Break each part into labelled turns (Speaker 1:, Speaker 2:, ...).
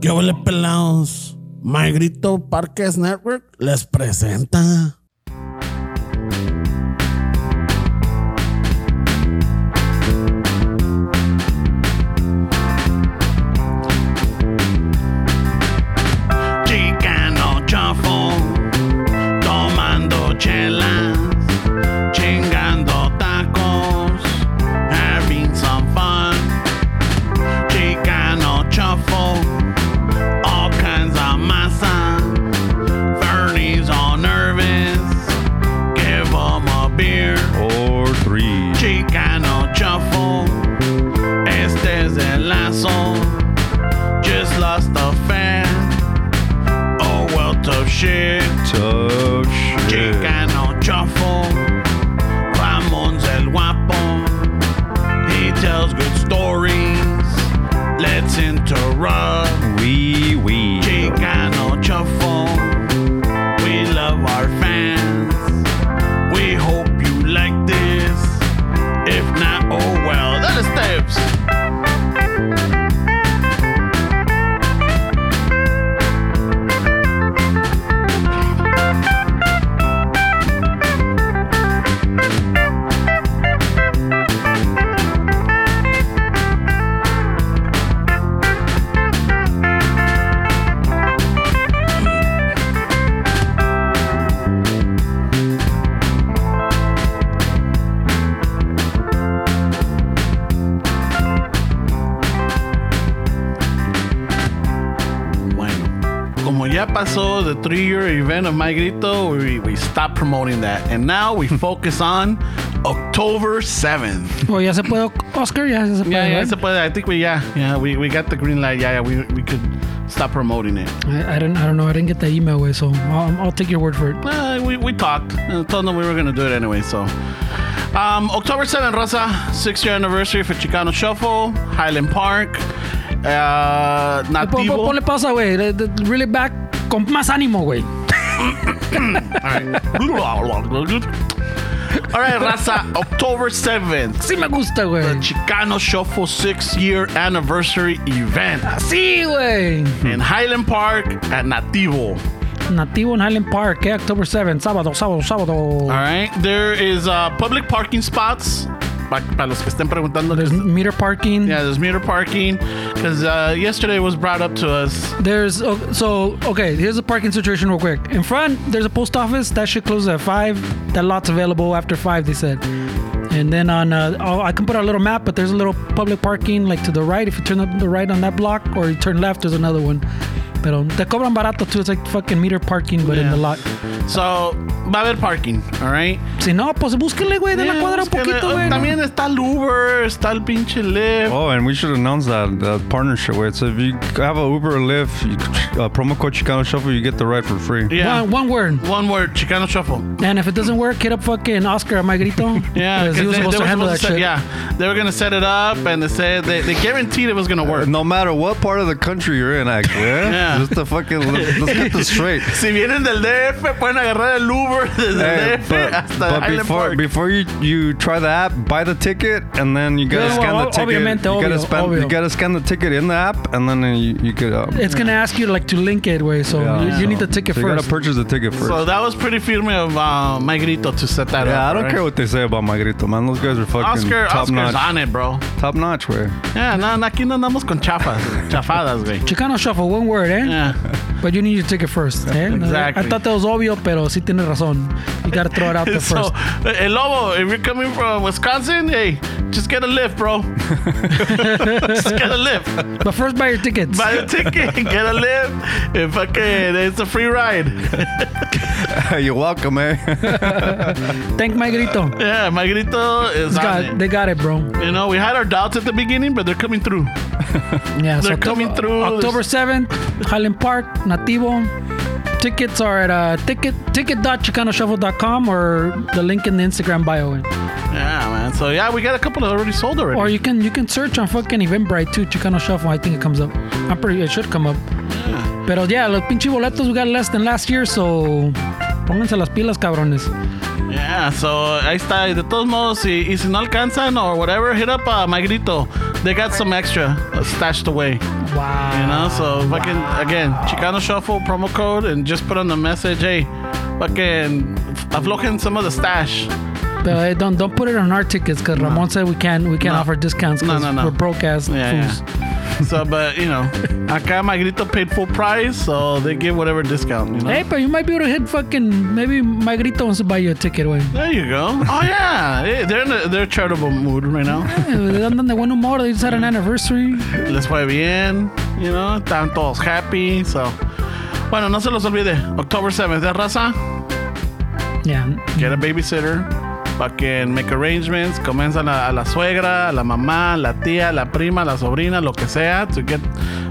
Speaker 1: ¿Qué huele pelados? My Grito Parques Network les presenta.
Speaker 2: Chicano chafo, tomando chelas, chingando tacos, having some fun. Chicano chafo, all kinds of masa. Bernie's all nervous, give him a beer.
Speaker 3: Or three.
Speaker 2: Chicano chafo, este es el lazo. Just lost a fan, oh well tough shit.
Speaker 3: Tough shit.
Speaker 2: Chicano Chuffle, Ramon's El Guapo. He tells good stories, let's interrupt.
Speaker 3: Wee wee.
Speaker 2: Chicano Chuffle, we love our fans. We hope you like this. If not, oh well, that is steps. Bueno, como ya pasó the three-year event of My Grito, we, we stopped promoting that. And now we focus on October 7th.
Speaker 4: O Oh, ya se puede Oscar, ya se puede.
Speaker 2: Yeah, yeah, it's
Speaker 4: ¿verdad?
Speaker 2: a, I think we, yeah, yeah, we, we got the green light. Yeah, yeah, we, we could stop promoting it.
Speaker 4: I, I don't, I don't know. I didn't get that email, way, so I'll, I'll take your word for it.
Speaker 2: Uh, we, we talked. Uh, told them we were going to do it anyway, so. Um, October 7th, Rosa, six-year anniversary for Chicano Shuffle, Highland Park, uh,
Speaker 4: Pon- pon-
Speaker 2: Nativo.
Speaker 4: ponle pausa, güey. Le- le- Really back con más ánimo, güey.
Speaker 2: All right, Raza, October 7th,
Speaker 4: Sí me gusta, güey.
Speaker 2: Chicano Shuffle six year anniversary event
Speaker 4: Sí, güey.
Speaker 2: in Highland Park at Nativo.
Speaker 4: Nativo en Highland Park, eh, October 7, sábado, sábado, sábado.
Speaker 2: All right, there is uh, public parking spots. Pa- Para los que estén preguntando,
Speaker 4: There's meter parking.
Speaker 2: yeah, there's meter parking because uh, yesterday was brought up to us.
Speaker 4: There's oh, so okay. Here's the parking situation, real quick. In front, there's a post office that should close at five. That lot's available after five, they said. And then on, uh, oh, I can put out a little map, but there's a little public parking like to the right. If you turn up the right on that block, or you turn left, there's another one. Pero te cobran barato too. It's like fucking meter parking, but in the
Speaker 2: Yeah.
Speaker 4: lot.
Speaker 2: So, va a haber parking, all right?
Speaker 4: Si no, pues búsquenle, güey, de la
Speaker 2: Yeah,
Speaker 4: cuadra un
Speaker 2: es que le-
Speaker 4: poquito, güey.
Speaker 2: También está el Uber, está el pinche Lyft.
Speaker 3: Oh, and we should announce that, that partnership where it's if you have a Uber or Lyft, you, uh, promo code Chicano Shuffle, you get the ride for free.
Speaker 2: Yeah.
Speaker 4: One, one word.
Speaker 2: One word, Chicano Shuffle.
Speaker 4: And if it doesn't work, hit up fucking Oscar at my grito.
Speaker 2: Yeah,
Speaker 4: 'Cause
Speaker 2: 'cause
Speaker 4: he was supposed to handle that
Speaker 2: supposed to
Speaker 4: shit.
Speaker 2: set, yeah, they were gonna set it up, and they said they, they guaranteed it was gonna work.
Speaker 3: No matter what part of the country you're in, actually. Eh?
Speaker 2: Yeah.
Speaker 3: Just the fucking, let's, let's get this straight.
Speaker 2: Si vienen del DF, pueden agarrar el Uber desde
Speaker 3: Hey,
Speaker 2: el DF
Speaker 3: but,
Speaker 2: hasta
Speaker 3: but
Speaker 2: Highland
Speaker 3: before,
Speaker 2: Park.
Speaker 3: before you, you try the app, buy the ticket, and then you gotta
Speaker 4: Yeah,
Speaker 3: scan
Speaker 4: well,
Speaker 3: the ticket.
Speaker 4: obviamente,
Speaker 3: you, gotta
Speaker 4: obvio,
Speaker 3: you
Speaker 4: obvio.
Speaker 3: gotta scan the ticket in the app, and then uh, you, you could. Uh,
Speaker 4: It's gonna ask you like to link it, way. So
Speaker 3: yeah,
Speaker 4: you, you
Speaker 3: so-
Speaker 4: need the ticket
Speaker 3: so You
Speaker 4: first.
Speaker 3: gotta purchase the ticket first.
Speaker 2: so that was pretty firme of uh, my grito to set that up.
Speaker 3: yeah, I don't
Speaker 2: right?
Speaker 3: care what they say about my grito, man. Those guys are fucking
Speaker 2: Oscar,
Speaker 3: top
Speaker 2: Oscar's
Speaker 3: notch.
Speaker 2: on it, bro.
Speaker 3: Top notch, way.
Speaker 2: Yeah, Ah, no, no, aquí no andamos con chafas, chafadas, güey. Ah,
Speaker 4: Chicano shuffle, one word, eh?
Speaker 2: Yeah.
Speaker 4: But you need your ticket first. Eh?
Speaker 2: Exactly.
Speaker 4: I thought that was obvio, pero sí tienes razón. You gotta throw it out there
Speaker 2: So,
Speaker 4: first.
Speaker 2: El Lobo, if you're coming from Wisconsin, hey, just get a lift, bro. just get a lift.
Speaker 4: But first, buy your tickets.
Speaker 2: Buy a ticket, get a lift, and fucking it's a free ride.
Speaker 3: You're welcome, eh?
Speaker 4: Thank my grito.
Speaker 2: Yeah, my grito is
Speaker 4: It's
Speaker 2: on
Speaker 4: got-
Speaker 2: it.
Speaker 4: they got it, bro.
Speaker 2: You know, we had our doubts at the beginning, but they're coming through.
Speaker 4: Yeah, so
Speaker 2: They're
Speaker 4: Octo-
Speaker 2: coming through.
Speaker 4: October 7th, Highland Park, Nativo. Tickets are at uh, ticket ticket.chicanoshuffle.com or the link in the Instagram bio. eh.
Speaker 2: Yeah, man. So yeah, we got a couple that already sold already.
Speaker 4: Or you can you can search on fucking Eventbrite too, Chicano Shuffle. I think it comes up. I'm pretty it should come up.
Speaker 2: Ah.
Speaker 4: Pero yeah, los pinche boletos we got less than last year, so pónganse las pilas, cabrones.
Speaker 2: Yeah, so ahí está. Y de todos modos, y, y si no alcanzan or whatever, hit up uh, my grito. They got some extra uh, stashed away.
Speaker 4: Wow.
Speaker 2: You know, so fucking again, Chicano Shuffle promo code and just put on the message, hey, fucking aflojen some of the stash.
Speaker 4: But uh, don't don't put it on our tickets because Ramon said we can't we can't
Speaker 2: No.
Speaker 4: offer discounts because
Speaker 2: No, no, no.
Speaker 4: we're broke ass
Speaker 2: Yeah,
Speaker 4: fools.
Speaker 2: yeah. so, but you know, acá my grito paid full price, so they give whatever discount. You know.
Speaker 4: Hey, but you might be able to hit fucking maybe my grito wants to buy you a ticket. Way.
Speaker 2: There you go. Oh yeah, Hey, they're in a, they're charitable mood right now.
Speaker 4: Eh, Andan de buen humor. They just had an anniversary.
Speaker 2: les fue bien, you know, están todos happy, so. Bueno, no se los olvide, October 7th, de raza,
Speaker 4: Yeah.
Speaker 2: get a babysitter, fucking make arrangements, comenzan a, a la suegra, a la mamá, la tía, la prima, la sobrina, lo que sea, to get,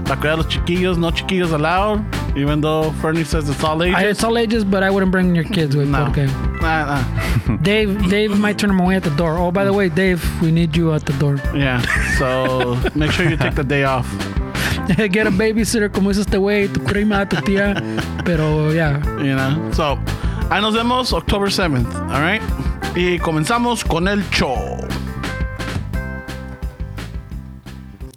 Speaker 2: para cuidar a los chiquillos, no chiquillos allowed, even though Fernie says it's all
Speaker 4: I,
Speaker 2: ages.
Speaker 4: it's all ages, but I wouldn't bring your kids with.
Speaker 2: No.
Speaker 4: Okay.
Speaker 2: Nah, nah.
Speaker 4: Dave, Dave might turn them away at the door. Oh, by the way, Dave, we need you at the door.
Speaker 2: Yeah, so make sure you take the day off.
Speaker 4: Get a babysitter, como es este güey, tu prima, tu tía. Pero, yeah.
Speaker 2: You know? So, ahí nos vemos October 7th, alright? Y comenzamos con el show.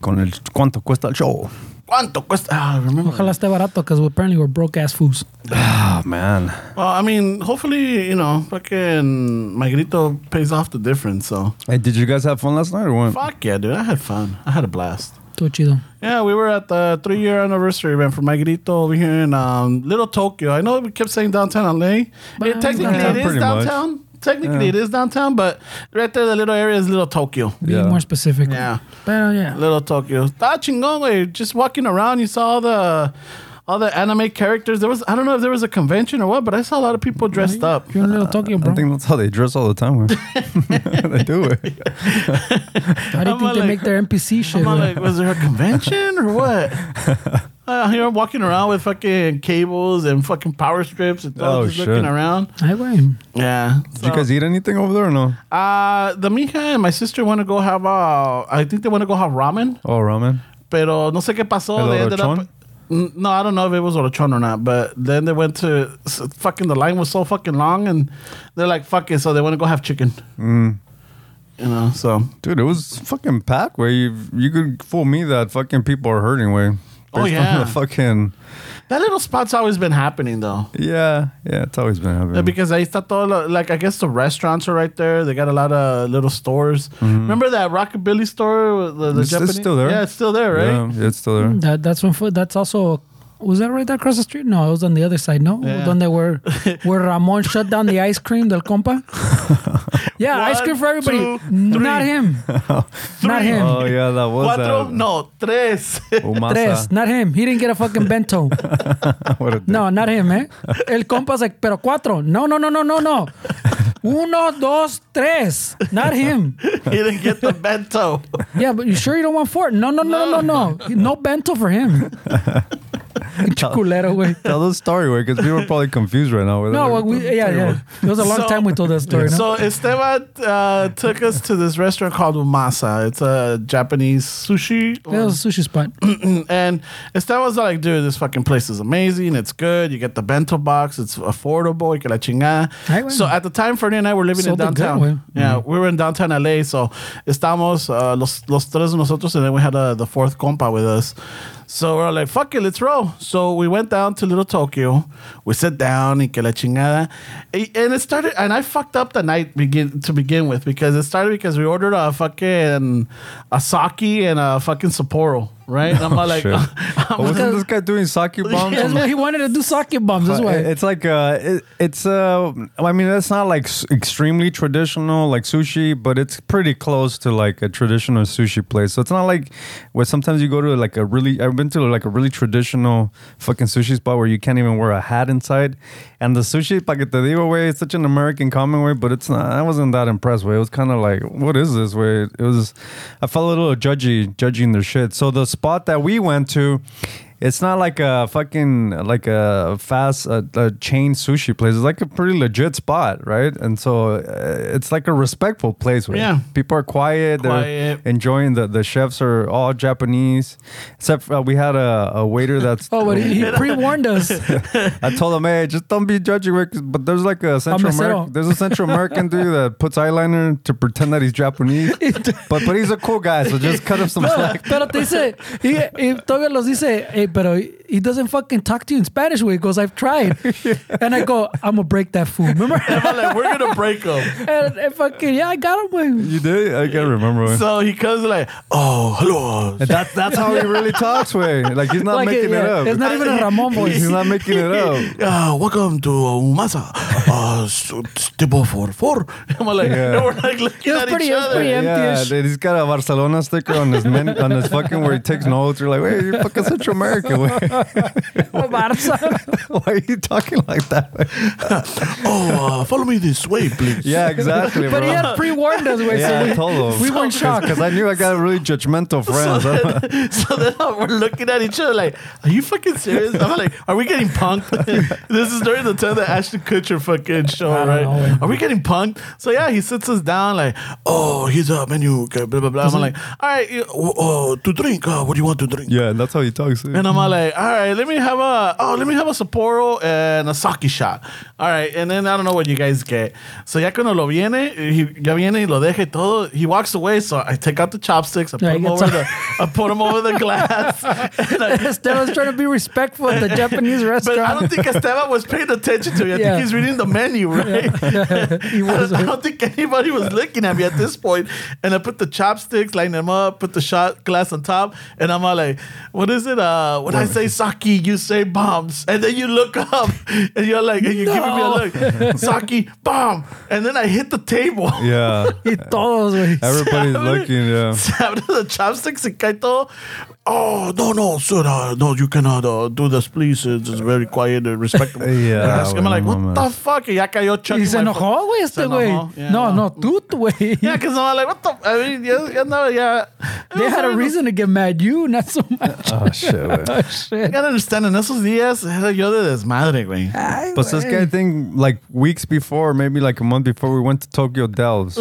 Speaker 3: Con el cuánto cuesta el show.
Speaker 2: ¿Cuánto cuesta? Ah, remember.
Speaker 4: Ojalá esté barato, because apparently we're broke ass fools.
Speaker 3: Oh man.
Speaker 2: Well, I mean, hopefully, you know, fucking my grito pays off the difference. So,
Speaker 3: Hey, did you guys have fun last night or what?
Speaker 2: fuck yeah, dude. I had fun. I had a blast.
Speaker 4: Todo chido.
Speaker 2: Yeah, we were at the three year anniversary event for my grito over here in um, Little Tokyo. I know we kept saying downtown LA. It, technically,
Speaker 3: downtown,
Speaker 2: it is
Speaker 3: uh, pretty much.
Speaker 2: downtown. Technically, it is downtown, but right there, the little area is Little Tokyo.
Speaker 4: Be
Speaker 3: Yeah.
Speaker 4: more specific.
Speaker 2: Yeah.
Speaker 4: Pero, yeah.
Speaker 2: Little Tokyo. Está chingón, güey. Just walking around, you saw all the all the anime characters. There was I don't know if there was a convention or what, but I saw a lot of people dressed up.
Speaker 4: You're in Little Tokyo, bro.
Speaker 3: I think that's how they dress all the time. man. they do eh? it.
Speaker 4: How do you
Speaker 2: I'm
Speaker 4: think they
Speaker 2: like-
Speaker 4: make their NPC shit?
Speaker 2: I'm all
Speaker 4: güey?
Speaker 2: like, was there a convention or what? Uh, here I'm walking around with fucking cables and fucking power strips and
Speaker 3: Oh,
Speaker 2: just
Speaker 3: shit.
Speaker 2: looking around.
Speaker 4: Ay, güey.
Speaker 2: Yeah.
Speaker 3: Did you guys eat anything over there or no?
Speaker 2: Uh, the mija and my sister want to go have, uh, I think they want to go have ramen,
Speaker 3: Oh, ramen.
Speaker 2: pero no sé qué pasó.
Speaker 3: El
Speaker 2: they ended
Speaker 3: Orochon?
Speaker 2: up. N- No, I don't know if it was Orochon or not, but then they went to s- fucking, the line was so fucking long and they're like, fuck it. So they want to go have chicken.
Speaker 3: Mm.
Speaker 2: You know, so.
Speaker 3: Dude, it was fucking packed. Where you you could fool me that fucking people are hurting. Way.
Speaker 2: Oh,
Speaker 3: Based on
Speaker 2: yeah.
Speaker 3: The fucking
Speaker 2: That little spot's always been happening though.
Speaker 3: yeah, yeah. It's always been happening.
Speaker 2: Yeah, because ahí está todo, lo- like, I guess the restaurants are right there. They got a lot of little stores. Remember that Rockabilly store? uh, The, the
Speaker 3: Mm-hmm. It's- it's
Speaker 2: Japanese?
Speaker 3: still there.
Speaker 2: Yeah, it's still there, right?
Speaker 3: Yeah, it's still there.
Speaker 4: That, that's when food. That's also. Was that right there across the street? No, it was on the other side. No,
Speaker 2: Yeah.
Speaker 4: donde where where Ramon shut down the ice cream del compa. Yeah, ice
Speaker 2: One,
Speaker 4: cream for everybody.
Speaker 2: two,
Speaker 4: Not him. Not him.
Speaker 3: Oh yeah, that was
Speaker 2: Cuatro,
Speaker 3: that.
Speaker 2: no, tres.
Speaker 4: Tres.
Speaker 3: Umasa.
Speaker 4: Not him. He didn't get a fucking bento.
Speaker 3: What a dick.
Speaker 4: No, not him, eh? El compa's like, pero cuatro. No, no, no, no, no, no. Uno, dos, tres. Not him.
Speaker 2: he didn't get the bento.
Speaker 4: Yeah, but you sure you don't want four? No, no, no, no, no, no. No bento for him. Chiculero, güey.
Speaker 3: Tell the story, way, because people are probably confused right now.
Speaker 4: No, well, we, yeah, yeah. It was a long
Speaker 2: So-
Speaker 4: time we told that story. no?
Speaker 2: So Esteban uh, took us to this restaurant called Umasa. It's a Japanese sushi.
Speaker 4: It was a sushi spot.
Speaker 2: and Esteban was like, dude, this fucking place is amazing. It's good. You get the bento box. It's affordable. You get la chingada.
Speaker 4: Ay, güey.
Speaker 2: So at the time, Fernie and I were living
Speaker 4: So
Speaker 2: in
Speaker 4: they're good,
Speaker 2: downtown.
Speaker 4: güey.
Speaker 2: yeah,
Speaker 3: Mm.
Speaker 2: we were in downtown LA. So estamos uh, los, los tres nosotros, and then we had uh, the fourth compa with us. So we're like, fuck it, let's roll. So we went down to Little Tokyo. We sit down, y que la chingada. Y- And it started, and I fucked up the night begin to begin with because it started because we ordered a fucking a sake and a fucking Sapporo, right? And I'm all like,
Speaker 3: Shit. Oh, wasn't this guy doing sake bombs?
Speaker 4: That's why he wanted to do sake bombs. That's
Speaker 3: Uh,
Speaker 4: why.
Speaker 3: It's like uh, it, it's uh, I mean, that's not like s- extremely traditional like sushi, but it's pretty close to like a traditional sushi place. So it's not like where sometimes you go to like a really. I've been to like a really traditional fucking sushi spot where you can't even wear a hat inside, and the sushi paquetadillo way. It's such an American common way, but it's not. I wasn't that impressed with. It was kind of like, what is this way? It was. I felt a little judgy, judging their shit. So the spot that we went to It's not like a fucking like a fast uh, a chain sushi place. It's like a pretty legit spot, right? And so uh, it's like a respectful place. Where
Speaker 2: Yeah.
Speaker 3: people are quiet.
Speaker 2: Quiet.
Speaker 3: They're enjoying the the chefs are all Japanese, except for, uh, we had a, a waiter that's.
Speaker 4: Oh, but he, he pre-warned us.
Speaker 3: I told him, hey, just don't be judging. right? 'Cause- But there's like a Central
Speaker 4: mesero.
Speaker 3: American, there's a Central American dude that puts eyeliner to pretend that he's Japanese, but but he's a cool guy, so just cut him some
Speaker 4: Pero,
Speaker 3: slack.
Speaker 4: pero te dice, y, y todavía los dice, hey, pero he doesn't fucking talk to you in Spanish, güey, because I've tried. And I go, I'm going to break that fool. Remember?
Speaker 2: I'm like, we're gonna break up.
Speaker 4: and, and fucking, yeah, I got him, güey.
Speaker 3: You did? I can't remember. man.
Speaker 2: So he comes like, oh, hello.
Speaker 3: And That, that's how he really talks, way. Like he's not
Speaker 4: Like,
Speaker 3: making
Speaker 4: yeah,
Speaker 3: it up.
Speaker 4: It's not even a Ramon
Speaker 3: he's
Speaker 4: voice.
Speaker 3: not making it up.
Speaker 2: Uh, welcome to uh, Umasa. Uh, s- s- table for four. I'm like,
Speaker 3: Yeah.
Speaker 2: and we're like looking
Speaker 4: It was
Speaker 2: at
Speaker 4: pretty-
Speaker 2: each
Speaker 4: it was
Speaker 2: other.
Speaker 4: pretty
Speaker 3: Yeah,
Speaker 4: Empty-ish.
Speaker 3: dude, he's got a Barcelona sticker on his men, on his fucking where he takes notes. You're like, wait, you're fucking Central America. Why
Speaker 4: Barça.
Speaker 3: are you talking like that? way?
Speaker 2: Oh, uh, follow me this way, please.
Speaker 3: Yeah, exactly.
Speaker 4: But he
Speaker 3: bro.
Speaker 4: had pre-warned us, güey.
Speaker 3: yeah, I
Speaker 4: so
Speaker 3: told him.
Speaker 4: we, we weren't shocked.
Speaker 3: because I knew I got really judgmental friends.
Speaker 2: so then we're looking at each other like, are you fucking serious? I'm like, are we getting punked? this is during the time that Ashton Kutcher fucking show,
Speaker 4: I don't
Speaker 2: right?
Speaker 4: know, man.
Speaker 2: are we getting punked? So yeah, he sits us down like, oh, here's a menu, okay, blah, blah, blah. I'm like, all right, you, oh, to drink, uh, what do you want to drink?
Speaker 3: yeah, that's how he talks. dude.
Speaker 2: And I'm all like, all right, let me have a oh, let me have a Sapporo and a sake shot. All right, and then I don't know what you guys get. So ya cuando lo viene, he, ya viene y lo deja y todo. He walks away, so I take out the chopsticks, I put
Speaker 4: Yeah,
Speaker 2: them
Speaker 4: he gets
Speaker 2: over
Speaker 4: all-
Speaker 2: the, I put 'em over the glass. and I-
Speaker 4: Esteban's trying to be respectful at the Japanese
Speaker 2: but I don't
Speaker 4: restaurant.
Speaker 2: think Esteban was paying attention to me. I
Speaker 4: Yeah.
Speaker 2: think he's reading the menu, right?
Speaker 4: he
Speaker 2: I
Speaker 4: was.
Speaker 2: don't, I don't think anybody was looking at me at this point. And I put the chopsticks, line them up, put the shot glass on top, and I'm all like, "What is it? Uh, when I say sake, you say bombs." And then you look up, and you're like, and you're giving me a look, sake bomb. And then I hit the table.
Speaker 3: yeah,
Speaker 4: Y todos, güey.
Speaker 3: everybody's looking. Yeah.
Speaker 2: After the chopsticks and kaito, oh no no sir, uh, no you cannot uh, do this please. It's, it's very quiet and respectful.
Speaker 3: Yeah,
Speaker 2: And I ask him
Speaker 3: well,
Speaker 2: like, what
Speaker 3: mames.
Speaker 2: the fuck? Y ya cayó Chuck.
Speaker 4: Y se
Speaker 2: in my fu-
Speaker 4: enojó, güey, este
Speaker 2: Se
Speaker 4: güey.
Speaker 2: enojó, yeah,
Speaker 4: no,
Speaker 2: no.
Speaker 4: no, tú, güey.
Speaker 2: Yeah, because I'm like, what the? I mean, yeah, yeah, no, yeah.
Speaker 4: They had a reason to get mad. You, not so much.
Speaker 3: Oh shit. güey.
Speaker 2: I gotta understand, en esos días era yo de desmadre, güey.
Speaker 3: But this guy, I think like weeks before, maybe like a month before, we went to Tokyo Dells.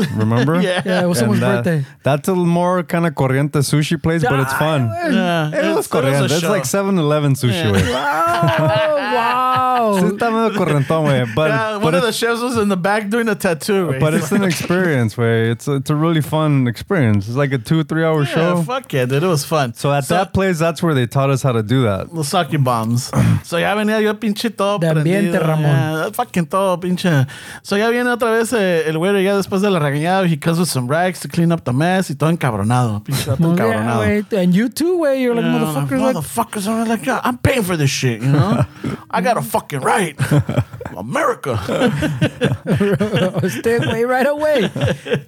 Speaker 3: Remember?
Speaker 2: Yeah.
Speaker 4: Yeah, it was
Speaker 3: And
Speaker 4: someone's
Speaker 3: that-
Speaker 4: birthday.
Speaker 3: That's a more kind of corriente sushi place, but it's fun.
Speaker 2: Yeah,
Speaker 3: It was
Speaker 2: a
Speaker 3: corriente. It's
Speaker 2: show.
Speaker 3: like 7 Eleven sushi. way.
Speaker 4: Oh,
Speaker 3: Sí
Speaker 4: wow.
Speaker 3: está medio correntón, güey, But,
Speaker 2: yeah,
Speaker 3: but,
Speaker 2: one of the
Speaker 3: it's,
Speaker 2: chefs was in the back doing a tattoo, güey.
Speaker 3: but it's an experience, way. It's a, it's a really fun experience. It's like a two, three hour
Speaker 2: yeah,
Speaker 3: show.
Speaker 2: fuck yeah, dude, it was fun.
Speaker 3: So at that place, that's where they taught us how to do that.
Speaker 2: Los sake bombs. So ya venía yo pinche todo
Speaker 4: De ambiente,
Speaker 2: prendido,
Speaker 4: Ramón.
Speaker 2: ya, fucking todo, pinche. So ya viene otra vez eh, el güero ya después de la regañada. He comes with some rags to clean up the mess y todo encabronado. Pinche vato
Speaker 4: Yeah,
Speaker 2: encabronado.
Speaker 4: wait, and you too, way. You're like,
Speaker 2: Yeah,
Speaker 4: motherfuckers, like,
Speaker 2: motherfuckers are like, yeah, I'm paying for this shit, you know? I got a fucking right. America.
Speaker 4: stay away este, right away.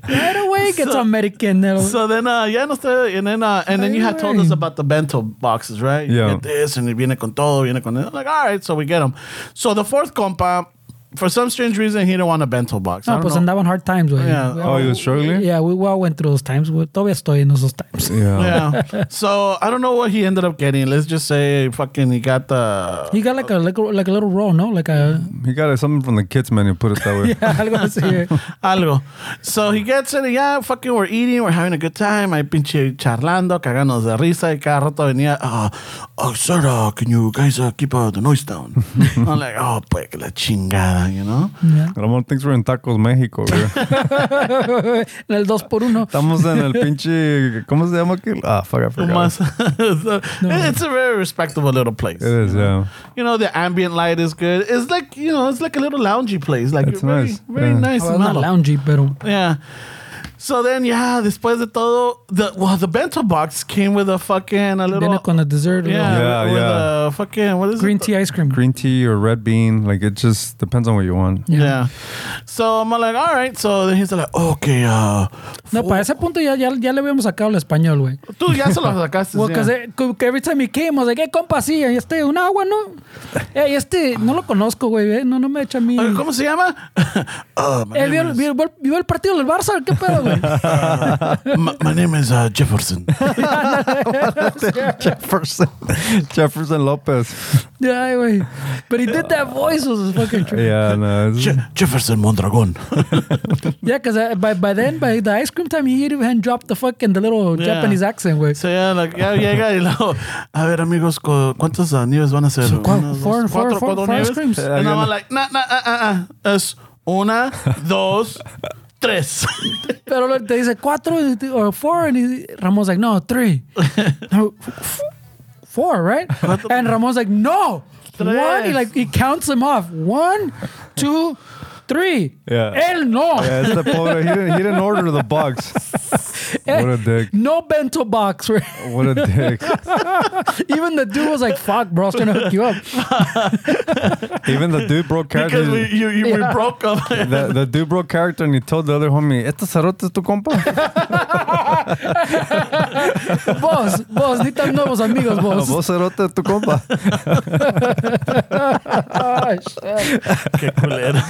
Speaker 4: right away gets American. you know.
Speaker 2: so then, uh, yeah, no sé, and then, uh, and then you had told us about the bento boxes, right? You
Speaker 3: Yeah.
Speaker 2: get this, and it viene con todo, viene con I'm like, all right, so we get them. So the fourth compa, for some strange reason, he didn't want a bento box. I don't
Speaker 4: no, pues
Speaker 2: know.
Speaker 4: andaban hard times, güey.
Speaker 2: Yeah.
Speaker 4: We
Speaker 3: Oh,
Speaker 4: all-
Speaker 3: he was struggling?
Speaker 4: Yeah, we, we all went through those times. güey. Todavía estoy en esos times.
Speaker 2: yeah. so I don't know what he ended up getting. Let's just say, fucking, he got the.
Speaker 4: He got like a like, a- like a little roll, no? Like a
Speaker 3: He got something from the kids menu, put it that way.
Speaker 4: algo así. eh. güey.
Speaker 2: Algo. So he gets it, and yeah, fucking, we're eating, we're having a good time. I pinche charlando, cagándonos de risa, y cada rato venía, uh, oh, sir, uh, can you guys uh, keep uh, the noise down? I'm like, oh, pues, que la chingada, you know?
Speaker 3: Ramon thinks we're in Tacos, Mexico. güey.
Speaker 4: en el 2 por 1
Speaker 3: Estamos en el pinche. ¿Cómo se llama aquel? Ah, fuck, I forgot.
Speaker 2: Mas- so, It's a very respectable little place.
Speaker 3: It is, yeah.
Speaker 2: You know, the ambient light is good. It's like, you know, it's like a little loungy place. Like,
Speaker 3: It's
Speaker 2: very,
Speaker 3: nice,
Speaker 2: very
Speaker 3: yeah.
Speaker 2: nice.
Speaker 4: Well,
Speaker 2: and
Speaker 4: Oh, not
Speaker 2: mellow.
Speaker 4: loungy, pero.
Speaker 2: Yeah. So then, yeah, después de todo, the well, the bento box came with a fucking a little
Speaker 4: Viene con a dessert. a little
Speaker 2: yeah,
Speaker 3: Yeah,
Speaker 2: with
Speaker 3: yeah.
Speaker 2: a fucking what is
Speaker 4: Green
Speaker 2: it?
Speaker 4: tea ice cream.
Speaker 3: Green tea or red bean. Like, it just depends on what you want.
Speaker 2: Yeah. So I'm like, all right. So then he's like, okay, uh,
Speaker 4: No, para ese punto ya, ya, ya le habíamos sacado el español, güey.
Speaker 2: tú ya se lo sacaste.
Speaker 4: Well,
Speaker 2: yeah.
Speaker 4: because eh, every time he came, I was like, hey, compa, sí, este, un agua, ¿no? Eh, este, no lo conozco, güey, eh, no, no me echa a mí.
Speaker 2: Oye, ¿Cómo se llama? Uh, my
Speaker 4: Eh,
Speaker 2: name
Speaker 4: ¿vio,
Speaker 2: is-
Speaker 4: vio- vio el partido del Barça? ¿Qué pedo, güey?
Speaker 2: my, my name is uh, Jefferson.
Speaker 3: Jefferson, Jefferson Lopez.
Speaker 4: Yeah, güey. But he did that voice was fucking true. Yeah,
Speaker 3: Yeah, no, it's-
Speaker 2: Je- Jefferson Mondragon.
Speaker 4: because uh, by, by then, by the ice cream time, he even dropped the fucking the little
Speaker 2: Yeah.
Speaker 4: Japanese accent, güey.
Speaker 2: So ya, like, ya llega y luego, a ver amigos, co- ¿cuántas uh, nieves van a ser?
Speaker 4: So, cua-
Speaker 2: Unas, dos,
Speaker 4: four- four-
Speaker 2: cuatro,
Speaker 4: four-
Speaker 2: cuatro
Speaker 4: four
Speaker 2: nieves.
Speaker 4: ice creams.
Speaker 2: And I'm like, nah, nah, ah, ah, ah. Es una, dos, tres.
Speaker 4: Pero lo- te dice cuatro or four, and he, Ramon's like, no, three. no, f- four, right? And Ramon's like, no, one. He
Speaker 2: Tres.
Speaker 4: like he counts them off. One, two, three.
Speaker 3: Yeah.
Speaker 4: El no.
Speaker 3: yeah, it's the polar. He didn't, he didn't order the box.
Speaker 4: Eh,
Speaker 3: What a dick.
Speaker 4: No bento box. right?
Speaker 3: What a dick.
Speaker 4: Even the dude was like, fuck, bro, I was trying to hook you up.
Speaker 3: Even the dude broke character.
Speaker 2: Because we, you, you, we broke up.
Speaker 3: the, the dude broke character and he told the other homie, "Este cerote es tu compa."
Speaker 4: Vos, vos, ni tan nuevos amigos, vos.
Speaker 3: Vos cerote es tu compa.
Speaker 4: Ah, shit.
Speaker 2: Qué culeros.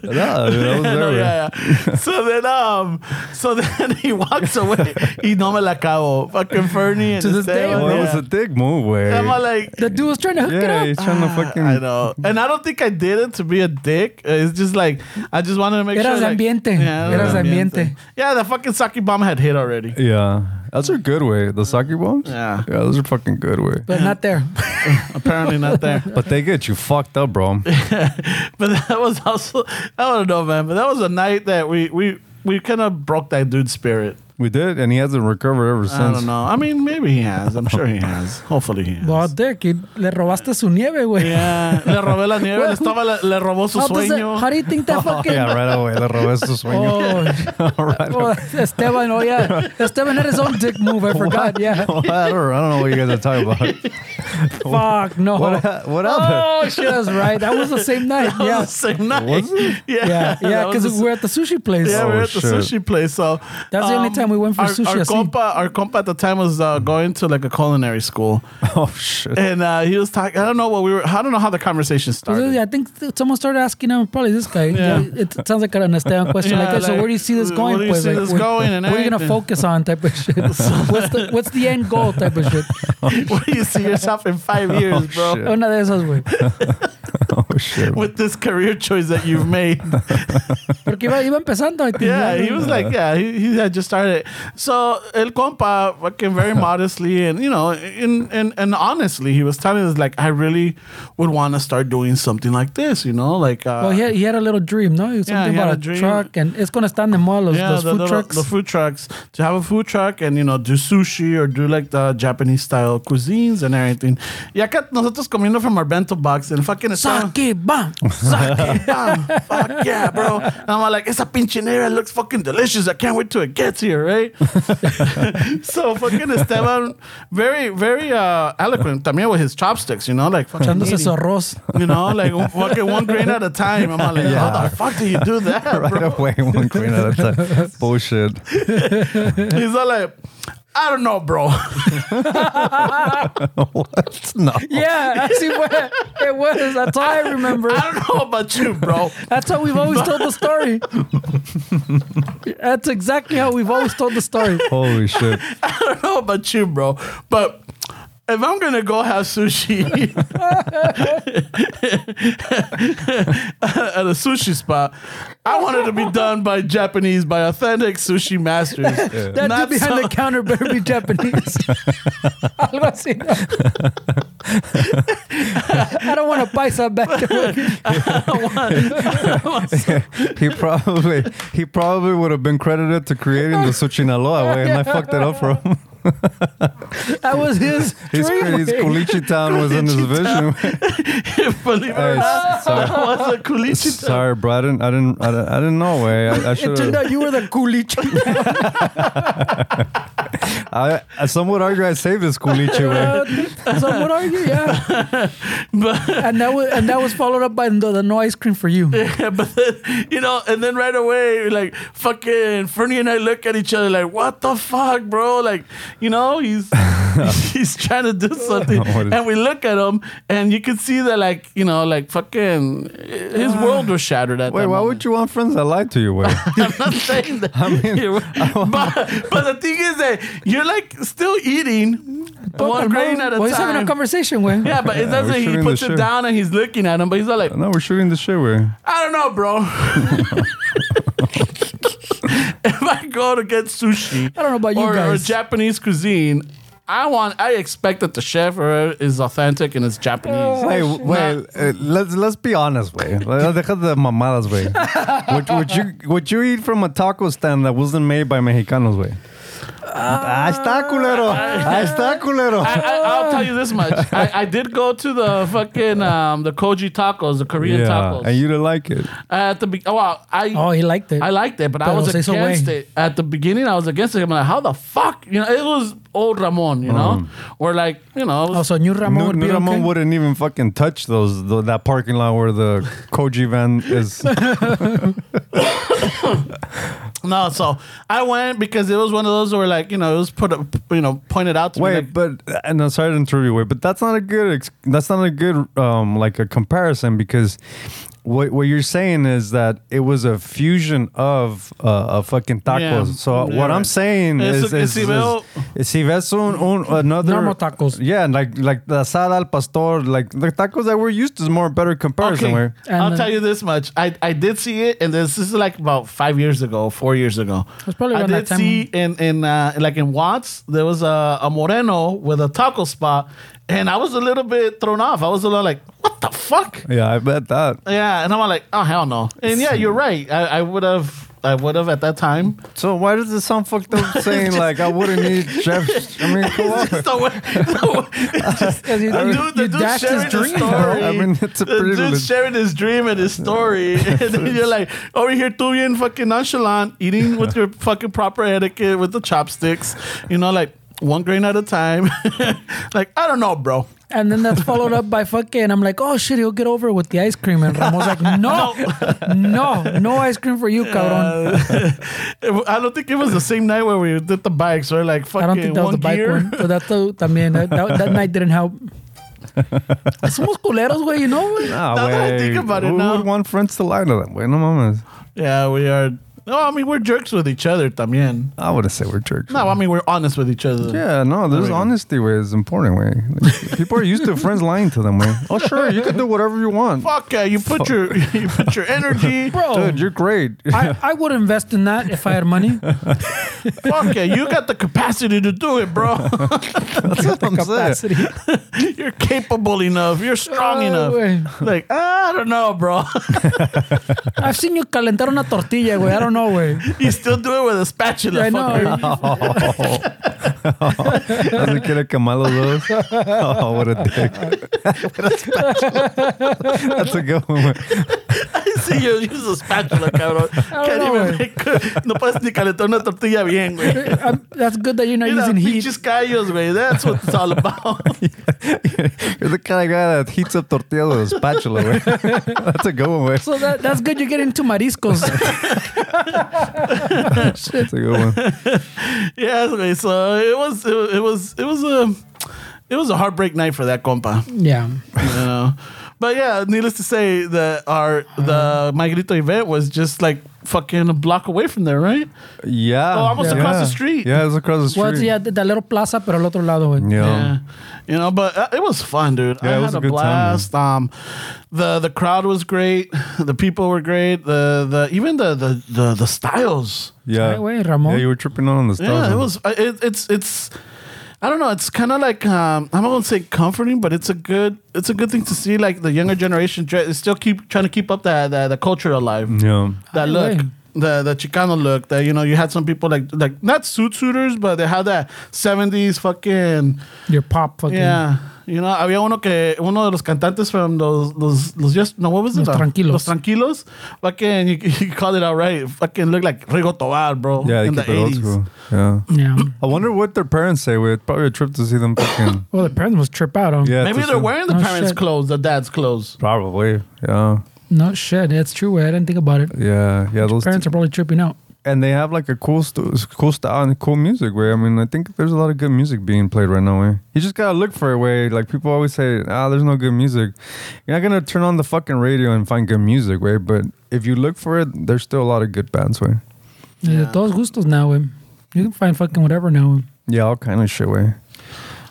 Speaker 3: Yeah, dude, I was
Speaker 2: Yeah, no,
Speaker 3: there.
Speaker 2: yeah, yeah. So then, um, so then he walks away. y no me la acabo. Fucking Fernie and
Speaker 4: To this day,
Speaker 2: Esteban,
Speaker 3: Well, it was
Speaker 2: yeah.
Speaker 3: a dick move, way.
Speaker 2: I'm all like, "Ah,
Speaker 4: The dude was trying to hook it
Speaker 3: yeah,
Speaker 4: up.
Speaker 3: he's trying to fucking.
Speaker 2: I know, and I don't think I did it to be a dick. Uh, It's just like I just wanted to make
Speaker 4: Eras
Speaker 2: sure. like-
Speaker 4: ambiente.
Speaker 2: Yeah, I was
Speaker 4: Eras ambiente.
Speaker 2: Yeah, the fucking sake bomb had hit already.
Speaker 3: Yeah, that's a good way. The sake bombs.
Speaker 2: Yeah.
Speaker 3: yeah, those are fucking good way.
Speaker 4: But not there.
Speaker 2: Apparently not there.
Speaker 3: But they get you fucked up, bro.
Speaker 2: but that was also I don't know, man. But that was a night that we we we kind of broke that dude's spirit.
Speaker 3: We did, and he hasn't recovered ever since.
Speaker 2: I don't know. I mean, maybe he has. I'm sure he has. Hopefully he has.
Speaker 4: Well, Dick, you- le robaste su nieve, güey.
Speaker 2: Yeah, Eh, le robé la nieve, le, estaba, le, le robó su
Speaker 4: How, does that,
Speaker 2: sueño.
Speaker 4: how do you think that
Speaker 3: Oh,
Speaker 4: fucking.
Speaker 3: yeah, right away. Le robé su sueño.
Speaker 4: Oh,
Speaker 3: right
Speaker 4: oh, Esteban, oh yeah, Esteban had his own dick move. I forgot.
Speaker 2: Oh.
Speaker 4: Yeah,
Speaker 3: What? I, don't, I don't know what you guys are talking about.
Speaker 4: fuck no.
Speaker 3: What, hap- what happened?
Speaker 4: oh shit, that's right. That was the same night.
Speaker 2: That was
Speaker 4: Yeah,
Speaker 2: the same night.
Speaker 3: Was it?
Speaker 2: Yeah,
Speaker 4: yeah, yeah.
Speaker 2: that was
Speaker 4: Because
Speaker 2: the-
Speaker 4: we're at the sushi place.
Speaker 2: yeah, we
Speaker 3: Oh,
Speaker 2: were at the
Speaker 3: shit.
Speaker 2: sushi place. So um,
Speaker 4: That's the only time we went for
Speaker 2: our,
Speaker 4: sushi,
Speaker 2: Our
Speaker 4: I see.
Speaker 2: compa, our compa at the time was uh, going to like a culinary school,
Speaker 3: Oh, shit.
Speaker 2: and uh, he was talking. I don't know what we were. I don't know how the conversation started.
Speaker 4: I think th- someone started asking him, probably this guy.
Speaker 2: Yeah.
Speaker 4: It, it sounds like an Esteban question.
Speaker 2: Yeah,
Speaker 4: like, "Hey, so
Speaker 2: like,
Speaker 4: where do you see this
Speaker 2: where
Speaker 4: going?
Speaker 2: do you
Speaker 4: pues?"
Speaker 2: see
Speaker 4: Like,
Speaker 2: this
Speaker 4: what,
Speaker 2: going and
Speaker 4: what are you gonna
Speaker 2: everything?
Speaker 4: focus on? Type of shit. what's the what's the end goal? Type of shit.
Speaker 2: Where do you see yourself in five years, bro?
Speaker 3: Oh, shit.
Speaker 4: Una de esas, güey.
Speaker 3: Oh, shit.
Speaker 2: With this career choice that you've made.
Speaker 4: Porque iba, iba empezando. I think,
Speaker 2: Yeah, he was
Speaker 4: Uh-huh.
Speaker 2: like, yeah, he, he had just started. So El Compa fucking very modestly and you know, and and and honestly, he was telling us like, I really would want to start doing something like this, you know, like uh,
Speaker 4: Well, he had, he had a little dream, no? Something
Speaker 2: Yeah, he had
Speaker 4: about
Speaker 2: a
Speaker 4: a,
Speaker 2: dream.
Speaker 4: truck, and it's gonna stand in mall those,
Speaker 2: yeah,
Speaker 4: those
Speaker 2: the,
Speaker 4: food
Speaker 2: little-
Speaker 4: trucks.
Speaker 2: the food trucks to have a food truck and you know do sushi or do like the Japanese style cuisines and everything. Y acá nosotros comiendo from our bento box and fucking estaba-
Speaker 4: Sake bomb.
Speaker 2: Sake, bam, fuck yeah, bro. And I'm like, esa pinche negra looks fucking delicious. I can't wait till it gets here, right? so fucking Esteban, very, very uh, eloquent. También with his chopsticks, you know, like fucking
Speaker 4: Echándose su
Speaker 2: eating,
Speaker 4: arroz.
Speaker 2: You know, like fucking one grain at a time. I'm like, how the fuck do you do that,
Speaker 3: Right
Speaker 2: bro?
Speaker 3: away, one queen at a time. Bullshit.
Speaker 2: He's all like, I don't know, bro.
Speaker 3: What? No.
Speaker 4: Yeah, I see what it was. That's all I remember.
Speaker 2: I don't know about you, bro.
Speaker 4: That's how we've always told the story. That's exactly how we've always told the story.
Speaker 3: Holy shit.
Speaker 2: I don't know about you, bro, but if I'm gonna go have sushi at a sushi spot, I want it to be done by Japanese, by authentic sushi masters.
Speaker 4: That
Speaker 2: Not
Speaker 4: dude behind
Speaker 2: some-
Speaker 4: the counter better be Japanese. Algo así. I don't want to buy some back.
Speaker 3: He probably he probably would have been credited to creating the Suchinaloa way, and I fucked it up for him.
Speaker 4: That was his
Speaker 3: His,
Speaker 4: dream.
Speaker 3: his Kulichi town was in his vision.
Speaker 2: Believe it or
Speaker 3: Hey,
Speaker 2: not,
Speaker 3: s- sorry.
Speaker 2: that was a culichi.
Speaker 3: Sorry, bro. I didn't. I didn't. I didn't, I didn't know. Way. I, I
Speaker 4: It
Speaker 3: should
Speaker 4: turned
Speaker 3: have.
Speaker 4: out you were the culichi.
Speaker 3: I, I- some would argue I saved this Kulichi way.
Speaker 4: Uh, so what are you? Yeah.
Speaker 2: But,
Speaker 4: And that was and that was followed up by the, the no ice cream for you.
Speaker 2: but then, you know, and then right away, like fucking Fernie and I look at each other like, what the fuck, bro? Like, you know, he's he's trying to do something,
Speaker 3: What is-
Speaker 2: and we look at him, and you can see that like you know like fucking his world was shattered at
Speaker 3: Wait,
Speaker 2: that
Speaker 3: why
Speaker 2: moment.
Speaker 3: would you want friends that lied to you? Wait,
Speaker 2: I'm not saying that. You're right. but, but the thing is that you're like still eating one grain at a
Speaker 4: well, he's having a
Speaker 2: time.
Speaker 4: conversation with.
Speaker 2: yeah, but it
Speaker 3: we're
Speaker 2: doesn't. He
Speaker 3: shooting
Speaker 2: puts
Speaker 3: the
Speaker 2: it
Speaker 3: shit.
Speaker 2: down and he's looking at him, but he's not like,
Speaker 3: no, we're shooting the shit. Wait,
Speaker 2: I don't know, bro. if I go to get sushi,
Speaker 4: I don't know about you
Speaker 2: or, or
Speaker 4: guys.
Speaker 2: Japanese cuisine, I want. I expect that the chef or is authentic and is Japanese.
Speaker 4: Oh.
Speaker 3: wait, wait uh, let's let's be honest. Wait, let's deja de mamadas. Wait, would, would you would you eat from a taco stand that wasn't made by Mexicanos? Wait, ahí está culero.
Speaker 2: Uh,
Speaker 3: Ahí está culero.
Speaker 2: I, I, I'll tell you this much. I, I did go to the fucking um, the Koji tacos, the Korean tacos.
Speaker 3: and you didn't like it.
Speaker 2: at the be- oh, wow, I
Speaker 4: Oh, he liked it.
Speaker 2: I liked it, but I
Speaker 4: Pero
Speaker 2: was
Speaker 4: se hizo
Speaker 2: against
Speaker 4: güey.
Speaker 2: it at the beginning. I was against it. I'm like, how the fuck? You know, it was old Ramon. You
Speaker 4: Mm.
Speaker 2: know, or like you know, it was-
Speaker 4: Also, Oh, new Ramon
Speaker 3: No,
Speaker 4: would be
Speaker 3: no, Ramon
Speaker 4: okay.
Speaker 3: wouldn't even fucking touch those tho- that parking lot where the Koji van is.
Speaker 2: No, so I went because it was one of those where like you know it was put up, you know pointed out to me.
Speaker 3: Wait,
Speaker 2: like,
Speaker 3: but and I'm sorry to interrupt you. Wait, but that's not a good. Ex- that's not a good um like a comparison because what what you're saying is that it was a fusion of uh, a fucking tacos.
Speaker 2: Yeah,
Speaker 3: so uh,
Speaker 2: yeah,
Speaker 3: what I'm
Speaker 2: right.
Speaker 3: saying
Speaker 2: Es-
Speaker 3: is is,
Speaker 2: es
Speaker 3: is,
Speaker 2: igual-
Speaker 3: is si ves un, un another
Speaker 4: Normal tacos.
Speaker 3: Yeah, like like the asada al pastor, like the tacos that we're used to is more better comparison.
Speaker 2: okay,
Speaker 3: Where
Speaker 2: I'll
Speaker 4: And, uh,
Speaker 2: tell you this much: I, I did see it, and this, this is like about five years ago, four years ago.
Speaker 4: was probably
Speaker 2: I
Speaker 4: around
Speaker 2: did
Speaker 4: that time.
Speaker 2: see in in uh, like in Watts there was a, a Moreno with a taco spot, and I was a little bit thrown off. I was a little like, what the fuck?
Speaker 3: yeah, I bet that.
Speaker 2: Yeah, and I'm like, oh hell no. And yeah, you're right. I, I would have. I would have at that time.
Speaker 3: So why does it sound fucked up saying like I wouldn't need Jeff? I mean, come on.
Speaker 2: It's the way- the way-
Speaker 4: Because you,
Speaker 2: The
Speaker 4: you-
Speaker 2: dude, the
Speaker 4: you
Speaker 2: dude
Speaker 4: dashed
Speaker 2: sharing his,
Speaker 4: his dream.
Speaker 2: story.
Speaker 4: bro.
Speaker 3: I mean, it's a
Speaker 2: the dude
Speaker 3: privilege.
Speaker 2: sharing his dream and his story, and then you're like over here too being fucking nonchalant, eating with your fucking proper etiquette with the chopsticks, you know, like one grain at a time. like I don't know, bro.
Speaker 4: And then that's followed up by fucking. I'm like, oh shit, he'll get over it with the ice cream. And Ramon's like, no, no, no ice cream for you, cabron.
Speaker 2: I don't think it was the same night where we did the bikes, right? Like fucking
Speaker 4: I don't think that was
Speaker 2: one
Speaker 4: the bike
Speaker 2: gear.
Speaker 4: one. So that's the, también, that, that, that night didn't help. Somos culeros, güey, you know, güey.
Speaker 3: Nah,
Speaker 2: Now that I
Speaker 3: wait.
Speaker 2: think about it
Speaker 3: Who
Speaker 2: now-
Speaker 3: would want friends to lie to them? Wait, no mames.
Speaker 2: Yeah, we are. No, I mean we're jerks with each other, también.
Speaker 3: I wouldn't say we're jerks.
Speaker 2: No, I mean we're honest with each other.
Speaker 3: Yeah, no, there's honesty where it's important way. Like, people are used to friends lying to them way. Oh sure, you can do whatever you want.
Speaker 2: Fuck yeah! You put your you put your energy.
Speaker 4: Bro,
Speaker 3: Dude, you're great.
Speaker 4: I, I would invest in that if I had money.
Speaker 2: Fuck yeah! You got the capacity to do it, bro.
Speaker 3: That's what I'm saying.
Speaker 4: Capacity.
Speaker 2: You're capable enough. You're strong
Speaker 4: Ay,
Speaker 2: enough.
Speaker 4: Oh, güey.
Speaker 2: Like "Ah, I don't know, bro.
Speaker 4: I've seen you calentar una tortilla, güey. I don't know, güey.
Speaker 2: you still do it with a spatula.
Speaker 4: I
Speaker 2: fucker.
Speaker 4: know.
Speaker 3: Doesn't get a Camalo those. Oh, what a dick. That's a good one.
Speaker 2: I see you use a spatula, cabrón. Can't
Speaker 4: know,
Speaker 2: even
Speaker 4: güey.
Speaker 2: make. No puedes ni calentar una tortilla bien, güey.
Speaker 4: I'm- that's good that you're not
Speaker 2: Mira,
Speaker 4: using heat.
Speaker 2: pinches callos, güey. That's what it's all about.
Speaker 3: You're the kind of guy that heats up tortillas with a spatula. Way. That's a good one. Way.
Speaker 4: So that, that's good you get into mariscos.
Speaker 3: That's a good one.
Speaker 2: yes, güey. So it was. It, was. It was a. It was a heartbreak night for that compa.
Speaker 4: yeah.
Speaker 2: you know. But yeah, needless to say, the our
Speaker 4: Uh-huh.
Speaker 2: the My Grito event was just like fucking a block away from there, right?
Speaker 3: Yeah.
Speaker 2: Oh, almost
Speaker 3: yeah.
Speaker 2: across the street.
Speaker 3: Yeah, it was across the street.
Speaker 4: Well, it's, yeah, th- that little plaza, pero al otro lado, güey.
Speaker 3: Yeah.
Speaker 2: Um, You know, but uh, it was fun, dude.
Speaker 3: Yeah,
Speaker 2: I
Speaker 3: it
Speaker 2: had
Speaker 3: was
Speaker 2: a,
Speaker 3: a good time,
Speaker 2: blast. um, the the crowd was great. The people were great. The the even the the the, the styles.
Speaker 3: Yeah.
Speaker 4: Ay, güey, Ramon.
Speaker 3: Yeah, you were tripping on the stuff.
Speaker 2: Yeah, it was. uh, It, it's it's. I don't know. It's kind of like um, I'm not gonna say comforting, but it's a good it's a good thing to see. Like the younger generation try, still keep trying to keep up that that, that culture alive.
Speaker 3: Yeah.
Speaker 2: that
Speaker 4: Ay,
Speaker 2: look,
Speaker 4: güey.
Speaker 2: the the Chicano look. That you know, you had some people like like not suit suiters, but they had that seventies fucking
Speaker 4: Your pop fucking.
Speaker 2: yeah. You know, había uno que uno de los cantantes from los los los just no what was it?
Speaker 4: Los Tranquilos.
Speaker 2: Los tranquilos. Fucking you, you called it out right. Fucking look like Rigo Tobar, bro.
Speaker 3: Yeah, they
Speaker 2: in the
Speaker 3: keep it old
Speaker 2: eighties.
Speaker 3: school. Yeah.
Speaker 4: Yeah.
Speaker 3: I wonder what their parents say. We're probably a trip to see them fucking.
Speaker 4: Well, the parents must trip out on.
Speaker 3: Yeah,
Speaker 2: Maybe
Speaker 3: to
Speaker 2: they're
Speaker 3: see-
Speaker 2: wearing the
Speaker 4: Oh,
Speaker 2: parents'
Speaker 4: shit.
Speaker 2: clothes, the dad's clothes.
Speaker 3: Probably. Yeah.
Speaker 4: No shit. That's true, güey. I didn't think about it.
Speaker 3: Yeah. Yeah. Those
Speaker 4: Parents are probably tripping out.
Speaker 3: and they have like a cool, st- cool style and cool music. Way, I mean, I think there's a lot of good music being played right now. Way, you just gotta look for it. Way, like people always say, ah, there's no good music. You're not gonna turn on the fucking radio and find good music. Way, but if you look for it, there's still a lot of good bands. Way,
Speaker 4: Yeah. Todos gustos now, güey. You can find fucking whatever now. güey.
Speaker 3: yeah, all kind of shit. Way,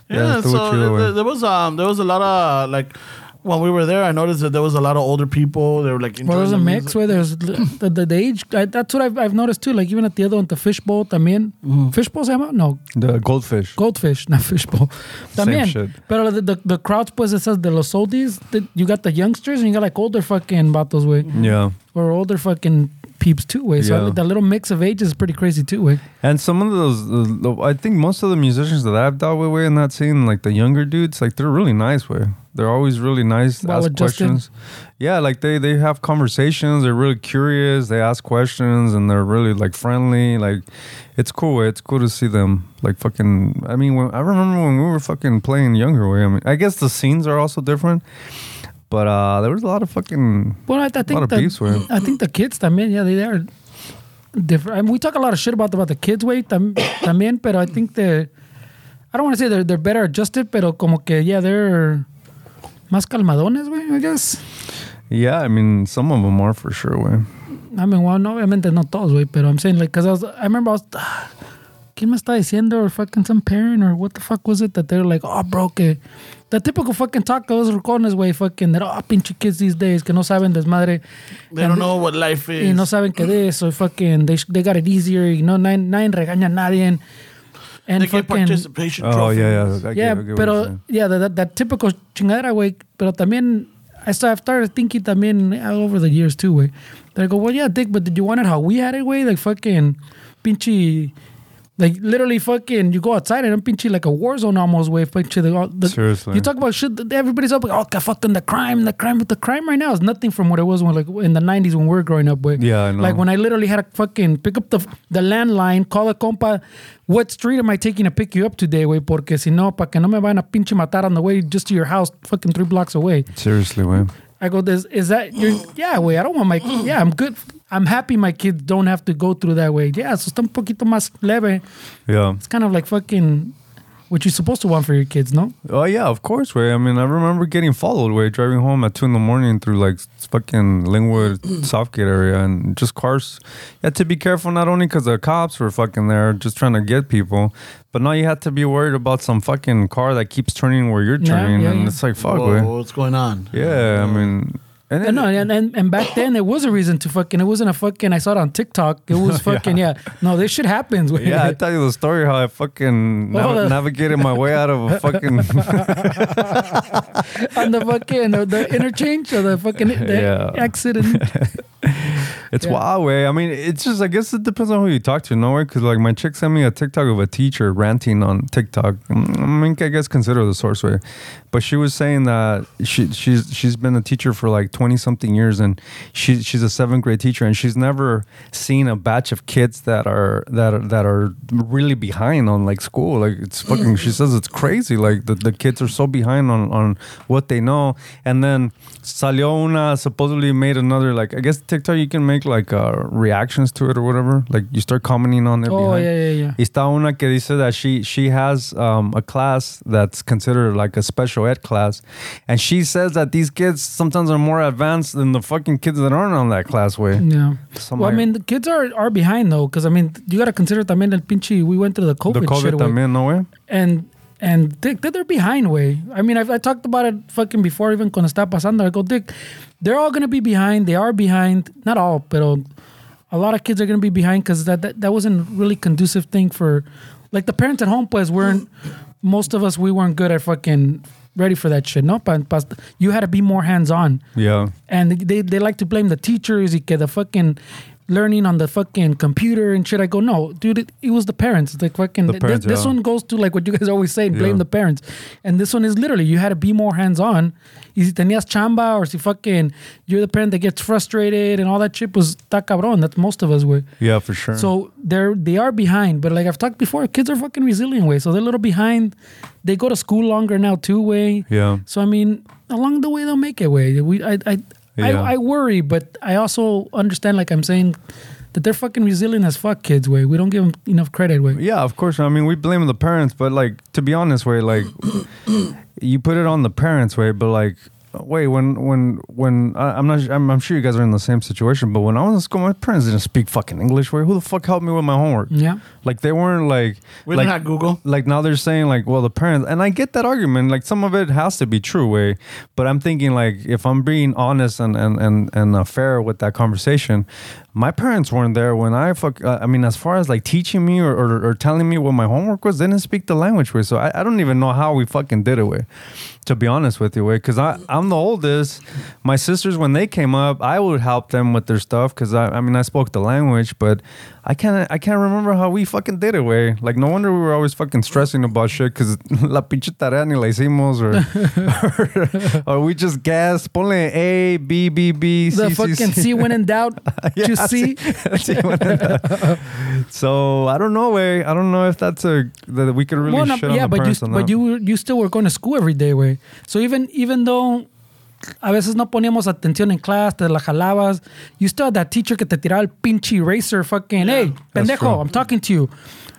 Speaker 3: Yeah,
Speaker 2: Yeah,
Speaker 3: that's the
Speaker 2: so
Speaker 3: way you
Speaker 2: th-
Speaker 3: were.
Speaker 2: th- there was um there was a lot of like when we were there, I noticed that there was a lot of older people. They were like enjoying
Speaker 4: Well, there's
Speaker 2: the
Speaker 4: a
Speaker 2: music.
Speaker 4: mix where there's the, the, the age. I, that's what I've, I've noticed too. Like even at the other one, the fishbowl también.
Speaker 3: Mm-hmm.
Speaker 4: Fishbowl se llama? No,
Speaker 3: the Goldfish.
Speaker 4: goldfish, not fishbowl. También.
Speaker 3: shit.
Speaker 4: Pero the, the, the crowds, pues, it says de los oldies. The, you got the youngsters and you got like older fucking vatos, güey.
Speaker 3: yeah.
Speaker 4: Or older fucking peeps too, güey. So
Speaker 3: Mm-hmm. Yeah.
Speaker 4: that little mix of ages is pretty crazy too, güey.
Speaker 3: And some of those, the- the- I think most of the musicians that I've dealt with way in that scene, like the younger dudes, like they're really nice. Way they're always really nice.
Speaker 4: Well,
Speaker 3: ask
Speaker 4: with Justin?
Speaker 3: questions. Yeah, like they they have conversations. They're really curious. They ask questions, and they're really like friendly. Like it's cool. Way. It's cool to see them. Like fucking. I mean, when, I remember when we were fucking playing younger. Way. I mean, I guess the scenes are also different. But uh, there was a lot of fucking
Speaker 4: Well, I, I think
Speaker 3: lot of
Speaker 4: the,
Speaker 3: beefs with him.
Speaker 4: I think the kids también, yeah, they, they are different. I mean, we talk a lot of shit about about the kids, way tam, también, but I think they're. I don't want to say they're they're better adjusted, pero como que yeah, they're más calmadones, güey. I guess.
Speaker 3: yeah. I mean, some of them are for sure. Way.
Speaker 4: I mean, well, no, obviamente no todos, güey, pero I'm saying like, cause I was, I remember I was. ah, ¿Quién me está diciendo? Or fucking some parent or what the fuck was it that they're like, oh, bro, que. The typical fucking talk of those rucones, güey, fucking, that, oh, pinche kids these days que no saben desmadre.
Speaker 2: They don't know what life is.
Speaker 4: y no saben qué de eso. y Fucking, they, they got it easier. Y no, nadie, nadie regaña a nadie. And
Speaker 2: they get
Speaker 4: fucking,
Speaker 2: participation
Speaker 3: Oh
Speaker 2: trophies.
Speaker 3: yeah, yeah. I get- I
Speaker 4: yeah,
Speaker 3: get
Speaker 4: uh,
Speaker 3: what you're
Speaker 4: pero,
Speaker 3: saying.
Speaker 4: yeah, that, that, that typical chingadera, güey. Pero también, I sta- I've started thinking también all over the years too, güey. They go, well, yeah, Dick, but did you want it how we had it, güey? Like fucking pinche. Like literally, fucking, you go outside and I'm pinche like a war zone almost. Way pinche the, all the
Speaker 3: Seriously.
Speaker 4: You talk about shit. that Everybody's up like, oh, ca- fucking the crime, the crime, but the crime right now is nothing from what it was when like in the '90s when we were growing up. Way
Speaker 3: Yeah, I know.
Speaker 4: like when I literally had to fucking pick up the the landline, call a compa. What street am I taking to pick you up today, way? Porque si no, pa que no me vayan a pinche matar on the way just to your house, fucking three blocks away.
Speaker 3: Seriously, way.
Speaker 4: I go, this is that you're, yeah, way. I don't want my yeah. I'm good. I'm happy my kids don't have to go through that way. Yeah, so está un poquito más leve.
Speaker 3: Yeah.
Speaker 4: It's kind of like fucking what you're supposed to want for your kids, no?
Speaker 3: Oh yeah, of course, way. I mean, I remember getting followed, way, driving home at two in the morning through like fucking Lingwood, Southgate area, and just cars. You had to be careful not only because the cops were fucking there, just trying to get people, but now you had to be worried about some fucking car that keeps turning where you're
Speaker 4: Yeah,
Speaker 3: turning,
Speaker 4: yeah,
Speaker 3: and
Speaker 4: yeah.
Speaker 3: it's like fuck,
Speaker 2: Whoa,
Speaker 3: way.
Speaker 2: what's going on?
Speaker 3: Yeah, I mean, and
Speaker 4: Yeah,
Speaker 3: it-
Speaker 4: no, and, and, and back then it was a reason to fucking. It wasn't a fucking. I saw it on TikTok. It was fucking. yeah. No, this shit happens. güey.
Speaker 3: Yeah, I tell you the story how I fucking nav-
Speaker 4: Oh.
Speaker 3: navigated my way out of a fucking
Speaker 4: on the fucking the, the interchange or the fucking the
Speaker 3: Yeah.
Speaker 4: accident.
Speaker 3: It's
Speaker 4: Yeah.
Speaker 3: wild way. I mean, it's just I guess it depends on who you talk to, no way. Because like my chick sent me a TikTok of a teacher ranting on TikTok. Mm, I mean, I guess consider the source way, but she was saying that she she's she's been a teacher for like twenty something years, and she she's a seventh grade teacher, and she's never seen a batch of kids that are that are, that are really behind on like school. Like it's
Speaker 4: Mm.
Speaker 3: fucking. she says it's crazy. Like the, the kids are so behind on on what they know, and then salió una supposedly made another like I guess TikTok you can make like uh, reactions to it or whatever. Like you start commenting on it.
Speaker 4: Oh,
Speaker 3: behind.
Speaker 4: yeah, yeah, yeah.
Speaker 3: Está una que dice that she she has um, a class that's considered like a special ed class, and she says that these kids sometimes are more advanced than the fucking kids that aren't on that class way.
Speaker 4: Yeah.
Speaker 3: So
Speaker 4: Mm. well, I
Speaker 3: my-
Speaker 4: mean, the kids are are behind though, because I mean, you got to consider también el pinche. We went through the COVID,
Speaker 3: The
Speaker 4: shit,
Speaker 3: COVID
Speaker 4: güey.
Speaker 3: también, no way.
Speaker 4: and and Dick, they're behind way. I mean, I've, I talked about it fucking before even cuando está pasando. I go, Dick, they're all gonna be behind. They are behind. Not all, but a lot of kids are gonna be behind because that, that that wasn't really conducive thing for, like the parents at home pues weren't. Most of us we weren't good at fucking ready for that shit. No, pa, pa, you had to be more hands on
Speaker 3: Yeah.
Speaker 4: and they, they like to blame the teachers y que the fucking learning on the fucking computer and shit. I go, no, dude, it, it was the parents. It's Like fucking
Speaker 3: The
Speaker 4: th-
Speaker 3: parents,
Speaker 4: this, this
Speaker 3: yeah.
Speaker 4: one goes to like what you guys always say, blame
Speaker 3: Yeah.
Speaker 4: the parents. And this one is literally you had to be more hands on. Y si tenías chamba or si fucking you're the parent that gets frustrated and all that shit was ta cabrón. That's most of us were.
Speaker 3: Yeah, for sure.
Speaker 4: So they're they are behind, but like I've talked before, kids are fucking resilient way. So they're a little behind. They go to school longer now two way.
Speaker 3: Yeah.
Speaker 4: So I mean, along the way they'll make it way. We I I,
Speaker 3: Yeah.
Speaker 4: I I worry, but I also understand like I'm saying that they're fucking resilient as fuck, kids. Way we don't give them enough credit. Way
Speaker 3: Yeah, of course. I mean, we blame the parents, but like to be honest, way like you put it on the parents, way, but like wait, when when when I, I'm not, su- I'm, I'm sure you guys are in the same situation, but when I was in school, my parents didn't speak fucking English. Way, who the fuck helped me with my homework?
Speaker 4: Yeah.
Speaker 3: like they weren't like
Speaker 2: We
Speaker 3: like,
Speaker 2: didn't have Google.
Speaker 3: Like now they're saying like, well, the parents, and I get that argument. Like some of it has to be true, way, but I'm thinking like if I'm being honest and and and and uh, fair with that conversation, my parents weren't there when I fuck. Uh, I mean, as far as like teaching me or, or or telling me what my homework was, they didn't speak the language way. So I, I don't even know how we fucking did it way. To be honest with you, way, because I I'm the oldest. My sisters when they came up, I would help them with their stuff because I I mean I spoke the language, but I can't I can't remember how we fucking did it way. Like no wonder we were always fucking stressing about shit because la pinche tarea ni la hicimos or, or we just guessed. Ponle A B B B C
Speaker 4: the
Speaker 3: C
Speaker 4: fucking
Speaker 3: C.
Speaker 4: see when in doubt,
Speaker 3: Yeah,
Speaker 4: you
Speaker 3: I
Speaker 4: see.
Speaker 3: see what I done. so I don't know, way. I don't know if that's a that we could really
Speaker 4: Well, no,
Speaker 3: shit on
Speaker 4: yeah,
Speaker 3: the
Speaker 4: but you
Speaker 3: parents on
Speaker 4: but
Speaker 3: that.
Speaker 4: you were- you still were going to school every day, way. So even even though a veces no poníamos atención en clase, te la jalabas, you still had that teacher que te tiraba el pinche eraser, fucking, hey,
Speaker 3: That's
Speaker 4: pendejo,
Speaker 3: true.
Speaker 4: I'm talking to you.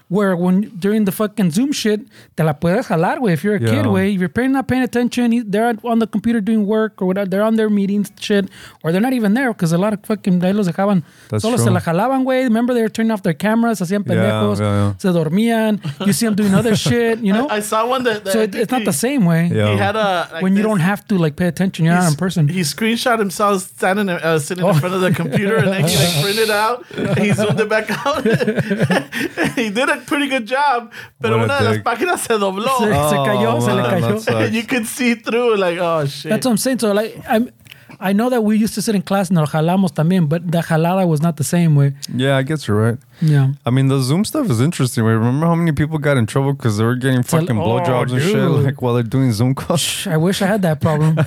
Speaker 4: Where when during the fucking Zoom shit, te la puedes jalar, way. If you're a
Speaker 3: Yeah.
Speaker 4: kid, way, if your parents not paying attention, he- they're on the computer doing work or whatever, they're on their meetings, shit, or they're not even there because a lot of fucking ahí los dejaban.
Speaker 3: That's
Speaker 4: Solo se
Speaker 3: true.
Speaker 4: la jalaban, güey. Remember they were turning off their cameras, hacían
Speaker 3: Yeah,
Speaker 4: pendejos,
Speaker 3: yeah, yeah.
Speaker 4: se dormían. You see them doing other shit, you know.
Speaker 2: I saw one that, that
Speaker 4: so
Speaker 2: I
Speaker 4: it,
Speaker 2: think
Speaker 4: it's not
Speaker 2: he-
Speaker 4: the same way
Speaker 3: Yeah.
Speaker 2: He had a like
Speaker 4: when you
Speaker 2: this-
Speaker 4: don't have to like pay attention. You're not
Speaker 2: he-
Speaker 4: in person. Oh.
Speaker 2: He screenshot himself standing uh, sitting in front of the computer and then he like printed out and he zoomed it back out. he did a pretty good job, pero
Speaker 3: What a
Speaker 2: una de las
Speaker 3: dick.
Speaker 2: páginas se
Speaker 4: Se-
Speaker 2: dobló.
Speaker 4: se cayó, se le
Speaker 3: Oh, man,
Speaker 4: cayó.
Speaker 3: that sucks.
Speaker 2: you could see through like oh shit.
Speaker 4: That's what I'm saying. So like I'm. I know that we used to sit in class and nos jalamos también, but the jalada was not the same way.
Speaker 3: yeah, I guess you're right.
Speaker 4: Yeah.
Speaker 3: I mean, the Zoom stuff is interesting. Right? Remember how many people got in trouble because they were getting
Speaker 4: a-
Speaker 3: fucking
Speaker 4: oh,
Speaker 3: blowjobs and shit,
Speaker 4: dude.
Speaker 3: like while they're doing Zoom calls.
Speaker 4: I wish I had that problem.
Speaker 3: oh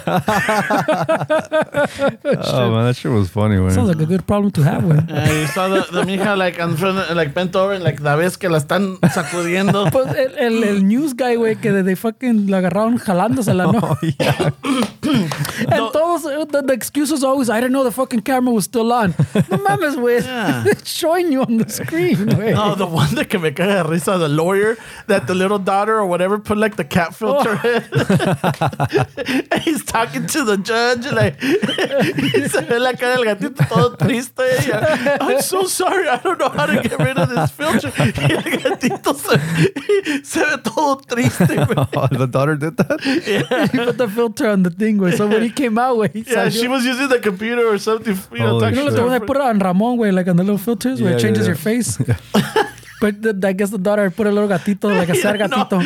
Speaker 3: man, that shit was funny. Man.
Speaker 4: Sounds like a good problem to have. With.
Speaker 2: Uh, you saw the, the mija like in front of, like bent over and like la vez que la están sacudiendo.
Speaker 4: Pues el, el, el news guy, güey, que they fucking la agarraron jalándosela, ¿no? and todos, uh, the, the excuse was always, I didn't know the fucking camera was still on. No mames, güey.
Speaker 2: Yeah.
Speaker 4: It's showing you on the screen, güey.
Speaker 2: No, Oh, the one that can make a risa, the lawyer that the little daughter or whatever put like the cat filter in. and he's talking to the judge, like, y se ve la cara del gatito todo triste. ella, I'm so sorry, I don't know how to get rid of this filter. Y el gatito se, se ve todo triste. güey.
Speaker 3: oh, the daughter did that.
Speaker 4: he put the filter on the thing, güey. So when he came out, güey, he
Speaker 2: Yeah,
Speaker 4: salió.
Speaker 2: she was using the computer or something. You know,
Speaker 3: Holy
Speaker 2: talking
Speaker 4: You know,
Speaker 2: to
Speaker 4: the
Speaker 3: shit.
Speaker 4: one I
Speaker 2: her
Speaker 4: put it on Ramon, güey, like on the little filters where
Speaker 3: Yeah,
Speaker 4: it
Speaker 3: yeah,
Speaker 4: changes
Speaker 3: yeah.
Speaker 4: your face. but the, I guess the daughter put a little gatito, like a sad
Speaker 2: didn't know.
Speaker 4: gatito.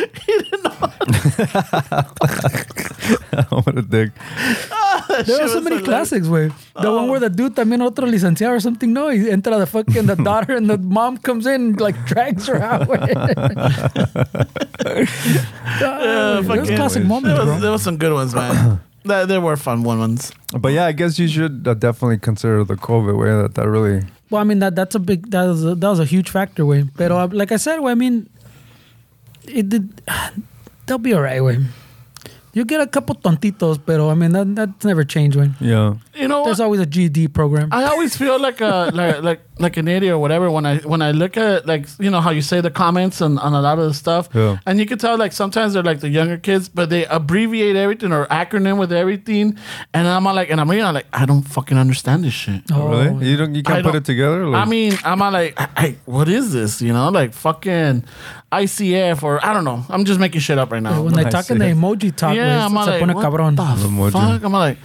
Speaker 3: what a dick.
Speaker 4: There were
Speaker 2: She
Speaker 4: so
Speaker 2: was Oh.
Speaker 4: many
Speaker 2: hilarious.
Speaker 4: classics, way. The one where the dude también otro licenciado or something, no, he entra the fucking the daughter and the mom comes in and like drags her out. güey. Ah,
Speaker 2: fucking-
Speaker 4: Those classic
Speaker 3: Anyways.
Speaker 4: moments,
Speaker 2: There was,
Speaker 4: bro.
Speaker 2: there was some good ones, man. there, there were fun one ones.
Speaker 3: But yeah, I guess you should uh, definitely consider the COVID way that that really.
Speaker 4: Well, I mean that that's a big that was a, that was a huge factor, way. But uh,
Speaker 2: Mm-hmm.
Speaker 4: like I said, güey, I mean, it did. They'll be alright, way. You get a couple tontitos, pero I mean that that's never changed, way.
Speaker 3: Yeah.
Speaker 2: You know,
Speaker 4: There's always a GD program.
Speaker 2: I always feel like a like, like like an idiot or whatever when I when I look at like you know how you say the comments and on a lot of the stuff,
Speaker 3: Yeah.
Speaker 2: and you can tell like sometimes they're like the younger kids, but they abbreviate everything or acronym with everything, and I'm all like, and I'm reading, I'm like, I don't fucking understand this shit.
Speaker 4: Oh,
Speaker 3: really? You don't. You
Speaker 2: I
Speaker 3: can't put
Speaker 2: don't-
Speaker 3: it together.
Speaker 2: I mean, I'm all like, I, I- what is this? You know, like fucking ICF or I don't know. I'm just making shit up right now.
Speaker 4: when they
Speaker 3: I
Speaker 4: talk in the
Speaker 3: see.
Speaker 4: emoji talk,
Speaker 2: Yeah,
Speaker 4: yeah,
Speaker 2: I'm
Speaker 4: güey,
Speaker 2: all
Speaker 4: se
Speaker 2: like,
Speaker 4: pone
Speaker 2: what
Speaker 4: cabrón.
Speaker 2: the
Speaker 3: Emoji.
Speaker 2: fuck? I'm all like,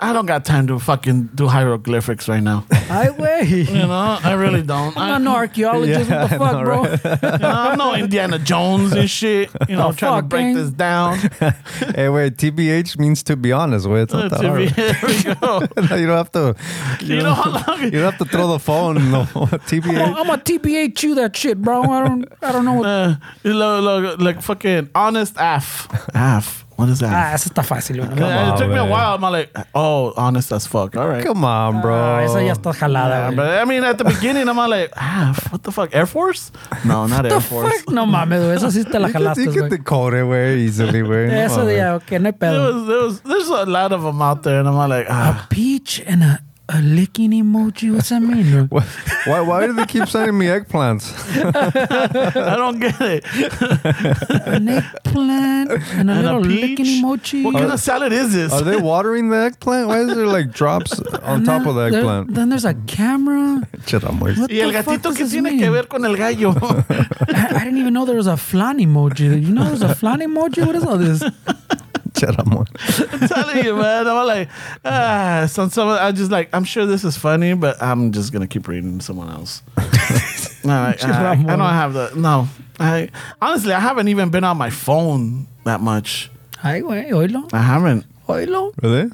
Speaker 2: I don't got time to fucking do hieroglyphics right now.
Speaker 4: Ay, güey.
Speaker 2: You know, I really don't. I,
Speaker 4: I'm not no archaeologist. what the
Speaker 3: Yeah, I
Speaker 4: fuck,
Speaker 3: know,
Speaker 4: bro?
Speaker 2: I'm no Indiana Jones and shit. You know,
Speaker 4: Oh,
Speaker 2: I'm trying to
Speaker 4: fuck,
Speaker 2: break
Speaker 4: gang.
Speaker 2: this down.
Speaker 3: hey, wait. TBH means to be honest. Wait, it's
Speaker 2: To
Speaker 3: not that
Speaker 2: be-
Speaker 3: hard.
Speaker 2: There we go.
Speaker 3: you don't have to.
Speaker 2: You know how long?
Speaker 3: You don't have to throw the phone. No. TBH.
Speaker 4: Oh, I'm a TPH you that shit, bro. I don't, I don't know what.
Speaker 2: Uh, look, look, like fucking honest F. F. What is
Speaker 4: Ah,
Speaker 2: that?
Speaker 4: eso está fácil, güey.
Speaker 2: it
Speaker 3: on,
Speaker 2: took me a
Speaker 3: man.
Speaker 2: while. I'm like, oh, honest as fuck. All right.
Speaker 3: Come on, bro.
Speaker 4: Ah, esa ya está jalada,
Speaker 2: Yeah,
Speaker 4: güey.
Speaker 2: but I mean, at the beginning, I'm all like, ah, what the fuck? Air Force? No, not Air
Speaker 4: The
Speaker 2: Force.
Speaker 4: fuck? No mames, güey. Eso sí te la
Speaker 3: You can,
Speaker 4: jalaste,
Speaker 3: you can
Speaker 4: güey.
Speaker 3: decode it way easily, way. No,
Speaker 4: Eso
Speaker 3: man.
Speaker 4: de ya, ok, no hay
Speaker 2: There
Speaker 4: pedo.
Speaker 2: was, there was, there's a lot of them out there, and I'm all like, ah.
Speaker 4: Peach and a A licking emoji? What's that mean?
Speaker 3: Why, why, why do they keep sending me eggplants?
Speaker 2: I don't get it.
Speaker 4: An eggplant
Speaker 2: And
Speaker 4: and a
Speaker 2: a
Speaker 4: little
Speaker 2: peach?
Speaker 4: licking emoji.
Speaker 2: What kind of salad is this?
Speaker 3: Are they watering the eggplant? Why is there like drops on
Speaker 4: And
Speaker 3: top
Speaker 4: then
Speaker 3: of the
Speaker 4: there-
Speaker 3: eggplant?
Speaker 4: Then there's a camera.
Speaker 3: Shit, I'm like,
Speaker 4: What
Speaker 2: Y el
Speaker 4: the fuck
Speaker 2: gatito
Speaker 4: does
Speaker 2: que
Speaker 4: this
Speaker 2: tiene
Speaker 4: mean?
Speaker 2: que ver con el gallo.
Speaker 4: I, I didn't even know there was a flan emoji. You know there's a flan emoji? What is all this?
Speaker 3: shit, I'm like-
Speaker 2: I'm telling you, man. I'm like, ah. So some, I'm just like, I'm sure this is funny, but I'm just gonna keep reading someone else. no, I, I, I don't have the no. I honestly, I haven't even been on my phone that much.
Speaker 4: Ay, güey, oilo,
Speaker 2: I haven't.
Speaker 4: oilo,
Speaker 3: Really?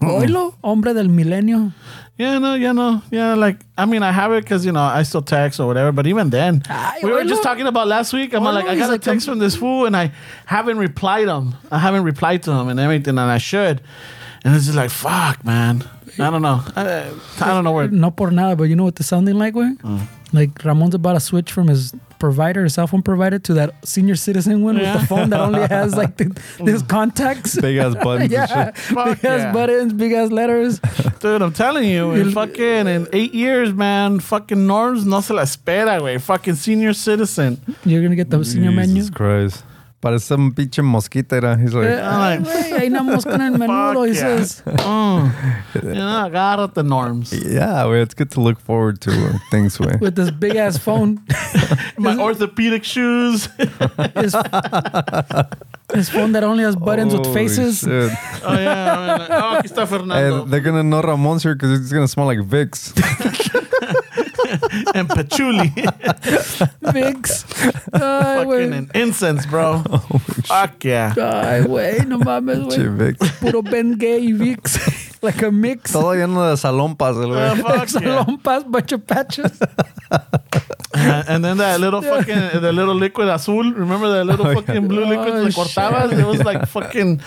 Speaker 2: Oh.
Speaker 4: oilo. Hombre del milenio.
Speaker 2: Yeah, no, yeah, no, yeah. Like, I mean, I have it because you know I still text or whatever. But even then,
Speaker 4: Ay,
Speaker 2: we were
Speaker 4: oilo.
Speaker 2: just talking about last week. I'm
Speaker 4: Oilo
Speaker 2: like, I
Speaker 4: is
Speaker 2: got a
Speaker 4: like a-
Speaker 2: text from this fool, and I haven't replied him. I haven't replied to him and everything, and I should. And it's just like, fuck, man. I don't know. I, I don't know where.
Speaker 4: No por nada, but you know what the sounding like, güey?
Speaker 3: Uh-huh.
Speaker 4: Like Ramon's about to switch from his provider, his cell phone provider, to that senior citizen one with
Speaker 2: Yeah.
Speaker 4: the phone that only has like the, his contacts.
Speaker 3: Big ass buttons
Speaker 4: yeah,
Speaker 3: and shit.
Speaker 2: Fuck
Speaker 4: big ass
Speaker 2: yeah.
Speaker 4: buttons, big ass letters.
Speaker 2: Dude, I'm telling you, in fucking in eight years, man, fucking norms no se la espera, güey. Fucking senior citizen.
Speaker 4: You're gonna get the senior menu.
Speaker 3: Jesus Christ. Parece un pinche mosquitera. He's like,
Speaker 4: Ay, güey, Ahí nada más con el menudo,
Speaker 2: Fuck
Speaker 4: he
Speaker 2: yeah.
Speaker 4: says.
Speaker 2: Mm. You know, agárrate norms.
Speaker 3: yeah, well, it's good to look forward to uh, things, way.
Speaker 4: With this big ass phone,
Speaker 2: My orthopedic shoes.
Speaker 4: his, his phone that only has buttons with faces.
Speaker 2: oh, yeah. man. Oh, aquí está Fernando.
Speaker 3: Eh, they're gonna know Ramon's here because it's gonna smell like Vicks.
Speaker 2: and patchouli.
Speaker 4: Vix. Ay,
Speaker 2: fucking
Speaker 4: güey.
Speaker 2: and incense, bro.
Speaker 3: Oh,
Speaker 2: Fuck yeah.
Speaker 4: Ay, güey, no mames,
Speaker 3: Che,
Speaker 4: güey.
Speaker 3: Vicks.
Speaker 4: Puro Ben Gay y Vix. like a mix.
Speaker 3: Todo lleno de salompas, el
Speaker 2: Uh,
Speaker 3: güey.
Speaker 2: fuck yeah.
Speaker 4: Salon pass, bunch of patches.
Speaker 2: And- and then that little fucking the little liquid azul. Remember that little
Speaker 3: Oh, yeah.
Speaker 2: fucking blue liquid
Speaker 4: Oh,
Speaker 2: le cortabas? It was like fucking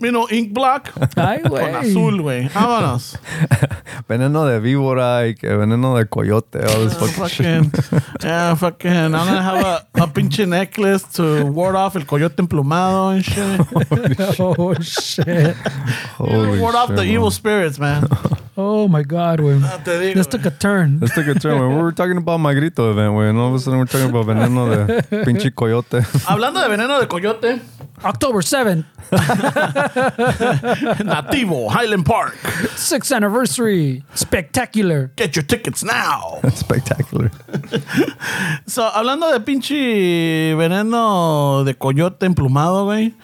Speaker 2: you know ink block.
Speaker 4: Ay,
Speaker 2: Con
Speaker 4: güey.
Speaker 2: azul, güey. Vámonos.
Speaker 3: Veneno de víbora y que veneno de coyote. All this fucking shit.
Speaker 2: fucking, yeah, fucking. I'm gonna have a, a pinche necklace to ward off el coyote emplumado and shit.
Speaker 4: Oh, shit.
Speaker 3: Holy
Speaker 2: ward off
Speaker 3: shit,
Speaker 2: the
Speaker 3: man.
Speaker 2: evil spirits, man.
Speaker 4: Oh, my God, güey.
Speaker 2: Te digo,
Speaker 4: This took a turn.
Speaker 3: Let's take a turn. We were talking about my grito event, way, and all of a sudden we're talking about veneno de pinche coyote.
Speaker 2: Hablando de veneno de coyote,
Speaker 4: October 7th,
Speaker 2: Nativo, Highland Park.
Speaker 4: 6th anniversary. Spectacular.
Speaker 2: Get your tickets now.
Speaker 3: Spectacular.
Speaker 2: So, hablando de pinche veneno de coyote emplumado, güey.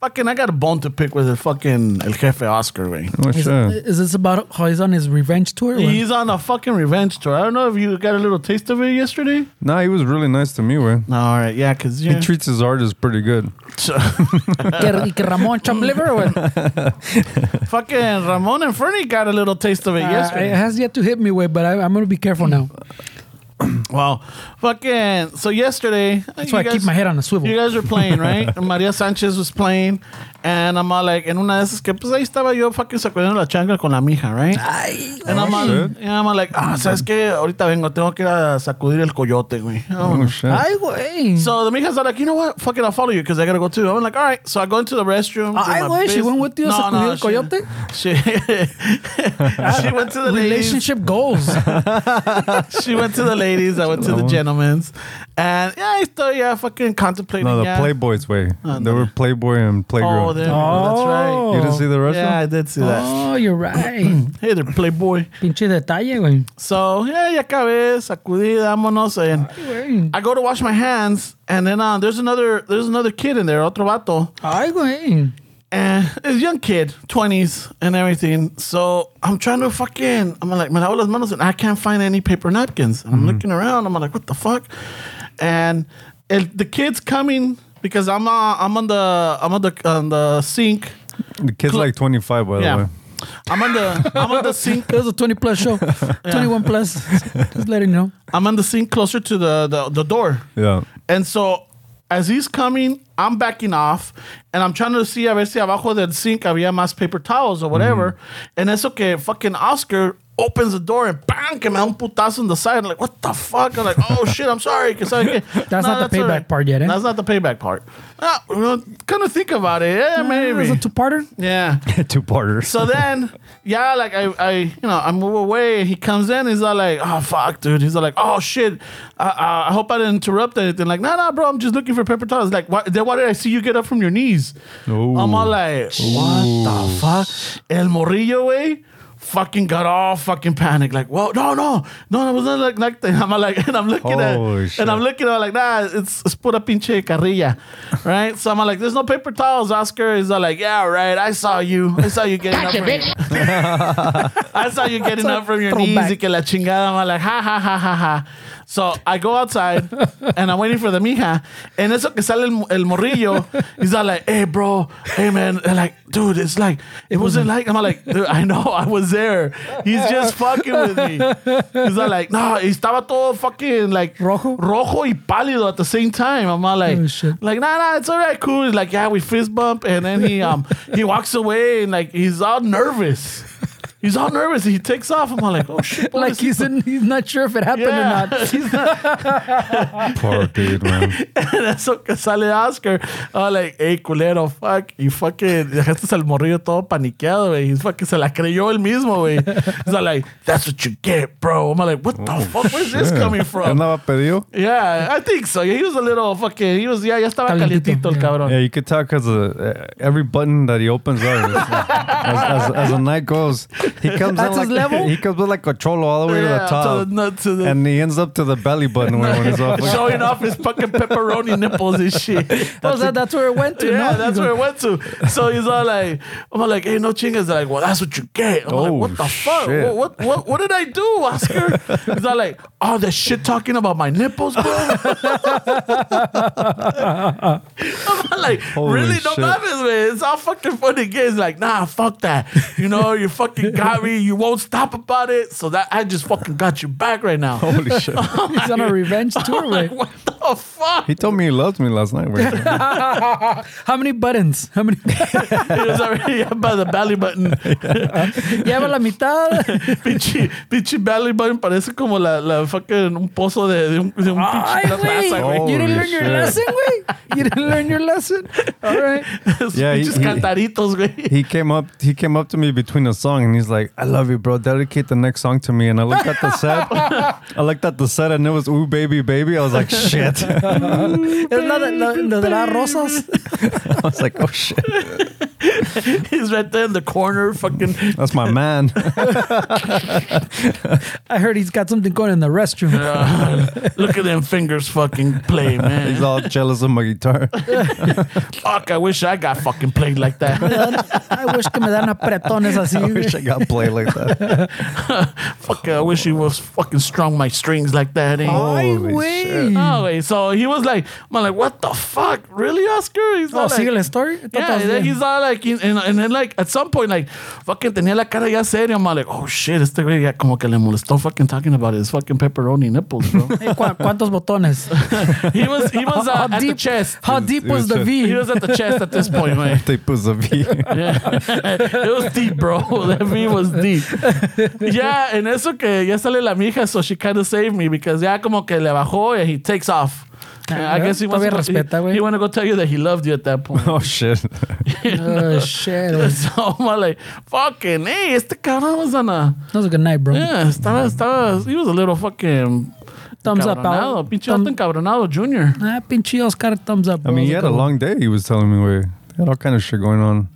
Speaker 2: Fucking, I got a bone to pick with the fucking El Jefe Oscar, güey.
Speaker 3: Oh,
Speaker 4: Is,
Speaker 3: shit.
Speaker 4: is this about how he's on his revenge tour? güey?
Speaker 2: He's on a fucking revenge tour. I don't know if you got a little taste of it yesterday.
Speaker 3: Nah, he was really nice to me, way.
Speaker 2: No, all right, yeah, because
Speaker 3: He
Speaker 2: yeah.
Speaker 3: treats his artists pretty good.
Speaker 4: Que- y que Ramón chop liver, güey.
Speaker 2: fucking Ramon and Fernie got a little taste of it
Speaker 4: Uh,
Speaker 2: yesterday.
Speaker 4: it has yet to hit me, way, but I, I'm going to be careful now.
Speaker 2: Wow. Fucking. So yesterday.
Speaker 4: That's why I keep my head on a swivel.
Speaker 2: You guys were playing, right? And Maria Sanchez was playing. And I'm all like, en una de esas que, pues ahí estaba yo fucking sacudiendo la chancla con la mija, right? and I'm all,
Speaker 3: shit.
Speaker 2: and I'm all like, ah, ¿sabes qué? Ahorita vengo, tengo que ir a sacudir el coyote, güey.
Speaker 3: Oh,
Speaker 2: Vámonos.
Speaker 3: shit.
Speaker 4: Ay, güey.
Speaker 2: So the mija's are like, you know what? Fucking, I'll follow you because I gotta go too. I'm like, all right. So I go into the restroom. do
Speaker 4: Ah, Ay,
Speaker 2: my
Speaker 4: güey, she
Speaker 2: bus-
Speaker 4: went with you a sacudir el
Speaker 2: she-
Speaker 4: coyote?
Speaker 2: She, she went to the ladies.
Speaker 4: Relationship goals.
Speaker 2: She went to the ladies. I went to the gentlemen's, and yeah, I still yeah, fucking contemplating.
Speaker 3: No, the
Speaker 2: yeah.
Speaker 3: Playboys way. they
Speaker 2: Ah, no.
Speaker 3: were Playboy and
Speaker 2: Oh,
Speaker 3: Playgirl.
Speaker 2: there we go. that's right.
Speaker 3: you didn't see the rest
Speaker 2: Yeah, I
Speaker 3: of
Speaker 2: did see that.
Speaker 4: Oh, you're right.
Speaker 2: Hey there, Playboy.
Speaker 4: Pinche detalle, güey.
Speaker 2: So yeah, ya acabé, sacudida, vámonos. And
Speaker 4: Güey.
Speaker 2: I go to wash my hands, and then uh, there's another there's another kid in there, otro vato.
Speaker 4: Ay, güey.
Speaker 2: and it's a young kid, 20s and everything. So I'm trying to fucking, I'm like, man, I las manos and I can't find any paper napkins. And I'm looking around, I'm like, what the fuck? And if the kid's coming because I'm uh, I'm on the I'm on the on the sink.
Speaker 3: it? The kid's
Speaker 2: Cl-
Speaker 3: like 25, by the
Speaker 2: Yeah.
Speaker 3: way.
Speaker 2: I'm on the I'm on the sink.
Speaker 4: It was a 20 plus show. 21 plus. Just letting you know.
Speaker 2: I'm on the sink closer to the the, the door.
Speaker 3: Yeah.
Speaker 2: And so as he's coming, I'm backing off and I'm trying to see
Speaker 4: Mm-hmm.
Speaker 2: a ver si abajo del sink había más paper towels or whatever. And that's okay. Fucking Oscar opens the door and bang, que me da un putazo in the side. I'm like, what the fuck? I'm like, oh shit, I'm sorry. que sabe que-
Speaker 4: That's not the
Speaker 2: all
Speaker 4: payback part yet, eh?
Speaker 2: That's not the payback part. Ah, kind of think about it. Yeah,
Speaker 4: Is
Speaker 2: maybe.
Speaker 4: it two parter?
Speaker 2: yeah.
Speaker 3: Two parters.
Speaker 2: So then, yeah, like I, I, you know, I move away. He comes in. He's all like, "Oh fuck, dude." He's all like, "Oh shit." I, I, I hope I didn't interrupt anything. Like, nah, nah, bro. I'm just looking for paper towels. Like, why, then why did I see you get up from your knees? I'm all like, "What the fuck?" El morrillo way. Fucking got all fucking panic. Like, whoa, no, no, no, it wasn't like nothing. I'm all like, and I'm looking
Speaker 3: Holy
Speaker 2: at,
Speaker 3: shit.
Speaker 2: and I'm looking at like, nah, it's, it's put a pinche carrilla, right? So I'm all like, there's no paper towels. Oscar is all like, yeah, right. I saw you. I saw you getting up.
Speaker 5: Gotcha,
Speaker 2: from your-
Speaker 5: bitch.
Speaker 2: I saw you getting up from your knees.
Speaker 4: throwback.
Speaker 2: Y que la chingada. I'm like, ha, ha, ha, ha, ha. So I go outside and I'm waiting for the mija. And eso que sale el, el morrillo, he's all like, hey, bro, hey, man. And like, dude, it's like, it wasn't like, I'm like, dude, I know, I was there. He's just fucking with me. He's all like, no, y estaba todo fucking like
Speaker 4: Rojo?
Speaker 2: rojo y pálido at the same time. I'm all like,
Speaker 4: Oh, shit.
Speaker 2: like, nah, nah, it's all right, cool. He's like, yeah, we fist bump. And then he, um, he walks away and like, he's all nervous. He's all nervous. He takes off. I'm all like, oh shit. boy,
Speaker 4: Like
Speaker 2: this-
Speaker 4: he's in, he's not sure if it happened
Speaker 2: Yeah.
Speaker 4: or not. He's
Speaker 3: Poor dude, man.
Speaker 2: Eso que sale Oscar. I'm like, hey, culero, fuck. Y fucking dejaste al morrillo todo paniqueado, güey. He's fucking se la creyó él mismo, güey. He's all like, that's what you get, bro. I'm like, what the
Speaker 3: Oh,
Speaker 2: fuck? Where's this coming from?
Speaker 3: Andaba pedido.
Speaker 2: Yeah, I think so. Yeah, he was a little fucking, he was, yeah, ya estaba
Speaker 4: Calientito,
Speaker 2: calientito el
Speaker 4: yeah.
Speaker 2: cabrón.
Speaker 3: Yeah, you could tell because uh, every button that he opens up, it's like- as, as, as the night goes, he comes
Speaker 4: That's
Speaker 3: in like
Speaker 4: his level?
Speaker 3: he comes with like a cholo all the way to
Speaker 2: Yeah,
Speaker 3: the top,
Speaker 2: to the, nut- to the,
Speaker 3: and he ends up to the belly button when, when he's off.
Speaker 2: showing off his fucking pepperoni nipples and shit.
Speaker 4: that's, that, that's where it went to.
Speaker 2: yeah,
Speaker 4: no?
Speaker 2: that's where it went to. So he's all like, I'm all like, hey, no chingas. They're like, well, that's what you get. I'm like,
Speaker 3: Oh,
Speaker 2: what the fuck?
Speaker 3: shit.
Speaker 2: What, what, what, what did I do, Oscar? he's all like, oh, that shit talking about my nipples, bro. I'm all like,
Speaker 3: Holy
Speaker 2: really? No
Speaker 3: shit.
Speaker 2: mames, man. It's all fucking funny games. Like, nah, fuck that. You know, you fucking got me. You won't stop about it. So that I just fucking got you back right now.
Speaker 3: Holy shit!
Speaker 4: He's on a revenge tour.
Speaker 2: I'm like,
Speaker 4: Right?
Speaker 2: what the fuck?
Speaker 3: He told me he loved me last night. Wait,
Speaker 4: How many buttons? How many?
Speaker 2: He was already up by the belly button.
Speaker 4: Lleva la mitad.
Speaker 2: Pinche, pinche belly button parece como la, la fucking un pozo de, de un, de un
Speaker 4: Ay,
Speaker 2: pinche raza,
Speaker 4: güey.
Speaker 2: güey.
Speaker 4: You didn't
Speaker 3: Holy
Speaker 4: learn your
Speaker 3: shit.
Speaker 4: lesson, güey. You didn't learn your lesson. All right.
Speaker 2: Esos
Speaker 3: Oh, Yeah, he-
Speaker 2: pinches
Speaker 3: he-
Speaker 2: cantaritos, güey.
Speaker 3: he came up. He came up to me between a song, and he's like, "I love you, bro. Dedicate the next song to me." And I looked at the set. I looked at the set, and it was "Ooh, baby, baby." I was like, "Shit!" I
Speaker 4: Es la de, la, la de las rosas.
Speaker 3: was like, "Oh shit,
Speaker 2: He's right there in the corner, fucking.
Speaker 3: that's my man."
Speaker 4: I heard he's got something going in the restroom.
Speaker 2: uh, look at them fingers fucking play,
Speaker 3: He's
Speaker 2: man.
Speaker 3: all jealous of my guitar.
Speaker 2: Fuck, I wish I got fucking played like that.
Speaker 4: I wish que me dan apretones así.
Speaker 3: I wish I got play like that.
Speaker 2: Fuck, I wish he was fucking strung my strings like that. eh?
Speaker 4: Ay,
Speaker 3: Holy
Speaker 4: güey.
Speaker 3: shit.
Speaker 2: No, güey. So he was like, I'm like, what the fuck? Really, Oscar? He's
Speaker 4: Oh,
Speaker 2: all
Speaker 4: sigue la story. I thought
Speaker 2: Yeah,
Speaker 4: that was
Speaker 2: and then
Speaker 4: it.
Speaker 2: he's all like, and, and then like at some point, like fucking tenía la cara ya seria. I'm like, oh shit, este güey ya como que le molestó fucking talking about his fucking pepperoni nipples, bro.
Speaker 4: Eh, ¿cu- ¿Cuántos botones?
Speaker 2: he was he was uh, at the chest.
Speaker 4: How deep
Speaker 3: It was
Speaker 4: was the
Speaker 3: just-
Speaker 2: He
Speaker 4: V?
Speaker 2: was at the chest at this point, man.
Speaker 3: They put the V.
Speaker 2: Yeah. it was deep, bro. That V was deep. Yeah, and eso que ya sale la mija, so she kind of saved me because ya como que le bajó and he takes off.
Speaker 4: Ah,
Speaker 2: I guess he wants to
Speaker 4: todavía
Speaker 2: go,
Speaker 4: respeta,
Speaker 2: he,
Speaker 4: güey.
Speaker 2: he wanna go tell you that he loved you at that point.
Speaker 3: Oh shit!
Speaker 4: Oh, shit. güey.
Speaker 2: so I'm like, fucking, hey, este cabrón was on a.
Speaker 4: That was a good night, bro.
Speaker 2: Yeah, estaba, estaba, he was a little fucking
Speaker 4: Thumbs up,
Speaker 2: encabronado,
Speaker 4: Al.
Speaker 2: pinche vato encabronado junior.
Speaker 4: Ah, pinche Oscar, thumbs up.
Speaker 3: I
Speaker 4: bro.
Speaker 3: mean,
Speaker 4: That
Speaker 3: he had
Speaker 4: was
Speaker 3: a
Speaker 4: good one.
Speaker 3: long day. He was telling me, way. He had all kind of shit going on.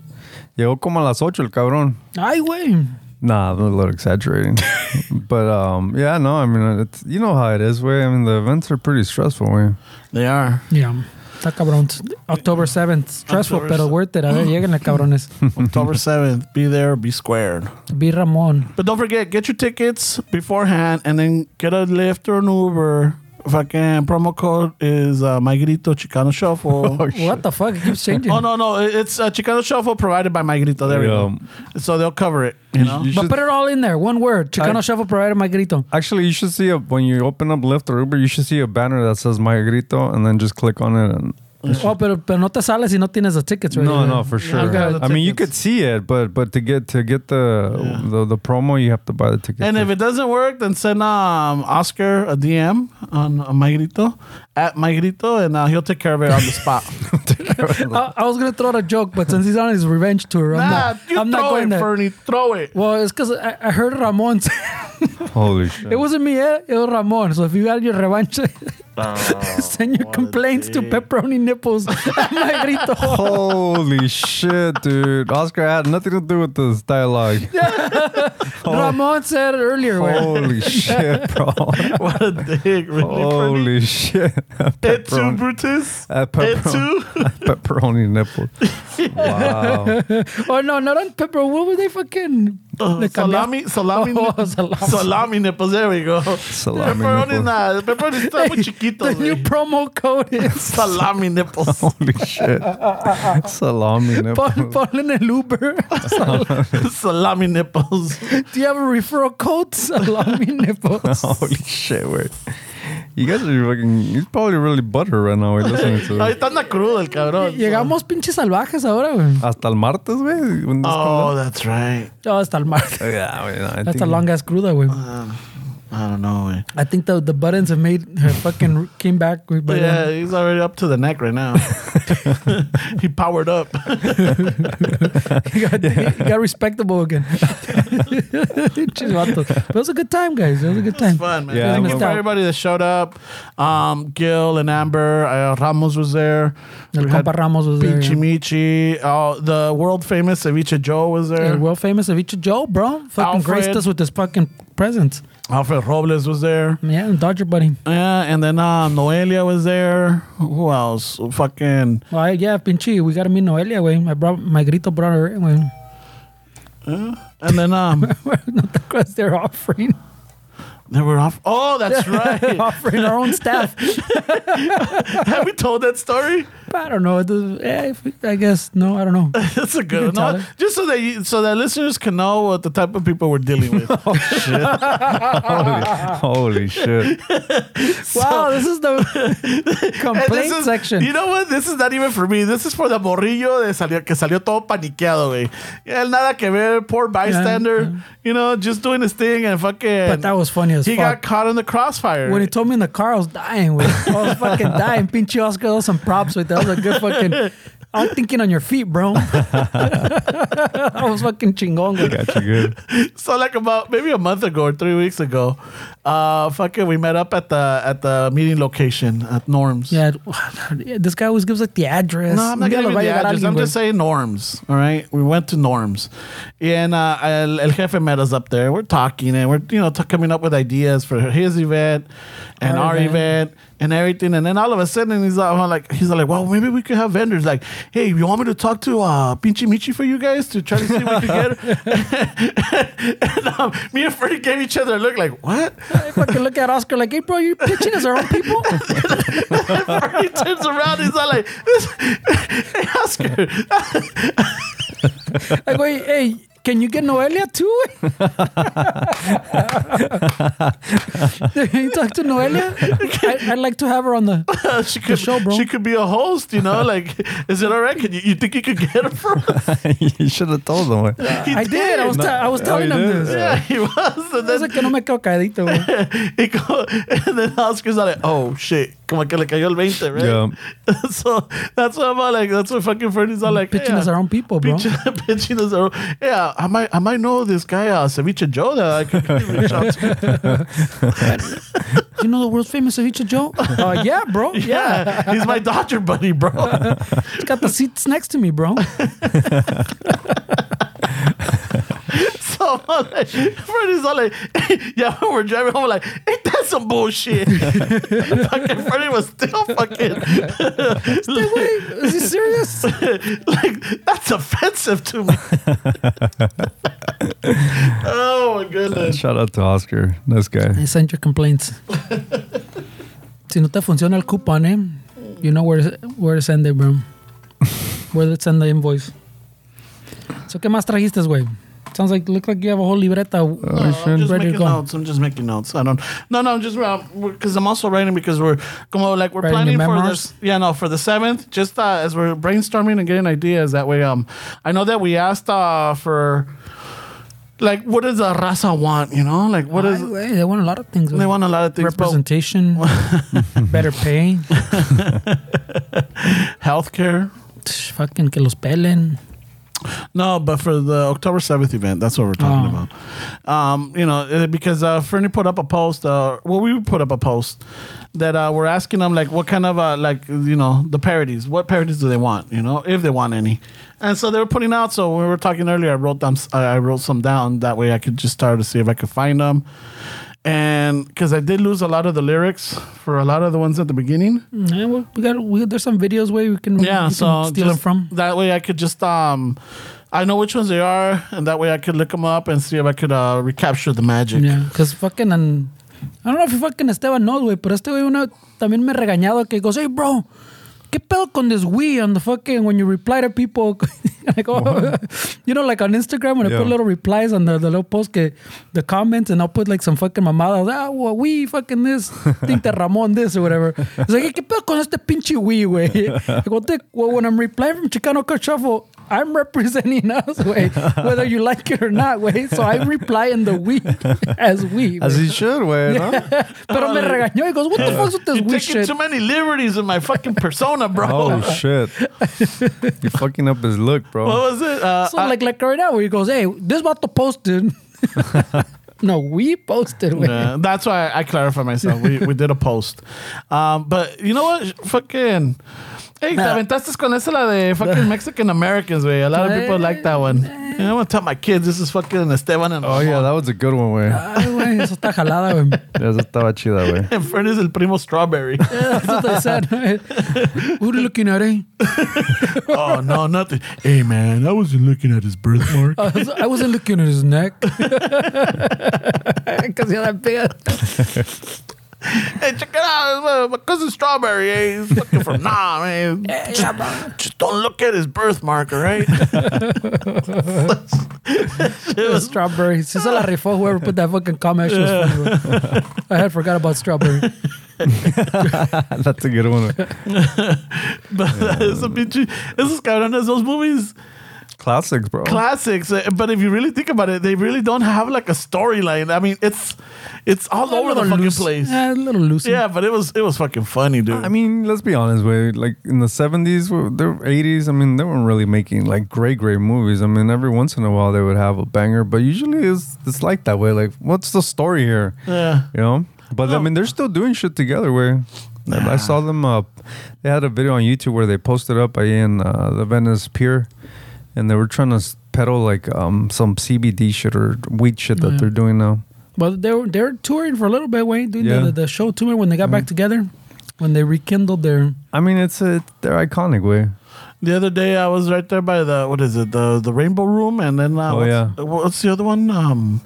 Speaker 3: Llegó como a las ocho el cabrón.
Speaker 4: Ay, güey.
Speaker 3: Nah, I'm a little exaggerating, but um, yeah, no, I mean, it's, you know how it is. Way, I mean, the events are pretty stressful. Way,
Speaker 2: They are.
Speaker 4: Yeah. Está cabrón. October 7th. Stressful,
Speaker 2: October
Speaker 4: pero
Speaker 2: se-
Speaker 4: worth it. A ver, lleguen cabrones.
Speaker 2: October 7th, be there, be squared.
Speaker 4: Vi Ramón.
Speaker 2: But don't forget, get your tickets beforehand and then get a Lyft or an Uber. Fucking promo code is uh, My Grito Chicano Shuffle. oh,
Speaker 4: What the fuck? It keeps changing.
Speaker 2: no, no, it- it's uh, Chicano Shuffle provided by My Grito. There we
Speaker 3: Yeah.
Speaker 2: go. So they'll cover it, you know?
Speaker 3: you
Speaker 4: But
Speaker 3: should-
Speaker 4: put it all in there. One word. Chicano
Speaker 3: I-
Speaker 4: Shuffle provided my grito.
Speaker 3: actually, you should see a, when you open up Lyft or Uber, you should see a banner that says "My Grito" and then just click on it, and
Speaker 4: Oh, pero, pero no te sales si no tienes the tickets, right?
Speaker 3: No, no, for sure.
Speaker 4: Okay.
Speaker 3: I mean, you could see it, but but to get to get the the, the promo, you have to buy the ticket.
Speaker 2: And if it doesn't work, then send um, Oscar a DM on uh, Magrito at Magrito, and uh, he'll take care of it on the spot.
Speaker 4: I, I was gonna throw out a joke, but since he's on his revenge tour,
Speaker 2: nah,
Speaker 4: I'm not,
Speaker 2: you
Speaker 4: I'm
Speaker 2: throw
Speaker 4: not going
Speaker 2: it,
Speaker 4: there.
Speaker 2: Fernie. Throw it.
Speaker 4: well, it's because I, I heard Ramon. say-
Speaker 3: Holy shit!
Speaker 4: it wasn't me, eh? It was Ramon. So if you had your revenge,
Speaker 2: Oh,
Speaker 4: send your complaints to Pepperoni Nipples Oh at Magrito.
Speaker 2: Oh.
Speaker 3: Holy shit, dude! Oscar had nothing to do with this dialogue.
Speaker 4: Ramon said earlier. güey.
Speaker 3: Holy shit, bro!
Speaker 2: What a dick, really. Fernie.
Speaker 3: Holy shit!
Speaker 2: Et tu,
Speaker 3: Pepperoni,
Speaker 2: Brutus?
Speaker 3: uh,
Speaker 2: Et
Speaker 3: pepperoni,
Speaker 2: tu?
Speaker 3: pepperoni nipple. Wow.
Speaker 4: Oh no, not on pepper. What were they fucking? Le cambiaron.
Speaker 2: Oh, Salami, salami,
Speaker 4: Oh,
Speaker 2: nipples.
Speaker 4: salami.
Speaker 2: salami nipples. There we go.
Speaker 3: Salami
Speaker 2: Pepperoni,
Speaker 3: nipples.
Speaker 2: nah, pepperoni está muy chiquito.
Speaker 4: The new Oh.
Speaker 2: güey.
Speaker 4: promo code is
Speaker 2: Salami nipples.
Speaker 3: Holy shit! Salami nipple.
Speaker 4: pon, ponle en el Uber.
Speaker 2: salami nipples.
Speaker 4: Do you have a referral code? Salami nipples.
Speaker 2: Oh,
Speaker 3: Holy shit, wait. You guys are fucking. He's probably really butter right now. We're listening to
Speaker 2: Ahorita anda crudo el cabrón.
Speaker 4: Llegamos pinches salvajes ahora, güey.
Speaker 2: Ah.
Speaker 3: Hasta el martes, güey. when this
Speaker 2: Oh, that's right.
Speaker 4: Oh, hasta el martes.
Speaker 3: comes out. yeah, wait, no, I
Speaker 4: That's
Speaker 3: think-
Speaker 4: a long ass cruda, güey.
Speaker 2: I don't know, güey.
Speaker 4: I think the the buttons have made her fucking came back. güey, But
Speaker 2: Yeah, he's already up to the neck right now. he powered up.
Speaker 4: he, got, he got respectable again. Pinches vatos. But it was a good time, guys. It was a good time.
Speaker 2: Fun, man.
Speaker 3: Yeah,
Speaker 2: Yeah,
Speaker 3: I
Speaker 2: Thank you
Speaker 4: missed
Speaker 2: for
Speaker 4: out.
Speaker 2: everybody that showed up. Um, Gil and Amber, uh, Ramos was there.
Speaker 4: El
Speaker 2: We had
Speaker 4: compa Ramos was there.
Speaker 2: Pichi Michi. Oh, the world famous Ceviche Joe was
Speaker 4: El
Speaker 2: there.
Speaker 4: world famous Avicii Joe, bro. Fucking
Speaker 2: Alfred.
Speaker 4: graced us with his fucking presence.
Speaker 2: Alfred Robles was there.
Speaker 4: Yeah, and Dodger buddy.
Speaker 2: Yeah, and then uh, Noelia was there. Who else? Fucking.
Speaker 4: Well, I, yeah, pinche, we gotta meet Noelia, güey. I brought my grito brought her in, güey.
Speaker 2: And then um,
Speaker 4: Not the crust they're offering.
Speaker 2: they were off. Oh, that's right.
Speaker 4: offering our own staff.
Speaker 2: Have we told that story?
Speaker 4: I don't know. It does- eh, if we- I guess no. I don't know.
Speaker 2: That's a
Speaker 4: You
Speaker 2: good
Speaker 4: can tell
Speaker 2: one.
Speaker 4: it.
Speaker 2: Just so that you, so that listeners can know what the type of people we're dealing with.
Speaker 3: Holy, holy shit.
Speaker 4: wow, this is the
Speaker 2: And
Speaker 4: complaint
Speaker 2: this is-
Speaker 4: section.
Speaker 2: You know what? This is not even for me. This is for the morrillo de salió, que salió todo paniqueado, güey. El nada que ver, poor bystander. You know, just doing his thing and fucking.
Speaker 4: but that was funny as
Speaker 2: He
Speaker 4: fuck.
Speaker 2: got caught in the crossfire.
Speaker 4: when he told me in the car, I was dying. With I was fucking dying. Pinche Oscar, those some props with that was a good fucking. I'm thinking on your feet, bro. I was fucking chingón. güey.
Speaker 3: Got you good.
Speaker 2: so like about maybe a month ago or three weeks ago, uh, fucking, we met up at the at the meeting location at Norms.
Speaker 4: Yeah, it- yeah, this guy always gives like the address.
Speaker 2: No, I'm not
Speaker 4: Un día
Speaker 2: giving you
Speaker 4: le va a
Speaker 2: the
Speaker 4: llegar
Speaker 2: address.
Speaker 4: alguien,
Speaker 2: I'm
Speaker 4: güey.
Speaker 2: just saying norms. All right, we went to norms, and uh, el, el jefe met us up there. We're talking and we're you know t- coming up with ideas for his event and
Speaker 4: Our
Speaker 2: our,
Speaker 4: event.
Speaker 2: event. and everything. And then all of a sudden he's all, like he's all like, well, maybe we could have vendors. Like, hey, you want me to talk to uh, Pinchy Michi for you guys to try to see what we can get? and um, me and Freddie gave each other a look like, what?
Speaker 4: I fucking look at Oscar like, hey, bro, you're pitching as our own people?
Speaker 2: he turns around. He's all like, this- hey, Oscar.
Speaker 4: Like, wait, hey, can you get Noelia too? can you talk to Noelia? I, I'd like to have her on the.
Speaker 2: she could
Speaker 4: show, bro.
Speaker 2: she could be a host, you know. Like, is it all right? Can you, you think you could get her for us?
Speaker 3: you should have told him. Wait.
Speaker 2: He
Speaker 4: I did. I was,
Speaker 3: No.
Speaker 4: te- I was
Speaker 3: Oh,
Speaker 4: telling
Speaker 3: you
Speaker 4: him
Speaker 3: did?
Speaker 4: this.
Speaker 2: yeah, he was. And
Speaker 4: I was
Speaker 2: then,
Speaker 4: like, que no me quedo caedito, güey.
Speaker 2: he go, and then Oscar's like, oh shit, como que le cayó el 20, right? so that's what I'm all like. That's what fucking Fernie's all like.
Speaker 4: Pitching
Speaker 2: yeah.
Speaker 4: as our own people, bro.
Speaker 2: Pitching, pitching as our own. Yeah, I might, I might know this guy, uh, Ceviche Joe, that I could reach out to.
Speaker 4: you know the world's famous ceviche Joe? Uh, yeah, bro. Yeah.
Speaker 2: Yeah, he's my Dodger buddy, bro.
Speaker 4: He's got the seats next to me, bro.
Speaker 2: So I'm like, Freddie's all like, yeah, when we're driving home, like, ain't that some bullshit? fucking Freddie was still fucking
Speaker 4: Wait, is he serious?
Speaker 2: like, that's offensive to me. oh my goodness.
Speaker 3: Shout out to Oscar. Nice guy.
Speaker 4: I sent your complaints. si no te funciona el coupon, eh? You know where, where to send it, bro. Where to send the invoice. So, ¿qué más trajiste, güey? Sounds like look like you have a whole libreta.
Speaker 2: Uh, I'm just
Speaker 4: ready to
Speaker 2: making
Speaker 4: go.
Speaker 2: notes. I'm just making notes. I don't. No, no. I'm just because I'm also writing because we're come on, like we're
Speaker 4: Writing your
Speaker 2: planning for
Speaker 4: memoirs?
Speaker 2: this. Yeah, no, for the seventh. Just uh, as we're brainstorming and getting ideas. That way, um, I know that we asked uh for like what does the raza want? You know, like what
Speaker 4: Ay,
Speaker 2: is
Speaker 4: güey, they want a lot of things.
Speaker 2: they
Speaker 4: güey.
Speaker 2: want a lot of things. But
Speaker 4: representation, better pay,
Speaker 2: healthcare.
Speaker 4: Tch, fucking que los pelen.
Speaker 2: No, but for the October seventh event, that's what we're talking
Speaker 4: Oh.
Speaker 2: about. Um, you know, uh, because uh, Fernie put up a post. Uh, well, we put up a post that uh, we're asking them like, what kind of uh, like you know the parodies? What parodies do they want? You know, if they want any. And so they were putting out. So when we were talking earlier, I wrote them. I I wrote some down. That way, I could just start to see if I could find them. And because I did lose a lot of the lyrics for a lot of the ones at the beginning.
Speaker 4: Yeah, Eh, well, we got we, there's some videos where we can we
Speaker 2: Yeah,
Speaker 4: can
Speaker 2: so
Speaker 4: steal them
Speaker 2: just-
Speaker 4: from.
Speaker 2: that way I could just um, I know which ones they are, and that way I could look them up and see if I could uh recapture the magic.
Speaker 4: Yeah, because fucking and I don't know if fucking Esteban knows, güey, pero este güey una también me ha regañado que goes, hey bro, qué pedo con this we on the fucking when you reply to people, like oh, you know, like on Instagram when I
Speaker 3: Yeah.
Speaker 4: put little replies on the, the little post que the comments and I'll put like some fucking mamada, ah, well, we fucking this, think that Ramon this or whatever. It's like, "Hey, qué pedo con este pinche we, güey. Like, what the, well, when I'm replying from Chicano Cut Shuffle. I'm representing us, way, whether you like it or not, way. So I reply in the we as we.
Speaker 3: As
Speaker 4: güey.
Speaker 3: he should, güey. no?
Speaker 4: Pero me regañó y goes, what the fuck's with this
Speaker 2: You're
Speaker 4: we
Speaker 2: taking
Speaker 4: shit?
Speaker 2: too many liberties in my fucking persona, bro.
Speaker 3: Oh shit! You're fucking up his look, bro.
Speaker 2: What was it? Uh,
Speaker 4: So
Speaker 2: I-
Speaker 4: like like right now where he goes, hey, this about to posted. no, we posted. güey.
Speaker 2: Yeah, that's why I clarify myself. We, we did a post. Um, but you know what? Fucking. Hey,
Speaker 4: Nah.
Speaker 2: te aventaste con esa la de fucking Mexican Americans, way. A lot of people like that one. And I want to tell my kids this is fucking Esteban and
Speaker 3: Oh yeah, that was a good one, güey.
Speaker 4: Ay, güey, eso está jalada, güey.
Speaker 3: Eso estaba chida, güey.
Speaker 2: and Fern is el primo strawberry.
Speaker 4: That's what they said. güey. What are you looking at, eh?
Speaker 2: oh no, nothing. Hey man, I wasn't looking at his birthmark.
Speaker 4: I, was, I wasn't looking at his neck. Because he had that big.
Speaker 2: hey, check it out. uh, My, my cousin Strawberry, eh? he's looking for nah, man. Just, just don't look at his birthmark, all right?
Speaker 4: Strawberry. Se se la rifó whoever put that fucking comment. She was funny, güey. I had forgot about strawberry.
Speaker 3: That's a good one. güey.
Speaker 2: but uh, it's a bitchy. This is kind of those movies
Speaker 3: Classics, bro.
Speaker 2: classics. eh, But if you really think about it, they really don't have like a storyline. I mean, it's it's all over the
Speaker 4: Little
Speaker 2: fucking
Speaker 4: loose.
Speaker 2: place.
Speaker 4: Yeah, a little loose.
Speaker 2: Yeah, but it was it was fucking funny, dude.
Speaker 3: I mean, let's be honest, way like in the seventies, the eighties. I mean, they weren't really making like great, great movies. I mean, every once in a while they would have a banger, but usually it's it's like that way. Like, what's the story here?
Speaker 2: yeah.
Speaker 3: You know. But I mean, they're still doing shit together. Where like, I saw them up, they had a video on YouTube where they posted up ahí in uh, the Venice Pier, and they were trying to s- peddle like um some CBD shit or weed shit that
Speaker 4: Yeah.
Speaker 3: they're doing now.
Speaker 4: But they were they're touring for a little bit, Wayne, doing
Speaker 3: Yeah.
Speaker 4: the, the, the show tour when they got back together, when they rekindled their.
Speaker 3: I mean, it's a they're iconic way.
Speaker 2: The other day I was right there by the what is it the the Rainbow Room and then uh,
Speaker 3: Oh,
Speaker 2: what's,
Speaker 3: yeah.
Speaker 2: uh, what's the other one um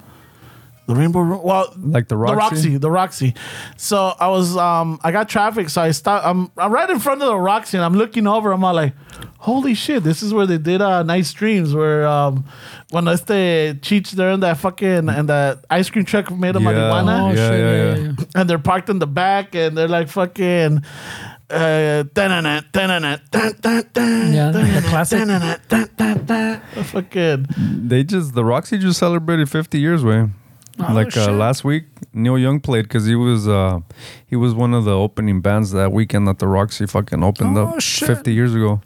Speaker 2: the Rainbow Room well
Speaker 3: Like the
Speaker 2: the Roxy
Speaker 3: Roxy?
Speaker 2: the Roxy so I was um I got traffic so I stopped I'm I'm right in front of the Roxy and I'm looking over I'm all like holy shit this is where they did uh nice dreams where um when este Cheech there in that fucking and that ice cream truck made of
Speaker 3: Yeah.
Speaker 2: marijuana
Speaker 4: Oh
Speaker 3: Yeah, yeah,
Speaker 4: shit! Yeah,
Speaker 3: yeah.
Speaker 4: yeah, yeah.
Speaker 2: and they're parked in the back and they're like fucking uh, dun-dun-dun, dun-dun-dun, dun-dun-dun,
Speaker 4: Yeah, the
Speaker 2: dun-dun-dun,
Speaker 4: classic.
Speaker 2: dun-dun-dun, dun-dun-dun. Fucking
Speaker 3: They just the Roxy just celebrated 50 years, way.
Speaker 4: Oh,
Speaker 3: like uh,
Speaker 4: shit.
Speaker 3: last week, Neil Young played because he was uh, he was one of the opening bands that weekend that the Roxy fucking opened
Speaker 4: Oh,
Speaker 3: up
Speaker 4: shit.
Speaker 3: 50 years ago.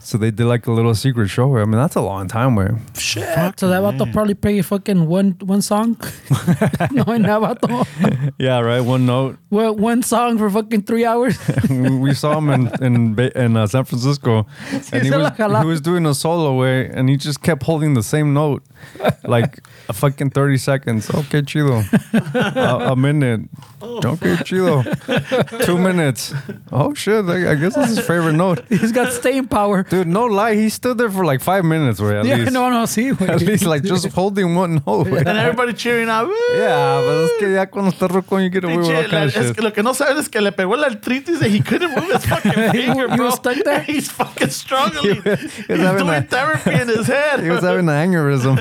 Speaker 3: So they did like a little secret show. Where, I mean, that's a long time, way.
Speaker 4: Shit! so that vato probably play fucking one one song. no, that vato.
Speaker 3: yeah, right. One note.
Speaker 4: Well, one song for fucking three hours.
Speaker 3: we saw him in in, Ba- in uh, San Francisco, and he
Speaker 4: se
Speaker 3: was
Speaker 4: la jalaba.
Speaker 3: he was doing a solo way, and he just kept holding the same note, like a fucking 30 seconds. Okay, Oh, chido. a, a minute. Don't get chilo. Two minutes. Oh shit! I, I guess that's his favorite note.
Speaker 4: He's got staying power.
Speaker 3: Dude, no lie, he stood there for like five minutes, right? At
Speaker 4: Yeah,
Speaker 3: least,
Speaker 4: no, no, sí, güey.
Speaker 3: at least like just holding one note. güey.
Speaker 2: And everybody cheering out.
Speaker 3: Yeah, but es que ya cuando está roco, you get away with all
Speaker 2: Pinche, la-
Speaker 3: kind of
Speaker 2: es
Speaker 3: shit.
Speaker 2: que lo que no saben es que le pegó la artritis and he couldn't move his fucking finger,
Speaker 4: You
Speaker 2: bro.
Speaker 4: were stuck there?
Speaker 2: He's fucking struggling.
Speaker 3: was- he was
Speaker 2: He's
Speaker 3: having
Speaker 2: doing
Speaker 3: a-
Speaker 2: therapy in his head.
Speaker 3: He was having an aneurysm.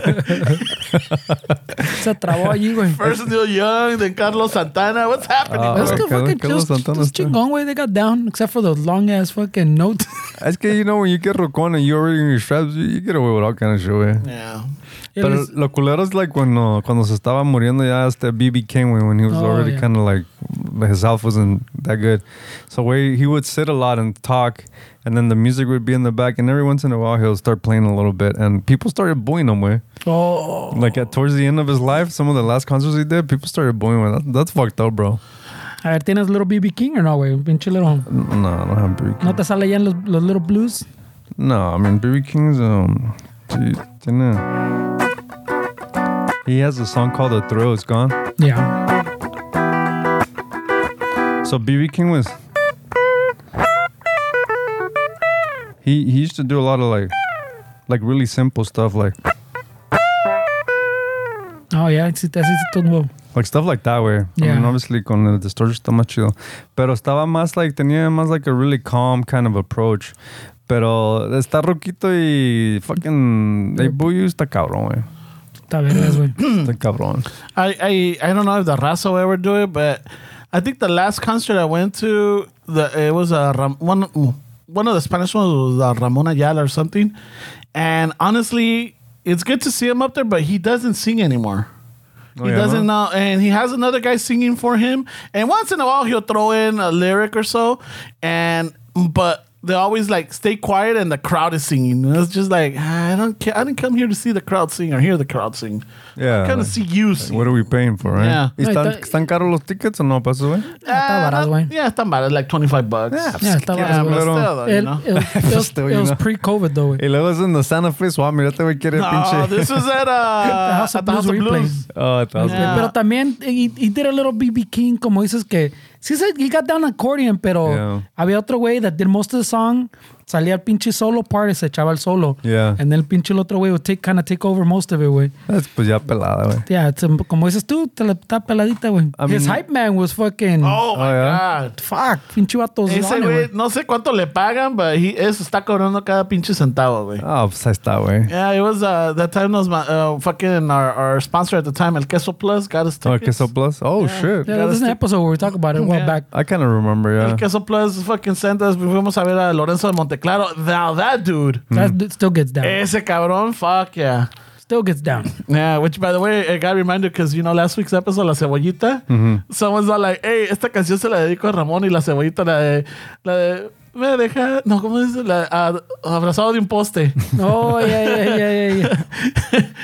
Speaker 4: Se trabó allí, güey.
Speaker 2: First Neil Young, then Carlos Santana. What's happening?
Speaker 3: Ah,
Speaker 2: bro?
Speaker 4: That's
Speaker 3: okay,
Speaker 4: good fucking
Speaker 3: okay, los
Speaker 4: just, just
Speaker 3: Santanas, too.
Speaker 4: chingón, güey. They got down, except for those long ass fucking notes.
Speaker 3: es que, you know, when you get rocón and you're already in your straps, you, you get away with all kind of shit, güey.
Speaker 2: yeah.
Speaker 4: It
Speaker 3: Pero
Speaker 4: was-
Speaker 3: lo culero es like cuando, cuando se estaba muriendo ya este BB King güey, when he was
Speaker 4: Oh,
Speaker 3: already
Speaker 4: yeah.
Speaker 3: kind of like his health wasn't that good. So we, he would sit a lot and talk and then the music would be in the back and every once in a while he'll start playing a little bit and people started booing him way.
Speaker 4: oh,
Speaker 3: Like at towards the end of his life, some of the last concerts he did, people started booing him. That, that's fucked up, bro.
Speaker 4: a ver, ¿tienes Little BB King or no, güey? Pinche Little.
Speaker 3: No, I don't have BB King.
Speaker 4: ¿No te sale ya en los, los Little Blues?
Speaker 3: No, I mean BB King's um he- tiene- he has a song called The Thrill Is Gone.
Speaker 4: Yeah.
Speaker 3: So BB King was he he used to do a lot of like like really simple stuff like
Speaker 4: Oh, yeah, sí, te haces todo nuevo.
Speaker 3: like stuff like that way. I mean
Speaker 4: Yeah.
Speaker 3: obviously con el distortion está más chido. Pero estaba más like tenía más like a really calm kind of approach. Pero está roquito y fucking they boo you está cabrón, güey.
Speaker 4: Está vergas, güey.
Speaker 3: Está cabrón.
Speaker 2: I, I I don't know if the Raza will ever do it, but I think the last concert I went to, the it was a Ram, one one of the Spanish ones was uh, Ramon Ayala or something, and honestly, it's good to see him up there, but he doesn't sing anymore.
Speaker 3: Oh,
Speaker 2: he
Speaker 3: yeah,
Speaker 2: doesn't
Speaker 3: no?
Speaker 2: know, and he has another guy singing for him, and once in a while he'll throw in a lyric or so, and but. They always like stay quiet and the crowd is singing. And it's just like "Ah, I don't care. I didn't come here to see the crowd sing or hear the crowd sing.
Speaker 3: Yeah.
Speaker 2: I kind of see you sing.
Speaker 3: What are we paying for, right?
Speaker 2: Yeah.
Speaker 3: ¿Y
Speaker 4: No,
Speaker 3: están,
Speaker 4: está-
Speaker 3: están caros los tickets o no, paso, güey?
Speaker 2: Ah,
Speaker 4: está barato, güey.
Speaker 2: Yeah, está barato, like 25 bucks.
Speaker 4: Yeah, está barato,
Speaker 2: but still, you
Speaker 3: pero-
Speaker 4: güey. It,
Speaker 2: know.
Speaker 4: it, was- it was,
Speaker 3: Still, you
Speaker 4: it was
Speaker 3: know.
Speaker 4: pre-COVID, though, güey.
Speaker 3: Y luego es en the Santa Fe, wow, mira, este güey quiere
Speaker 2: No,
Speaker 3: pinche.
Speaker 2: Ah, this was at uh,
Speaker 4: House of
Speaker 2: at the House of
Speaker 4: Blues replay.
Speaker 2: Blues.
Speaker 3: Oh, that was
Speaker 2: Yeah.
Speaker 4: Pero también, y, y did a little BB King, como dices que, sí, se- he got down accordion, pero
Speaker 3: Yeah.
Speaker 4: había otro güey that did most of the song, salía el pinche solo part y se echaba el solo.
Speaker 3: Yeah.
Speaker 4: And then el pinche el otro güey would take, kind of take over most of it, güey.
Speaker 3: Es pues ya pelada, güey.
Speaker 4: Yeah, it's, um, como dices tú, te la está peladita, güey.
Speaker 3: I
Speaker 4: His
Speaker 3: mean-
Speaker 4: hype man was fucking,
Speaker 2: Oh, my
Speaker 3: Oh, yeah.
Speaker 2: God.
Speaker 4: fuck, pinche vato.
Speaker 2: Ese güey, no sé cuánto le pagan, but he, eso está cobrando cada pinche centavo, güey.
Speaker 3: Ah, pues ahí está, güey.
Speaker 2: Yeah, it was uh, that time was my uh, fucking our, our sponsor at the time, El Queso Plus, got us
Speaker 3: Oh,
Speaker 2: tickets.
Speaker 3: Queso Plus. Oh, shit.
Speaker 4: Yeah, there's an episode where we talk about it a while
Speaker 2: Yeah.
Speaker 4: back.
Speaker 3: I kind of remember,
Speaker 2: El
Speaker 3: yeah.
Speaker 2: Queso Plus fucking sent us. Fuimos a ver a Lorenzo de Monteclaro. Now that dude,
Speaker 4: That
Speaker 3: Mm.
Speaker 4: dude still gets down.
Speaker 2: ese cabrón, fuck yeah.
Speaker 4: Still gets down.
Speaker 2: Yeah, which by the way, I got reminded because you know last week's episode, La Cebollita, someone's all like, hey, esta canción se la dedico a Ramón y La Cebollita, la de, la de, me deja, no, ¿cómo dice? La, a- abrazado de un poste.
Speaker 4: Oh yeah, yeah, yeah, yeah, yeah.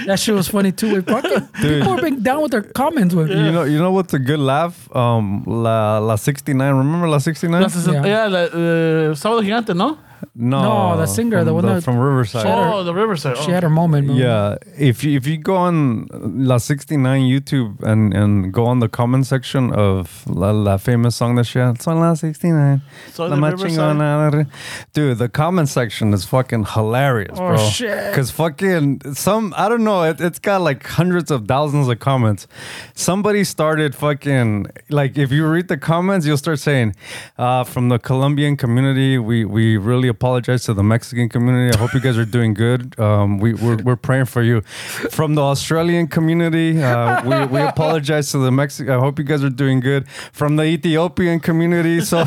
Speaker 4: that shit was funny too. With fucking people were being down with their comments. With
Speaker 3: You know, you know what's a good laugh? Um, la la 69. Remember la 69?
Speaker 2: La sesen- yeah, la, eh, Sábado Gigante, ¿no?
Speaker 3: no,
Speaker 4: No, the singer,
Speaker 3: from
Speaker 4: the one that-
Speaker 3: from Riverside.
Speaker 4: Shut up.
Speaker 2: Oh, The Riverside. Oh.
Speaker 4: she had her moment. Man.
Speaker 3: Yeah, if you, if you go on La 69 YouTube and, and go on the comment section of La, la famous song that she had, Son La 69.
Speaker 2: Son
Speaker 3: la
Speaker 2: de
Speaker 3: más
Speaker 2: Riverside.
Speaker 3: chingona, la re- Dude, the comment section is fucking hilarious,
Speaker 4: Oh,
Speaker 3: bro.
Speaker 4: shit.
Speaker 3: Because fucking some, I don't know, it, it's got like hundreds of thousands of comments. Somebody started fucking, like, if you read the comments, you'll start saying, uh, from the Colombian community, we, we really apologize to the Mexican community. I hope you guys are doing good. Um, we, we're, we're praying for you. From the Australian community, uh, we, we apologize to the Mexican. I hope you guys are doing good. From the Ethiopian community. So,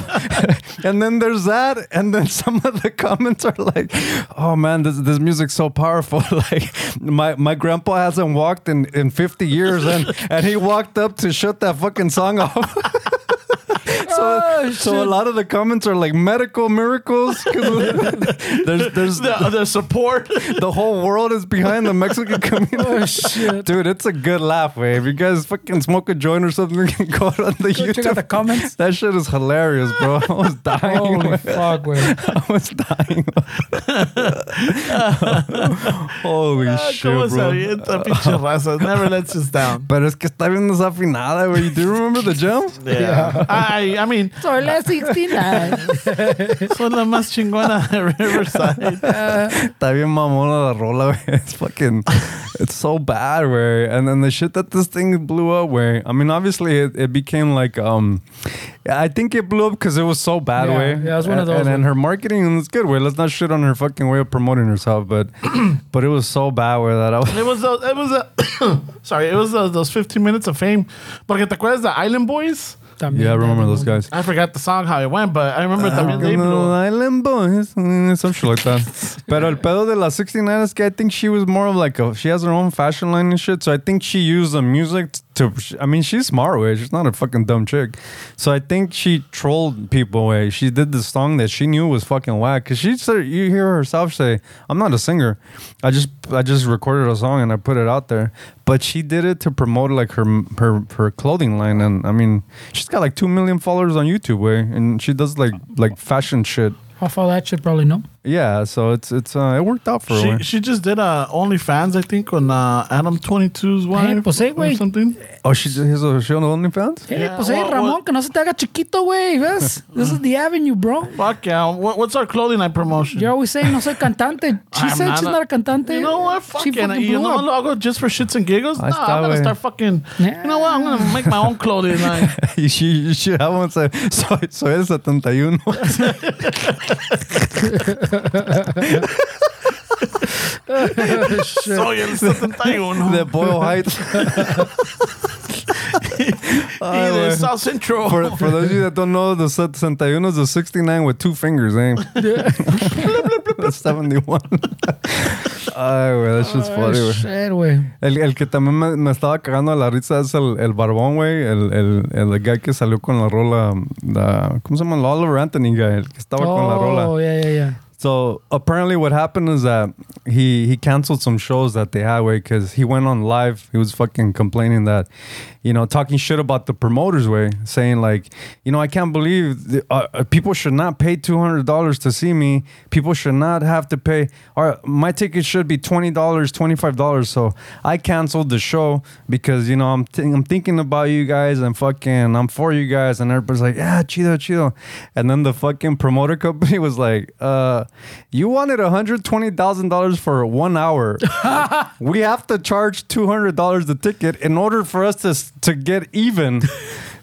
Speaker 3: and then there's that. And then some of the comments are like, oh man, this, this music's so powerful. like, my, my grandpa hasn't walked in, in 50 years and, and he walked up to shut that fucking song off. So
Speaker 2: Oh,
Speaker 3: so, so a lot of the comments are like medical miracles. 'cause there's there's
Speaker 2: The, the support. Oh,
Speaker 3: the whole world is behind the Mexican
Speaker 4: Oh,
Speaker 3: community. Dude, it's a good laugh, way. If you guys fucking smoke a joint or something, go on the
Speaker 4: Go
Speaker 3: YouTube.
Speaker 4: check out the comments. Oh
Speaker 3: That shit is hilarious, bro. I was dying.
Speaker 4: Holy
Speaker 3: wey.
Speaker 4: fuck, güey.
Speaker 3: I was dying. Holy
Speaker 2: Ah,
Speaker 4: Ah,
Speaker 2: ¿Cómo
Speaker 3: shit,
Speaker 2: se
Speaker 3: bro.
Speaker 2: avienta, pinche raza? Never lets us down.
Speaker 3: Pero es que está bien desafinada, güey. You do remember the jump?
Speaker 2: Yeah. I, I mean,
Speaker 5: Soy la 69.
Speaker 2: son la más chingona de Riverside.
Speaker 3: Está bien mamona la rola, güey. It's fucking, it's so bad, güey. And then the shit that this thing blew up, güey. I mean, obviously it, it became like, um, I think it blew up because it was so bad,
Speaker 4: Yeah,
Speaker 3: way.
Speaker 4: yeah, it was one
Speaker 3: And,
Speaker 4: of those, eh.
Speaker 3: and, then her marketing was good, way. Let's not shit on her fucking way of promoting herself, but, but it was so bad, way, that I was.
Speaker 2: It was, those, it was a, sorry, it was those, those 15 minutes of fame. Porque te acuerdas the Island Boys?
Speaker 4: También,
Speaker 3: Yeah, I remember
Speaker 4: también.
Speaker 3: those guys.
Speaker 2: I forgot the song how it went, but I remember también they
Speaker 3: Little
Speaker 2: blew.
Speaker 3: Island Boys, mm, some shit like that. Pero el pedo de la 69 es que I think she was more of like a, she has her own fashion line and shit. So I think she used the music to, I mean, she's smart, way. She's not a fucking dumb chick. So I think she trolled people, way. She did the song that she knew was fucking whack. Cause she said, you hear herself say, I'm not a singer. I just, I just recorded a song and I put it out there. But she did it to promote like her her her clothing line, and I mean, she's got like two million followers on YouTube, way, and she does like like fashion shit.
Speaker 4: Off all that shit, probably no.
Speaker 3: Yeah, so it's it's uh, it worked out for her.
Speaker 2: She,
Speaker 3: way.
Speaker 2: she just did uh, OnlyFans, I think, on uh, Adam 22's wife
Speaker 4: pues, eh,
Speaker 2: or
Speaker 4: güey.
Speaker 2: something.
Speaker 3: oh, she's she's on OnlyFans.
Speaker 4: Eh,
Speaker 2: Yeah,
Speaker 4: pues, hey,
Speaker 2: well,
Speaker 4: Ramón,
Speaker 2: well-
Speaker 4: que no se te haga chiquito, güey. ¿Ves? This is the avenue, bro.
Speaker 2: Fuck yeah. What, what's our clothing line promotion?
Speaker 4: You're always saying, no soy cantante. She
Speaker 2: I'm
Speaker 4: said
Speaker 2: not
Speaker 4: she's
Speaker 2: a-
Speaker 4: not a cantante.
Speaker 2: You know what? Fuck
Speaker 4: She
Speaker 2: it.
Speaker 4: fucking
Speaker 2: You
Speaker 4: blew
Speaker 2: know
Speaker 4: up.
Speaker 2: what? I'll go just for shits and giggles.
Speaker 3: I
Speaker 2: No, I'm
Speaker 3: start
Speaker 2: gonna
Speaker 3: with-
Speaker 2: start fucking.
Speaker 4: Yeah.
Speaker 2: You know what? I'm gonna make my own clothing line.
Speaker 3: you should you should have one say soy soy el 71.
Speaker 2: Soy el 71
Speaker 3: the Boyle Heights.
Speaker 2: y
Speaker 3: Ay,
Speaker 2: de
Speaker 3: güey.
Speaker 2: South Central.
Speaker 3: for, for those of you that don't know, the 71 is a 69 with two fingers, eh? That's 71. Ay, güey, that shit's funny,
Speaker 4: Ay,
Speaker 3: güey.
Speaker 4: Oh, shit, güey.
Speaker 3: El, el que también me, me estaba cagando a la risa es el, el barbón, güey. El, el, el guy que salió con la rola. la- ¿Cómo se llama? El Oliver Anthony guy. El que estaba con la rola.
Speaker 4: Oh, yeah, yeah, yeah.
Speaker 3: So apparently, what happened is that he he canceled some shows that they had, way because he went on live. He was fucking complaining that, you know, talking shit about the promoters, way saying like, you know, I can't believe the, uh, uh, people should not pay two hundred dollars to see me. People should not have to pay. Or my ticket should be twenty dollars, twenty five dollars. So I canceled the show because you know I'm thi- I'm thinking about you guys and fucking I'm for you guys and everybody's like, yeah, chido, chido, and then the fucking promoter company was like, uh, you wanted hundred twenty thousand dollars for one hour. we have to charge two hundred dollars the ticket in order for us to s- to get even.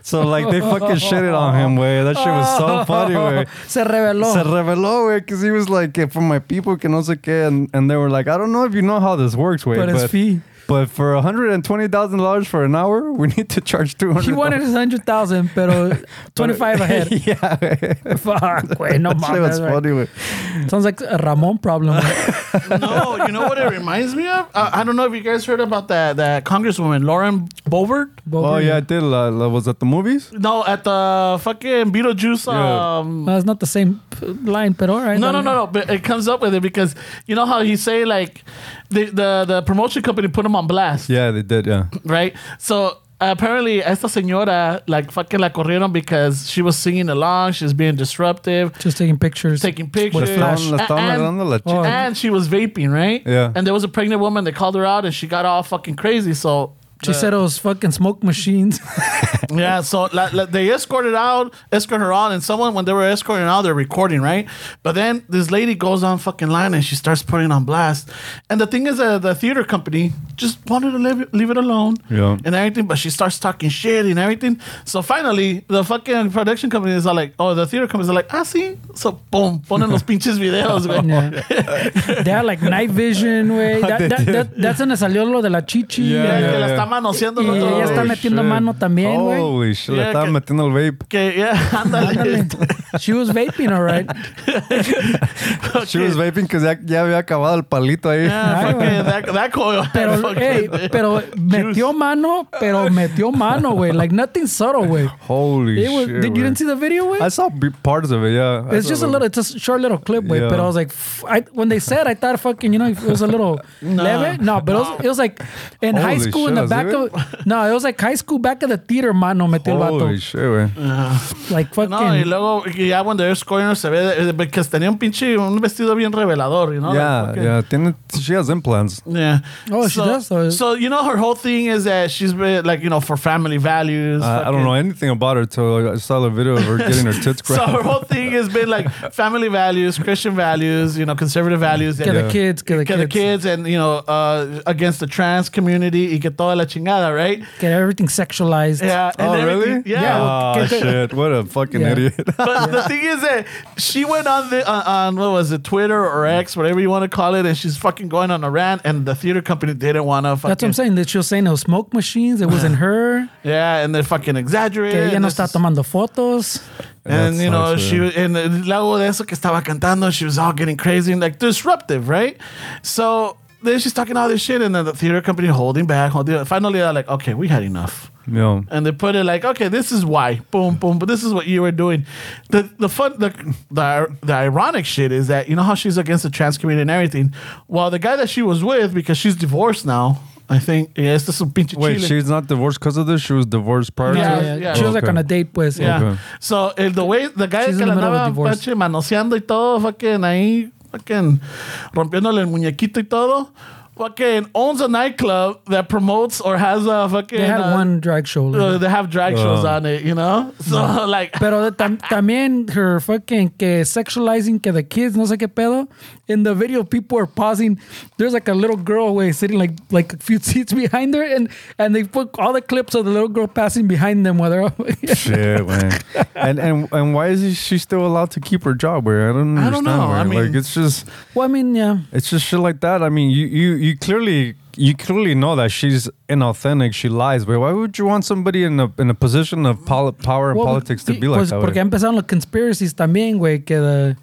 Speaker 3: So like they fucking shitted on him, way. That shit was so funny, way.
Speaker 4: Se reveló.
Speaker 3: Se reveló, güey, because he was like, eh, for my people, que no sé qué. And, and they were like, I don't know if you know how this works, güey.
Speaker 4: But it's fee.
Speaker 3: But for $120,000 for an hour, we need to charge 200
Speaker 4: He wanted his 100,000, pero 25 ahead.
Speaker 3: yeah, güey.
Speaker 4: Fuck, güey, no
Speaker 3: That shit was
Speaker 4: mames. güey.
Speaker 3: funny, güey.
Speaker 4: Sounds like a Ramon problem. güey.
Speaker 2: no, you know what it reminds me of? Uh, I don't know if you guys heard about that that Congresswoman Lauren Boebert.
Speaker 4: Bobo,
Speaker 3: Oh, yeah, I did. La, la, was at the movies?
Speaker 2: No, at the fucking Beetlejuice.
Speaker 3: Yeah.
Speaker 2: Um,
Speaker 4: Well, it's not the same p- line, but all right.
Speaker 2: no, no,
Speaker 4: dale.
Speaker 2: no, no. But it comes up with it because you know how you say like the the, the promotion company put him on blast,
Speaker 3: Yeah, they did, yeah.
Speaker 2: right? So. apparently, esta señora like fucking la corrieron because she was singing along. She was being disruptive.
Speaker 4: Just taking pictures.
Speaker 2: taking pictures.
Speaker 3: Le estaban, le
Speaker 2: A-
Speaker 3: estaban
Speaker 2: and,
Speaker 3: dando la
Speaker 4: Oh.
Speaker 3: chica.
Speaker 2: and she was vaping, right?
Speaker 3: Yeah.
Speaker 2: And there was a pregnant woman. They called her out, and she got all fucking crazy. So
Speaker 4: she said it was fucking smoke machines.
Speaker 2: yeah. So la, la, they escorted out, escorted her out, and someone when they were escorting her out, they're recording, right? But then this lady goes on fucking line and she starts putting on blast. And the thing is, uh, the theater company just wanted to leave, leave it alone.
Speaker 3: Yeah.
Speaker 2: And everything, but she starts talking shit and everything. So finally, the fucking production company is all like, oh, the theater companies are like, ah, sí. So boom, ponen los pinches videos, güey.
Speaker 4: Yeah. they had like night vision, güey. That, that, that, that's donde salió lo de la chichi.
Speaker 3: Yeah,
Speaker 2: Que
Speaker 3: yeah,
Speaker 2: la
Speaker 3: yeah.
Speaker 2: está manoseando
Speaker 4: Y
Speaker 2: el otro,
Speaker 4: ella está
Speaker 2: güey.
Speaker 4: metiendo mano también, güey.
Speaker 3: Holy shit, le
Speaker 2: Yeah,
Speaker 3: estaban
Speaker 2: que-
Speaker 3: metiendo el vape.
Speaker 2: Que, yeah, ándale.
Speaker 4: She was vaping, all right.
Speaker 3: She was vaping because ya, ya había acabado el palito ahí.
Speaker 2: Yeah,
Speaker 4: Ay,
Speaker 2: fucking
Speaker 4: güey.
Speaker 2: that, that coil. had
Speaker 4: Pero,
Speaker 2: fucking-
Speaker 4: hey, pero metió mano, pero metió mano, güey. Like nothing subtle, güey.
Speaker 3: Holy
Speaker 4: It was.
Speaker 3: shit.
Speaker 4: Did, you didn't see the video, güey?
Speaker 3: I saw b- parts of it, yeah. I
Speaker 4: It's
Speaker 3: saw
Speaker 4: just a
Speaker 3: the-
Speaker 4: little. It's a s- short little clip, way. But
Speaker 3: Yeah.
Speaker 4: I was like, f- I, when they said, I thought fucking, you know, it was a little leve. No, but it, was, it was like in high
Speaker 3: Holy
Speaker 4: school in
Speaker 3: shit,
Speaker 4: the
Speaker 3: ¿así,
Speaker 4: back
Speaker 3: güey?
Speaker 4: of. No, it was like high school back of the theater, mano, metió el
Speaker 3: Holy
Speaker 4: vato.
Speaker 3: shit, güey.
Speaker 4: Like fucking.
Speaker 2: No, y luego y ya cuando es Corner se ve eh, que tenía un pinche un vestido bien revelador, you know?
Speaker 3: yeah,
Speaker 2: Like, fucking-
Speaker 3: yeah. Tiene, she has implants.
Speaker 2: Yeah.
Speaker 4: Oh, she
Speaker 2: so,
Speaker 4: does, so-
Speaker 2: So you know her whole thing is that she's been like you know for family values.
Speaker 3: Uh, I, I don't know
Speaker 2: fucking-
Speaker 3: anything about her till I saw the video of her getting her tits
Speaker 2: So
Speaker 3: grabbed.
Speaker 2: her whole thing has been like family values, Christian values, you know, conservative values.
Speaker 4: Que
Speaker 2: and-
Speaker 4: the kids, que the
Speaker 2: que the
Speaker 4: kids.
Speaker 2: kids and you know uh, against the trans community y que toda la chingada, right?
Speaker 4: Get everything sexualized.
Speaker 2: Yeah. and
Speaker 3: oh,
Speaker 2: everything-
Speaker 3: really?
Speaker 2: Yeah.
Speaker 3: Oh, shit. What a fucking
Speaker 4: Yeah.
Speaker 3: idiot.
Speaker 2: But the thing is that she went on the on, on what was it Twitter or X, whatever you want to call it, and she's fucking going on a rant, and the theater company didn't want to.
Speaker 4: That's what I'm saying. That she was saying it was smoke machines. It wasn't her.
Speaker 2: Yeah, and they fucking
Speaker 4: Que
Speaker 2: exaggerated.
Speaker 4: ella no
Speaker 2: this
Speaker 4: está
Speaker 2: is-
Speaker 4: tomando fotos.
Speaker 2: And
Speaker 3: That
Speaker 2: you know,
Speaker 3: sucks,
Speaker 2: she
Speaker 3: yeah.
Speaker 2: and uh, luego de eso que estaba cantando, she was all getting crazy and like disruptive, right? So then she's talking all this shit, and then the theater company holding back, holding. Back. Finally, they're like, okay, we had enough.
Speaker 3: yeah.
Speaker 2: And they put it like, okay, this is why, boom, boom. But this is what you were doing. The the fun, the the, the ironic shit is that you know how she's against the trans community and everything. Well, the guy that she was with, because she's divorced now, I think. Yeah, este es un pinche
Speaker 3: Wait,
Speaker 2: chile.
Speaker 3: she's not divorced because of this? She was divorced prior
Speaker 2: Yeah,
Speaker 3: to
Speaker 4: Yeah,
Speaker 2: yeah.
Speaker 4: She was like
Speaker 3: Okay.
Speaker 4: on a date, pues.
Speaker 2: Yeah.
Speaker 3: Okay.
Speaker 2: So el the way the guy
Speaker 4: She's
Speaker 2: que
Speaker 4: in
Speaker 2: la
Speaker 4: the middle of a
Speaker 2: andaba
Speaker 4: divorce.
Speaker 2: pinche manoseando y todo, fucking ahí, fucking rompiéndole el muñequito y todo. Fucking owns a nightclub that promotes or has a fucking.
Speaker 4: They had
Speaker 2: uh,
Speaker 4: one Oh. drag show. like-
Speaker 2: uh, they have drag shows
Speaker 3: Uh.
Speaker 2: on it, you know. So like,
Speaker 4: Pero tam- también her fucking que sexualizing que the kids, no sé qué pedo. In the video, people are pausing. There's like a little girl way sitting like like a few seats behind her, and and they put all the clips of the little girl passing behind them. Whether
Speaker 3: Shit, man. and, and and why is she still allowed to keep her job? Where I don't
Speaker 2: I
Speaker 3: understand.
Speaker 2: don't know.
Speaker 3: where.
Speaker 2: I mean-
Speaker 3: like it's just
Speaker 4: well, I mean, yeah,
Speaker 3: it's just shit like that. I mean, you you you clearly you clearly know that she's inauthentic. She lies. But why would you want somebody in a in a position of poli- power and
Speaker 4: well,
Speaker 3: politics to
Speaker 4: y-
Speaker 3: be like
Speaker 4: pues
Speaker 3: that?
Speaker 4: porque
Speaker 3: way?
Speaker 4: empezaron los conspiracies también, güey, que the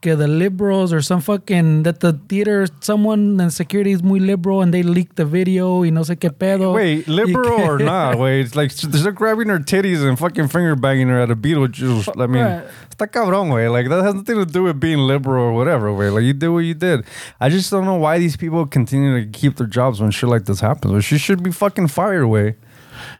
Speaker 4: que the liberals or some fucking that the theater someone in security is muy liberal and they leaked the video y no sé qué pedo.
Speaker 3: Wait,
Speaker 4: Y
Speaker 3: liberal
Speaker 4: que-
Speaker 3: or not? Wait, it's like they're grabbing her titties and fucking finger banging her at a Beetlejuice. I mean,
Speaker 4: Right.
Speaker 3: está cabrón, way. Like that has nothing to do with being liberal or whatever, way. Like you did what you did. I just don't know why these people continue to keep their jobs when shit like this happens. Or she should be fucking fired, way.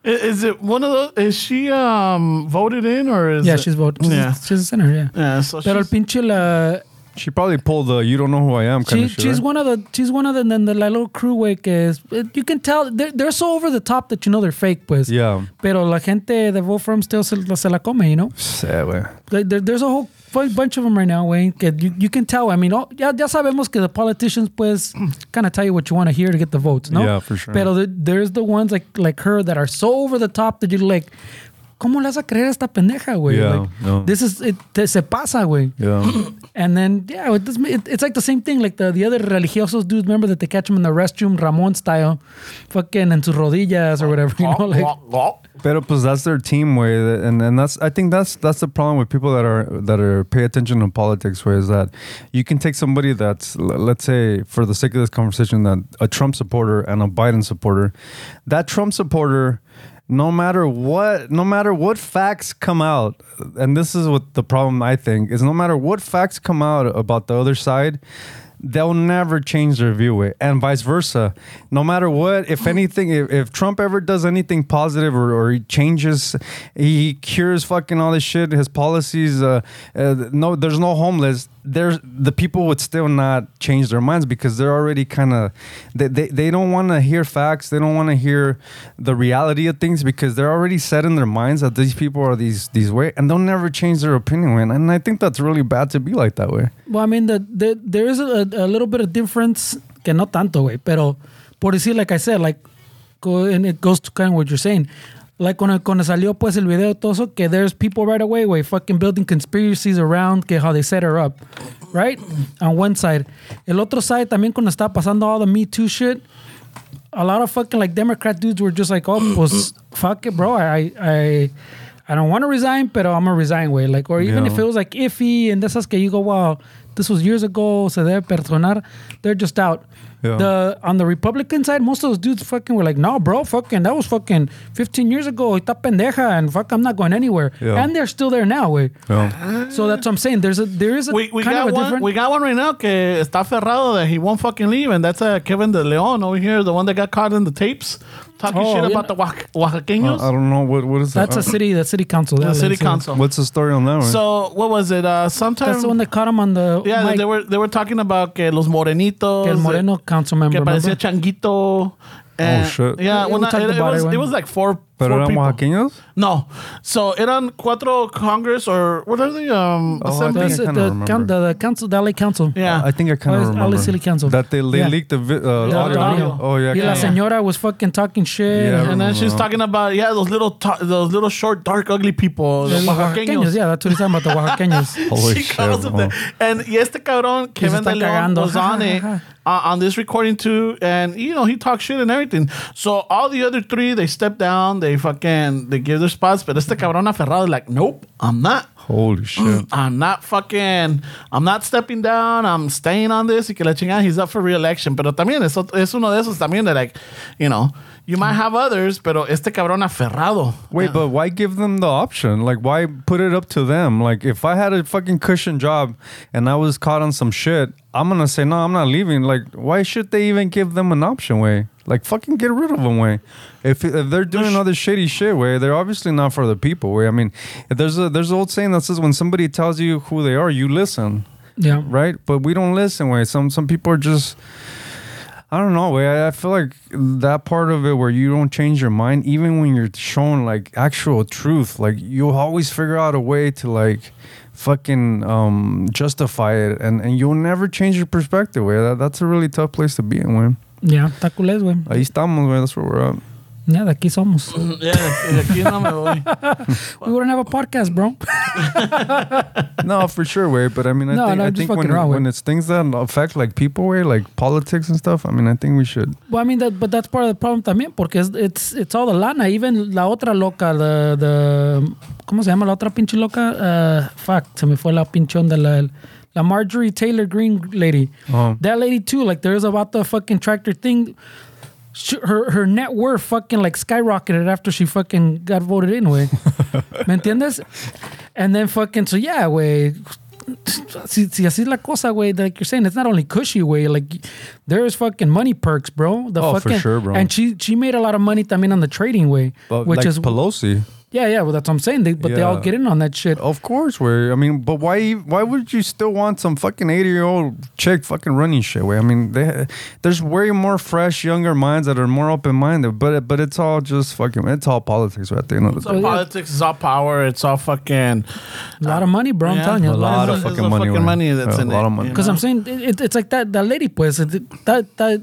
Speaker 2: i- is it one of those? Is she um voted in or is
Speaker 4: Yeah,
Speaker 2: it-
Speaker 4: she's voting. She's,
Speaker 2: Yeah.
Speaker 4: she's a sinner. Yeah.
Speaker 2: yeah. So
Speaker 4: Pero el
Speaker 2: she's,
Speaker 4: pinche la
Speaker 3: She probably pulled the "you don't know who I am" kind
Speaker 4: She,
Speaker 3: of shit.
Speaker 4: she's
Speaker 3: right?
Speaker 4: one of the she's one of the then the la little crew way que es it- you can tell they're, they're so over the top that you know they're fake pues
Speaker 3: Yeah.
Speaker 4: pero la gente de vote for 'em still se, la- se la come you know
Speaker 3: Sad, way.
Speaker 4: Like, there, there's a whole fu- bunch of them right now way que you, you can tell I mean oh, ya, ya sabemos que the politicians pues kind of tell you what you want to hear to get the votes no
Speaker 3: Yeah, for sure.
Speaker 4: pero the- there's the ones like like her that are so over the top that you're like ¿Cómo le vas a creer a esta pendeja, güey?
Speaker 3: Yeah,
Speaker 4: like,
Speaker 3: no.
Speaker 4: This is, it, te, se pasa, güey.
Speaker 3: Yeah.
Speaker 4: And then yeah, it, doesn't- it, it's like the same thing. Like the, the other religiosos dudes, remember that they catch him in the restroom, Ramon style, fucking en sus rodillas or whatever. You know, like
Speaker 3: Pero pues that's their team way, and and that's I think that's that's the problem with people that are that are pay attention to politics. Where is that you can take somebody that's l- let's say for the sake of this conversation that a Trump supporter and a Biden supporter, that Trump supporter. No matter what, no matter what facts come out, and this is what the problem I think is. No matter what facts come out about the other side, they'll never change their view way, and vice versa no matter what if anything if, if trump ever does anything positive or, or he changes he cures fucking all this shit his policies uh, uh no there's no homeless there's the people would still not change their minds because they're already kind of they, they they don't want to hear facts they don't want to hear the reality of things because they're already set in their minds that these people are these these way and they'll never change their opinion way. and, and i think that's really bad to be like that way
Speaker 4: Well, I mean, the, the, there is a, a little bit of difference, que no tanto, güey, pero por decir, like I said, like, go, and it goes to kind of what you're saying. Like, cuando, cuando salió, pues, el video, todo eso, que there's people right away, güey, fucking building conspiracies around, que how they set her up, right? On one side. El otro side, también cuando está pasando all the Me Too shit, a lot of fucking, like, Democrat dudes were just like, oh, pues, fuck it, bro, I, I, I don't want to resign, but I'm gonna resign way. Like, or even
Speaker 3: Yeah.
Speaker 4: if it was like iffy and this is que you go, wow, this was years ago, se debe perdonar. They're just out.
Speaker 3: Yeah.
Speaker 4: The on the Republican side, most of those dudes fucking were like, no, bro, fucking that was fucking 15 years ago. Está pendeja, and fuck, I'm not going anywhere.
Speaker 3: Yeah.
Speaker 4: And they're still there now, way.
Speaker 3: Yeah.
Speaker 4: So that's what I'm saying. There's a there is a
Speaker 2: We, we
Speaker 4: kind
Speaker 2: got
Speaker 4: of a
Speaker 2: one.
Speaker 4: different.
Speaker 2: We got one right now. Que está ferrado that he won't fucking leave, and that's uh, Kevin De Leon over here, the one that got caught in the tapes talking
Speaker 4: Oh,
Speaker 2: shit
Speaker 4: yeah. Oh,
Speaker 2: about the Oax- Oaxaqueños,
Speaker 3: I don't know what what is
Speaker 4: that's a
Speaker 3: that?
Speaker 4: city. That city council.
Speaker 2: the
Speaker 4: LA,
Speaker 2: city
Speaker 4: so-
Speaker 2: council.
Speaker 3: What's the story on that one?
Speaker 2: So what was it? Uh, sometime
Speaker 4: That's the one that caught him on the.
Speaker 2: yeah,
Speaker 4: mic.
Speaker 2: they were they were talking about que los morenitos, eh,
Speaker 4: Que el Moreno council member.
Speaker 2: que parecía
Speaker 4: remember? Oh,
Speaker 2: changuito. and-
Speaker 3: shit.
Speaker 2: Yeah,
Speaker 4: Yeah,
Speaker 2: well,
Speaker 4: we
Speaker 2: not,
Speaker 4: talked
Speaker 2: it, it
Speaker 4: about
Speaker 2: was,
Speaker 4: it when-
Speaker 2: it was like four.
Speaker 3: Pero
Speaker 2: four
Speaker 3: eran
Speaker 2: people.
Speaker 3: Oaxaqueños?
Speaker 2: No, so eran cuatro Congress or what are they? Um,
Speaker 3: Oh, I
Speaker 2: assembly-
Speaker 3: think
Speaker 4: That's
Speaker 3: I
Speaker 4: it,
Speaker 3: kinda
Speaker 4: the,
Speaker 3: remember.
Speaker 4: coun- the, the council, the LA council.
Speaker 2: yeah,
Speaker 3: I think I kind
Speaker 4: Oh,
Speaker 3: of
Speaker 4: it's
Speaker 3: remember.
Speaker 4: Alice City Council.
Speaker 3: That they, they
Speaker 4: Yeah.
Speaker 3: leaked the vi- uh,
Speaker 4: The
Speaker 3: audio.
Speaker 4: audio.
Speaker 3: Oh yeah.
Speaker 4: Y la
Speaker 3: yeah.
Speaker 4: señora was fucking talking shit.
Speaker 3: Yeah, I
Speaker 2: and then
Speaker 3: remember
Speaker 2: she's
Speaker 3: that.
Speaker 2: talking about yeah those little ta- those little short dark ugly people, the
Speaker 4: The Oaxaqueños,
Speaker 2: Oaxaqueños.
Speaker 4: yeah, that's what he's talking about, the Oaxaqueños.
Speaker 3: Holy
Speaker 2: she
Speaker 3: shit,
Speaker 2: calls him
Speaker 3: bro.
Speaker 2: that. And y este cabrón, Kevin De
Speaker 4: está
Speaker 2: Leon,
Speaker 4: cagando.
Speaker 2: was on it, uh, on this recording too. And, you know, he talks shit and everything. So all the other three, they step down, they fucking, they give their spots. But este cabrón aferrado is like, nope, I'm not.
Speaker 3: Holy
Speaker 4: Mm.
Speaker 3: shit.
Speaker 2: I'm not fucking, I'm not stepping down. I'm staying on this. Y que la chingada, he's up for re-election. Pero también es, otro, es uno de esos también de like, you know, you might have others, pero este cabrón aferrado.
Speaker 3: Wait, but why give them the option? Like, why put it up to them? Like, if I had a fucking cushion job and I was caught on some shit, I'm gonna say no, I'm not leaving. Like, why should they even give them an option? Way, like, fucking get rid of them. Way, if if they're doing all this shitty shit, way, they're obviously not for the people. Way, I mean, there's a there's an old saying that says when somebody tells you who they are, you listen.
Speaker 4: Yeah.
Speaker 3: right? But we don't listen. Way some some people are just. I don't know. Way I I feel like that part of it where you don't change your mind, even when you're shown like actual truth, like you'll always figure out a way to like fucking um justify it, and and you'll never change your perspective. Way that, that's a really tough place to be in. Way
Speaker 4: Yeah, está culés, güey.
Speaker 3: ahí estamos. Way that's where we're at.
Speaker 4: Yeah, de aquí somos.
Speaker 2: Mm, Yeah, de aquí no me voy.
Speaker 4: We wouldn't have a podcast, bro.
Speaker 3: no, for sure, way. But I mean, I
Speaker 4: No,
Speaker 3: think
Speaker 4: no,
Speaker 3: I
Speaker 4: just
Speaker 3: think
Speaker 4: fucking
Speaker 3: when
Speaker 4: wrong, way.
Speaker 3: when it's things that affect like people, way like politics and stuff. I mean, I think we should.
Speaker 4: Well, I mean, that, but that's part of the problem también, porque it's, it's, it's all the lana. Even la otra loca, the, the ¿cómo se llama la otra pinche loca? Uh, fuck, se me fue la pinchón de la, la Marjorie Taylor Green lady.
Speaker 3: Uh-huh.
Speaker 4: That lady too, like there's about the fucking tractor thing. Sh her, her net worth fucking like skyrocketed after she fucking got voted in, way. ¿Me entiendes? And then fucking, so yeah, way. Si, si así es la cosa, way, like you're saying, it's not only cushy, way. Like, there's fucking money perks, bro. The
Speaker 3: Oh, for
Speaker 4: fucking,
Speaker 3: sure, bro.
Speaker 4: And she she made a lot of money también on the trading way,
Speaker 3: But
Speaker 4: which
Speaker 3: like
Speaker 4: is
Speaker 3: Pelosi.
Speaker 4: yeah, yeah. Well, that's what I'm saying. They, but they all
Speaker 3: Yeah.
Speaker 4: get in on that shit.
Speaker 3: Of course, where I mean, but why? ev- Why would you still want some fucking eighty-year-old chick fucking running shit? Where I mean, they, there's way more fresh, younger minds that are more open-minded. But but it's all just fucking. It's all politics, right? At the end of the
Speaker 2: So
Speaker 3: day.
Speaker 2: politics is all power. It's all fucking
Speaker 4: A lot of money, bro. I'm
Speaker 2: Yeah.
Speaker 4: telling you,
Speaker 2: A
Speaker 4: a lot
Speaker 2: of
Speaker 4: of.
Speaker 2: there's a fucking money
Speaker 3: where-
Speaker 2: that's
Speaker 3: yeah,
Speaker 2: in
Speaker 3: a lot
Speaker 2: it,
Speaker 3: of money.
Speaker 2: you
Speaker 4: Because I'm saying it, it, it's like that that lady, pues it- that that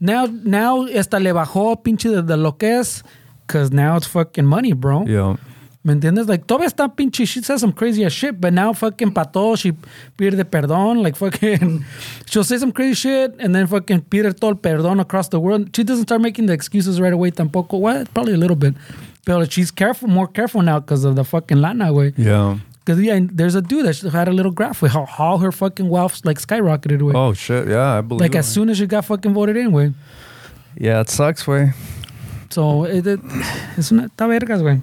Speaker 4: now now esta le bajó pinche de, de lo que es, because now it's fucking money, bro.
Speaker 3: Yeah.
Speaker 4: ¿Me entiendes? Like, todavía está pinche, she says some crazy ass shit, but now fucking pató, she pierde perdón, like fucking, she'll say some crazy shit, and then fucking pierde todo el perdón across the world. She doesn't start making the excuses right away tampoco. Well, probably a little bit. But she's careful, more careful now because of the fucking lana, way.
Speaker 3: Yeah.
Speaker 4: Because, yeah, and there's a dude that had a little graph with how, how her fucking wealth, like, skyrocketed, way.
Speaker 3: Oh shit. Yeah, I believe.
Speaker 4: like,
Speaker 3: it.
Speaker 4: as soon as she got fucking voted in, way.
Speaker 3: Yeah, it sucks, way.
Speaker 4: So, it, it, es una, está vergas, güey.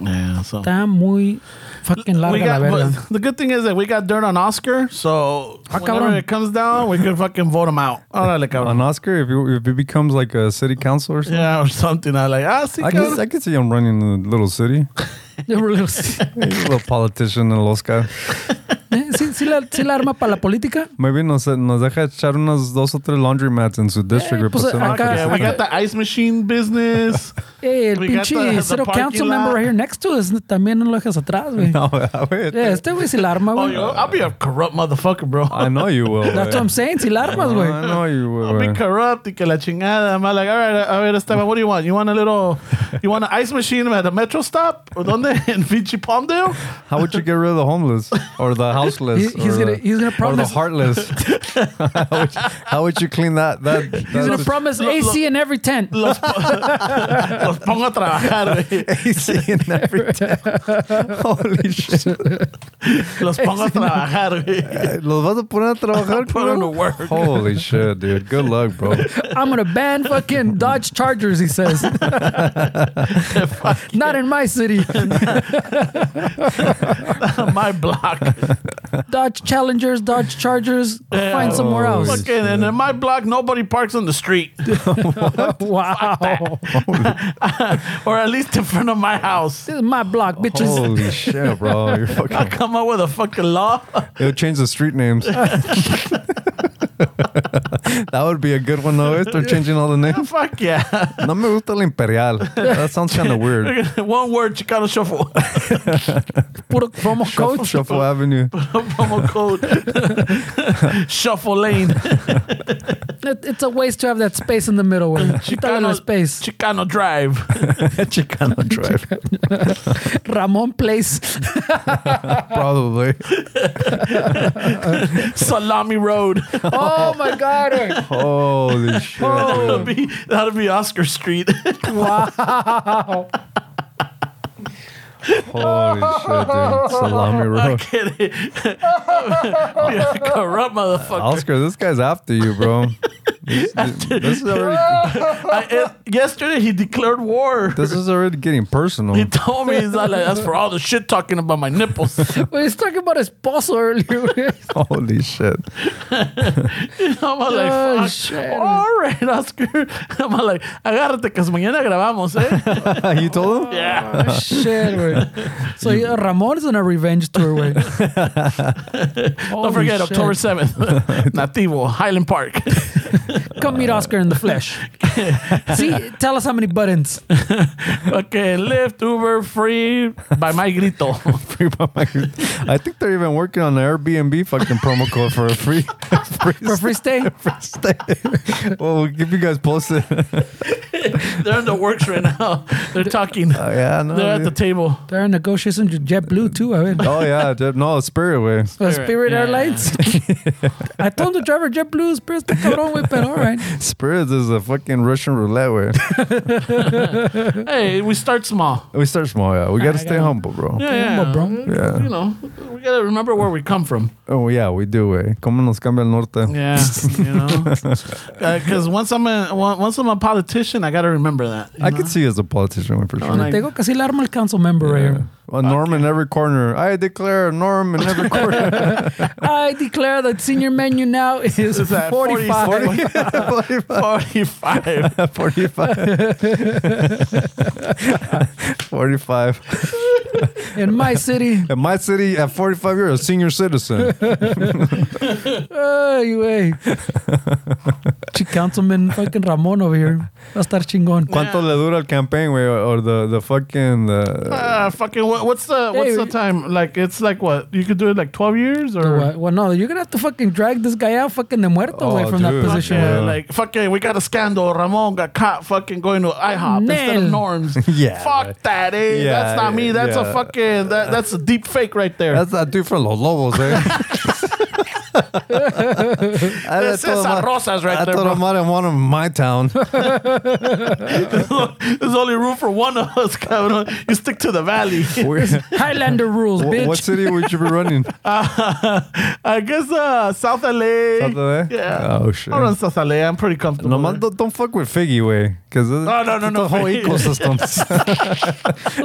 Speaker 2: know? Yeah, so.
Speaker 4: Está muy fucking
Speaker 2: We
Speaker 4: larga la
Speaker 2: got,
Speaker 4: verga.
Speaker 2: but the good thing is that we got dirt on Oscar, so
Speaker 4: Ah,
Speaker 2: whenever
Speaker 4: cabrón.
Speaker 2: it comes down, we can fucking vote him out. Órale,
Speaker 3: An
Speaker 2: cabrón.
Speaker 3: Oscar, if you if he becomes like a city councilor or something.
Speaker 2: Yeah, or something. I like, ah, sí,
Speaker 3: I
Speaker 2: cabrón.
Speaker 3: can, I can see him running in a little city.
Speaker 4: They were little-
Speaker 3: He's a little politician in Los Cabos.
Speaker 4: Eh, ¿Sí, sí, la, sí la arma para la política?
Speaker 3: Maybe nos, nos deja echar unos dos o tres laundromats en su district.
Speaker 4: Eh, pues,
Speaker 3: representando
Speaker 4: acá-
Speaker 3: que
Speaker 2: yeah,
Speaker 3: se
Speaker 2: we got the ice machine business.
Speaker 4: Eh, el
Speaker 2: We got
Speaker 4: pinche
Speaker 2: the- the
Speaker 4: cero
Speaker 2: parking
Speaker 4: council
Speaker 2: lot.
Speaker 4: member right here next to us también no lo dejas atrás, güey.
Speaker 3: No, wait.
Speaker 4: Eh, este güey sí la arma,
Speaker 2: oh,
Speaker 4: güey.
Speaker 2: yo, I'll be a corrupt motherfucker, bro.
Speaker 3: I know you will. eh?
Speaker 4: That's what I'm saying, si la armas, güey.
Speaker 3: I know you
Speaker 2: I'll
Speaker 3: will. eh?
Speaker 2: be
Speaker 3: güey.
Speaker 2: corrupt. Y que la chingada. I'm like, all right, all right, Esteban, what do you want? You want a little, you want an ice machine at a metro stop? ¿O dónde? In Vinci Palmdale?
Speaker 3: How would you get rid of the homeless or the houseless? reckless.
Speaker 4: He- he's
Speaker 3: or,
Speaker 4: gonna-
Speaker 3: uh,
Speaker 4: he's gonna
Speaker 3: Or the
Speaker 4: promise-
Speaker 3: heartless. how, would you, how would you clean that? That.
Speaker 4: He's
Speaker 3: that
Speaker 4: gonna promise AC in every tent.
Speaker 2: Los pongo a trabajar, güey.
Speaker 3: AC in every town. Holy shit.
Speaker 2: Los pongo a trabajar, güey.
Speaker 3: Los vas a poner a trabajar,
Speaker 2: Put on
Speaker 3: culero?
Speaker 2: the work.
Speaker 3: Holy shit, dude. Good luck, bro.
Speaker 4: I'm gonna ban fucking Dodge Chargers. He says, not in my city.
Speaker 2: My block.
Speaker 4: Dodge Challengers, Dodge Chargers. Find somewhere
Speaker 3: Oh,
Speaker 4: else.
Speaker 3: shit.
Speaker 2: Fucking, and in my block, nobody parks on the street.
Speaker 4: Wow,
Speaker 2: or at least in front of my house.
Speaker 4: this is my block, bitches.
Speaker 3: Holy shit, bro. You're fucking.
Speaker 2: Come up with a fucking law.
Speaker 3: It'll change the street names. that would be a good one, though. If they're changing all the names.
Speaker 2: Fuck yeah.
Speaker 3: No me gusta el imperial. That sounds kind of weird.
Speaker 2: One word, Chicano Shuffle.
Speaker 4: Put a promo
Speaker 3: Shuffle,
Speaker 4: code.
Speaker 3: Shuffle Avenue.
Speaker 2: Promo code. Shuffle lane.
Speaker 4: It- It's a waste to have that space in the middle. Where Chicano space.
Speaker 2: Chicano Drive.
Speaker 3: Chicano Drive.
Speaker 4: Ramon Place.
Speaker 3: Probably.
Speaker 2: Salami Road.
Speaker 4: Oh my god.
Speaker 3: Holy shit.
Speaker 2: that'll,
Speaker 3: dude.
Speaker 2: be, that'll be Oscar Street.
Speaker 4: Wow.
Speaker 3: Holy shit, dude. Salami Road.
Speaker 2: Kidding. Be a corrupt motherfucker.
Speaker 3: Oscar, this guy's after you, bro. This, this is already
Speaker 2: I, uh, yesterday he declared war.
Speaker 3: this is already getting personal.
Speaker 2: He told me he's not like that's for all the shit talking about my nipples.
Speaker 4: Well, he's talking about his boss earlier.
Speaker 3: Holy shit.
Speaker 2: I'm like,
Speaker 4: Oh,
Speaker 2: fuck.
Speaker 4: shit.
Speaker 2: All right, Oscar. I'm like, agárrate, que mañana grabamos, eh?
Speaker 3: Ah, you told him?
Speaker 2: Yeah.
Speaker 4: Oh, shit, güey. So yeah, Ramon's on a revenge tour, güey.
Speaker 2: Don't forget October 7th, Nativo, Highland Park.
Speaker 4: Come meet Oscar in the flesh. See, tell us how many buttons.
Speaker 2: okay, Lyft, Uber, free by my grito.
Speaker 3: Free by my- I think they're even working on the Airbnb fucking promo code for a free
Speaker 4: For free stay.
Speaker 3: stay. well, we'll keep you guys posted.
Speaker 2: They're in the works right now. They're talking.
Speaker 3: Oh, yeah, no.
Speaker 2: They're at the
Speaker 3: dude.
Speaker 2: table.
Speaker 4: They're in negotiations with JetBlue too. I mean,
Speaker 3: oh yeah, dude. no, Spirit Way.
Speaker 4: Uh,
Speaker 2: Spirit,
Speaker 4: Spirit
Speaker 2: yeah.
Speaker 4: Airlines. I told the driver JetBlue, Spirit's the cabrón, güey, but all right.
Speaker 3: Spirits is a fucking Russian roulette way.
Speaker 2: Hey, we start small.
Speaker 3: we start small, yeah. We gotta
Speaker 4: I
Speaker 3: stay
Speaker 4: got-
Speaker 3: humble, bro.
Speaker 2: Yeah, yeah.
Speaker 4: Humble, bro.
Speaker 3: Yeah.
Speaker 2: You know, we gotta remember where we come from.
Speaker 3: Oh yeah, we do. Way. Como nos cambia el norte.
Speaker 2: Yeah, you know, because Uh, once I'm a on- once I'm a politician, I gotta remember that. you
Speaker 3: I
Speaker 2: know?
Speaker 3: could see you as a politician for sure.
Speaker 2: Uh-huh. Oh, like-
Speaker 4: They go casi la arma el council member right here.
Speaker 3: A norm in every corner. I declare a norm in every corner.
Speaker 4: I declare that senior menu now is
Speaker 2: Is that
Speaker 4: 45.
Speaker 2: 45.
Speaker 3: 45. 45.
Speaker 4: In my city.
Speaker 3: In my city, at 45, you're a senior citizen.
Speaker 4: Ay, güey. Chi- Councilman fucking Ramon over here. Va a estar chingón.
Speaker 3: ¿Cuánto le dura el campaign, güey? Or, or the, the fucking. Uh,
Speaker 2: Ah, fucking. What, what's the what's
Speaker 4: Hey,
Speaker 2: the
Speaker 4: we-
Speaker 2: time? Like it's like what you could do it like twelve years or
Speaker 4: Well, well, no, you're gonna have to fucking drag this guy out fucking de muerto
Speaker 3: Oh,
Speaker 4: away from
Speaker 3: dude.
Speaker 4: that position.
Speaker 2: Yeah,
Speaker 3: Yeah.
Speaker 2: like fucking, we got a scandal. Ramon got caught fucking going to IHOP instead of
Speaker 4: Nel.
Speaker 2: Norms.
Speaker 3: Yeah,
Speaker 2: fuck
Speaker 3: right.
Speaker 2: that, eh?
Speaker 3: Yeah,
Speaker 2: that's not me. That's
Speaker 3: yeah.
Speaker 2: a fucking that, that's a deep fake right there.
Speaker 3: that's that dude from Los Lobos, eh? I
Speaker 2: That's Cesar Rosas right
Speaker 3: I
Speaker 2: there,
Speaker 3: thought
Speaker 2: bro.
Speaker 3: I might have one in my town.
Speaker 2: There's only room for one of us, cabrón. You stick to the valley.
Speaker 3: Where-
Speaker 4: Highlander rules,
Speaker 3: Wh-
Speaker 4: bitch.
Speaker 3: What city would you be running?
Speaker 2: I guess uh, South LA.
Speaker 3: South LA?
Speaker 2: Yeah.
Speaker 3: Oh, shit.
Speaker 2: I'm on South LA. I'm pretty comfortable.
Speaker 3: No, man, don't, don't fuck with Figgy way, because
Speaker 2: No, no, no,
Speaker 3: it's
Speaker 2: no,
Speaker 3: a whole
Speaker 2: Figgy.
Speaker 3: ecosystem.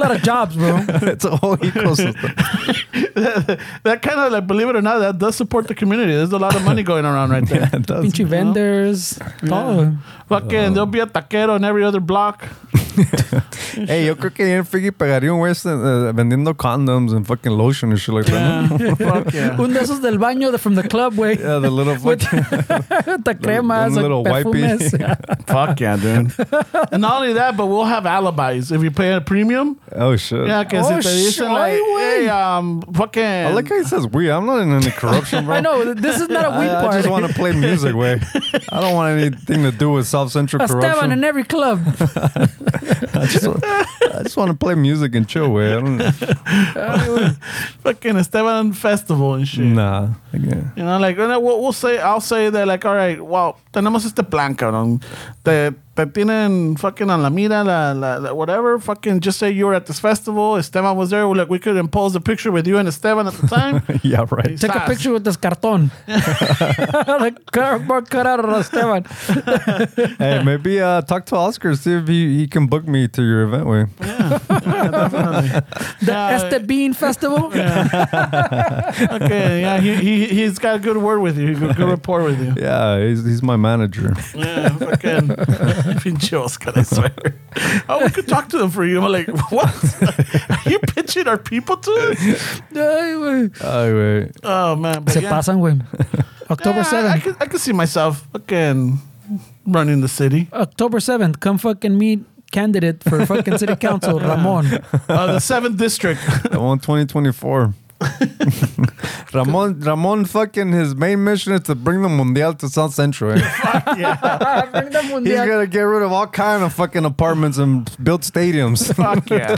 Speaker 4: a lot of jobs, bro.
Speaker 3: it's a whole ecosystem.
Speaker 2: that kind of like, believe it or not, that does support the community. There's a lot of money going around right there.
Speaker 3: It does.
Speaker 4: Pinchy vendors. Todo.
Speaker 2: Fucking, there'll be a taquero in every other block.
Speaker 3: Hey, yo creo que bien Figgy pegaría un güey este, eh, vendiendo condoms and fucking lotion and shit like that.
Speaker 2: Fuck yeah.
Speaker 4: Un de esos del baño de, from the club, güey.
Speaker 3: Yeah, the little
Speaker 4: With
Speaker 3: fucking
Speaker 4: the cremas,
Speaker 3: them little wipey.
Speaker 4: perfumes.
Speaker 2: Fuck yeah, dude. and not only that, but we'll have alibis if you pay a premium.
Speaker 3: oh shit.
Speaker 2: Yeah, que
Speaker 4: Oh,
Speaker 2: si te dicen
Speaker 4: sh-
Speaker 2: like,
Speaker 4: ay, güey.
Speaker 2: hey, um, fucking.
Speaker 3: I like how he says we. I'm not in any corruption, bro.
Speaker 4: I know, this is not a
Speaker 3: I,
Speaker 4: weed
Speaker 3: I
Speaker 4: party.
Speaker 3: just want to play music, way. I don't want anything to do with South Central
Speaker 4: Esteban in
Speaker 3: corruption.
Speaker 4: every club.
Speaker 3: I just, wa- I just want to play music and chill, way. I don't,
Speaker 2: Fucking Esteban Festival and shit.
Speaker 3: nah. Yeah.
Speaker 2: You know, like and I- we'll, we'll say, I'll say that, like, all right, well, tenemos este plan, cabrón. Te, te tienen fucking a la mira, la, la, la- whatever. Fucking just say you were at this festival. Esteban was there. We're like, we could impose a picture with you and Esteban at the time.
Speaker 3: yeah, right.
Speaker 4: Take a
Speaker 2: Sas.
Speaker 4: picture with this cartón. the cardboard cutout of Esteban.
Speaker 3: hey, maybe uh, talk to Oscar, see if he, he can book me to your event, way.
Speaker 4: The
Speaker 2: Yeah.
Speaker 4: Estebean Festival.
Speaker 2: okay, yeah, he, he, he's got a good word with you. He got a good rapport with you.
Speaker 3: Yeah, he's, he's my manager.
Speaker 2: Yeah, fucking pinche Oscar, I swear. Oh, we could talk to them for you. I'm like, what? Are you pitching our people to us?
Speaker 4: Ay, güey.
Speaker 3: Ay, güey.
Speaker 2: Oh, man. But
Speaker 4: Se
Speaker 2: yeah.
Speaker 4: pasan, güey. October
Speaker 2: Yeah, I, I,
Speaker 4: 7th.
Speaker 2: could, I could see myself fucking running the city.
Speaker 4: October 7th. Come fucking meet candidate for fucking city council, Ramon.
Speaker 2: Uh, the 7th district.
Speaker 3: I want 2024. Ramon, Ramon, fucking his main mission is to bring the Mundial to South Central. eh? He's gonna get rid of all kind of fucking apartments and build stadiums.
Speaker 2: Fuck yeah.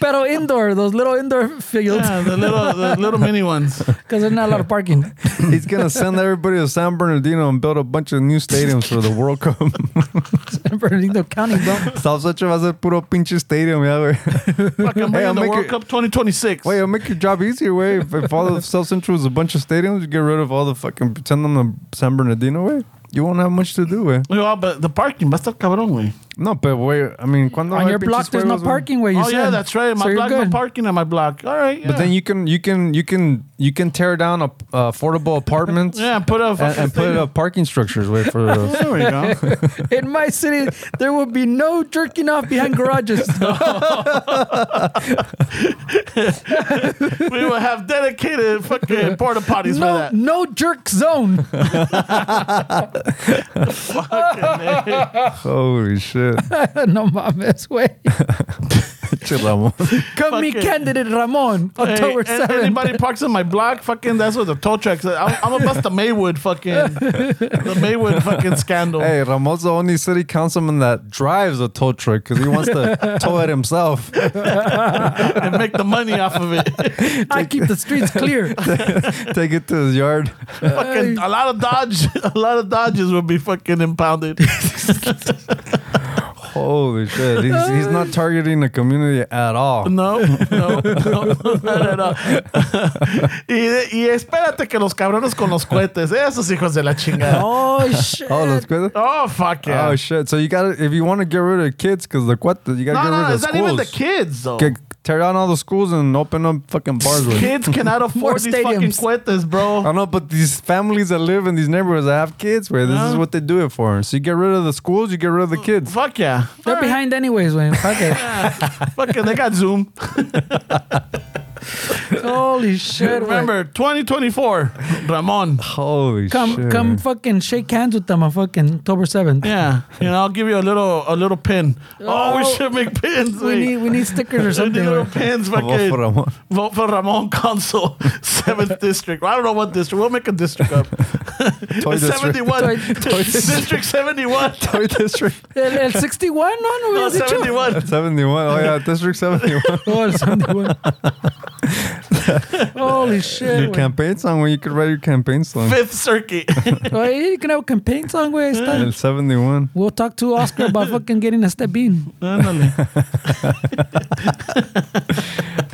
Speaker 4: Pero indoor, those little indoor fields,
Speaker 2: yeah. The little, the little mini ones.
Speaker 4: because there's not a lot of parking.
Speaker 3: He's gonna send everybody to San Bernardino and build a bunch of new stadiums for the World Cup.
Speaker 4: San Bernardino County, bro.
Speaker 3: South Central va a ser puro pinche stadium, ya, güey.
Speaker 2: Fuck, I'm bringing
Speaker 3: I'll
Speaker 2: the
Speaker 3: make
Speaker 2: World
Speaker 3: it-
Speaker 2: Cup 2026.
Speaker 3: Wait, it'll make your job easier, way. If, if all of South Central is a bunch of stadiums, you get rid of all the fucking send them to San Bernardino, way. You won't have much to do, way.
Speaker 2: Well, ah, but the parking, va a estar cabrón, güey.
Speaker 3: No, but wait, I mean, cuando
Speaker 4: On
Speaker 3: hay
Speaker 4: your block,
Speaker 3: pinches
Speaker 4: there's no
Speaker 3: juegos, güey?
Speaker 4: parking where you
Speaker 2: Oh, yeah,
Speaker 4: said.
Speaker 2: that's right. My
Speaker 4: So you're
Speaker 2: block, no
Speaker 4: good.
Speaker 2: parking at my block. All right.
Speaker 3: But
Speaker 2: yeah.
Speaker 3: then you can you can you can you can tear down a, uh, affordable apartments
Speaker 2: Yeah, put a
Speaker 3: and,
Speaker 2: fucking
Speaker 3: and put
Speaker 2: stadium.
Speaker 3: up parking structures way for the
Speaker 2: There we go.
Speaker 4: In my city, there will be no jerking off behind garages.
Speaker 2: we will have dedicated fucking porta potties for
Speaker 4: no,
Speaker 2: that.
Speaker 4: no jerk zone.
Speaker 3: holy shit.
Speaker 4: no mames, way.
Speaker 3: Chilamo.
Speaker 4: Come meet
Speaker 2: Fucking-
Speaker 4: candidate Ramon,
Speaker 2: Hey,
Speaker 4: October
Speaker 2: and
Speaker 4: 7th.
Speaker 2: anybody parks in my block, fucking that's what the tow trucks. I'm, I'm gonna bust the Maywood fucking the Maywood fucking scandal.
Speaker 3: Hey, Ramon's the only city councilman that drives a tow truck because he wants to tow it himself.
Speaker 2: and make the money off of it.
Speaker 4: I keep the streets clear.
Speaker 3: Take it to his yard.
Speaker 2: fucking a lot of dodge, a lot of dodges will be fucking impounded.
Speaker 3: Holy shit. He's, he's not targeting the community at all.
Speaker 2: No, no, no, no, no. y, y espérate que los cabrones con los cohetes, esos hijos de la chingada.
Speaker 4: Oh, shit.
Speaker 3: Oh, that's good.
Speaker 2: Oh fuck yeah.
Speaker 3: Oh shit. So you gotta if you wanna get rid of kids because the what you gotta
Speaker 2: no,
Speaker 3: get rid
Speaker 2: no,
Speaker 3: of
Speaker 2: it's not even the
Speaker 3: schools.
Speaker 2: kids though.
Speaker 3: Get- tear down all the schools and open up fucking bars with
Speaker 2: Kids cannot
Speaker 4: More
Speaker 2: afford these fucking Um,
Speaker 4: stadiums.
Speaker 2: cohetes, bro.
Speaker 3: I know, but these families that live in these neighborhoods that have kids, where this is
Speaker 2: Yeah.
Speaker 3: what they do it for. So you get rid of the schools, you get rid of the kids.
Speaker 2: Fuck yeah. All
Speaker 4: They're
Speaker 2: right.
Speaker 4: behind anyways, man. Fuck it.
Speaker 2: Fucking, they got Zoom.
Speaker 4: Holy shit! Remember,
Speaker 2: Remember, 2024, Ramon.
Speaker 3: Holy
Speaker 4: come
Speaker 3: shit!
Speaker 4: come fucking shake hands with them on fucking October seventh.
Speaker 2: Yeah, you know, I'll give you a little, a little pin. Oh, we should make pins.
Speaker 4: We need we need stickers or something.
Speaker 2: little
Speaker 4: We're,
Speaker 2: pins.
Speaker 3: Vote
Speaker 2: Fucking
Speaker 3: for Ramon.
Speaker 2: vote for Ramon Consul, seventh district. I don't know what district. We'll make a district up.
Speaker 3: Toy district.
Speaker 2: 71.
Speaker 4: Toy-
Speaker 2: district 71.
Speaker 3: Toy district.
Speaker 4: el, el 61, no, no,
Speaker 2: No,
Speaker 4: no
Speaker 2: 71.
Speaker 3: Seventy-one. Oh yeah, district seventy-one.
Speaker 4: Oh, el 71. Holy shit!
Speaker 3: your
Speaker 4: güey.
Speaker 3: campaign song. When you could write your campaign song.
Speaker 2: Fifth Circuit.
Speaker 4: Oye, Oh, you can have a campaign song, güey. está.
Speaker 5: Eh.
Speaker 3: And Seventy-one.
Speaker 4: We'll talk to Oscar about fucking getting a step in.
Speaker 2: Ándale.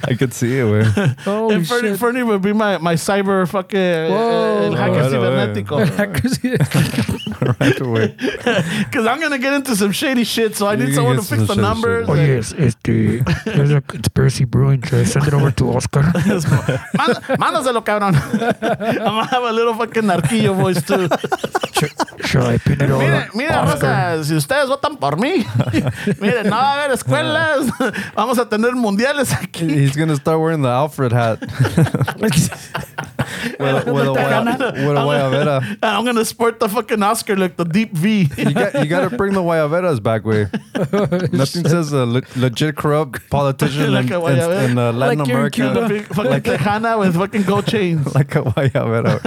Speaker 3: I could see it. Way.
Speaker 4: Holy
Speaker 2: and Fernie,
Speaker 4: shit!
Speaker 2: Fernie would be my, my cyber fucking
Speaker 4: Whoa.
Speaker 2: uh, el hacker
Speaker 3: Right away.
Speaker 4: Oh,
Speaker 2: cibernético.
Speaker 3: right away.
Speaker 2: Because I'm going to get into some shady shit, so I
Speaker 3: You're
Speaker 2: need
Speaker 3: gonna
Speaker 2: someone
Speaker 3: get
Speaker 2: to fix
Speaker 3: some
Speaker 2: the
Speaker 3: shady
Speaker 2: numbers.
Speaker 3: shit.
Speaker 5: Oh yes, it's the there's a conspiracy brewing. Should I send it over to Oscar?
Speaker 2: Man- Mándaselo, cabrón. I'm gonna have a little fucking narquillo voice too.
Speaker 5: Should, should I pin it
Speaker 2: Mire,
Speaker 5: over?
Speaker 2: mira, Rosa, si ustedes votan por mí, miren, no va a haber escuelas, vamos a tener mundiales aquí.
Speaker 3: He's gonna start wearing the Alfred hat with a, with a, guaya- with a guayabera.
Speaker 2: And I'm gonna sport the fucking Oscar like the deep V.
Speaker 3: You got you got to bring the guayaberas back. Way. Nothing says a le- legit corrupt politician
Speaker 2: Like
Speaker 3: in,
Speaker 2: a
Speaker 3: in,
Speaker 2: guayabera.
Speaker 3: in, uh, Latin
Speaker 4: Like you're in
Speaker 3: America.
Speaker 2: The big fucking Tejana with fucking gold chains.
Speaker 3: like a guayabero.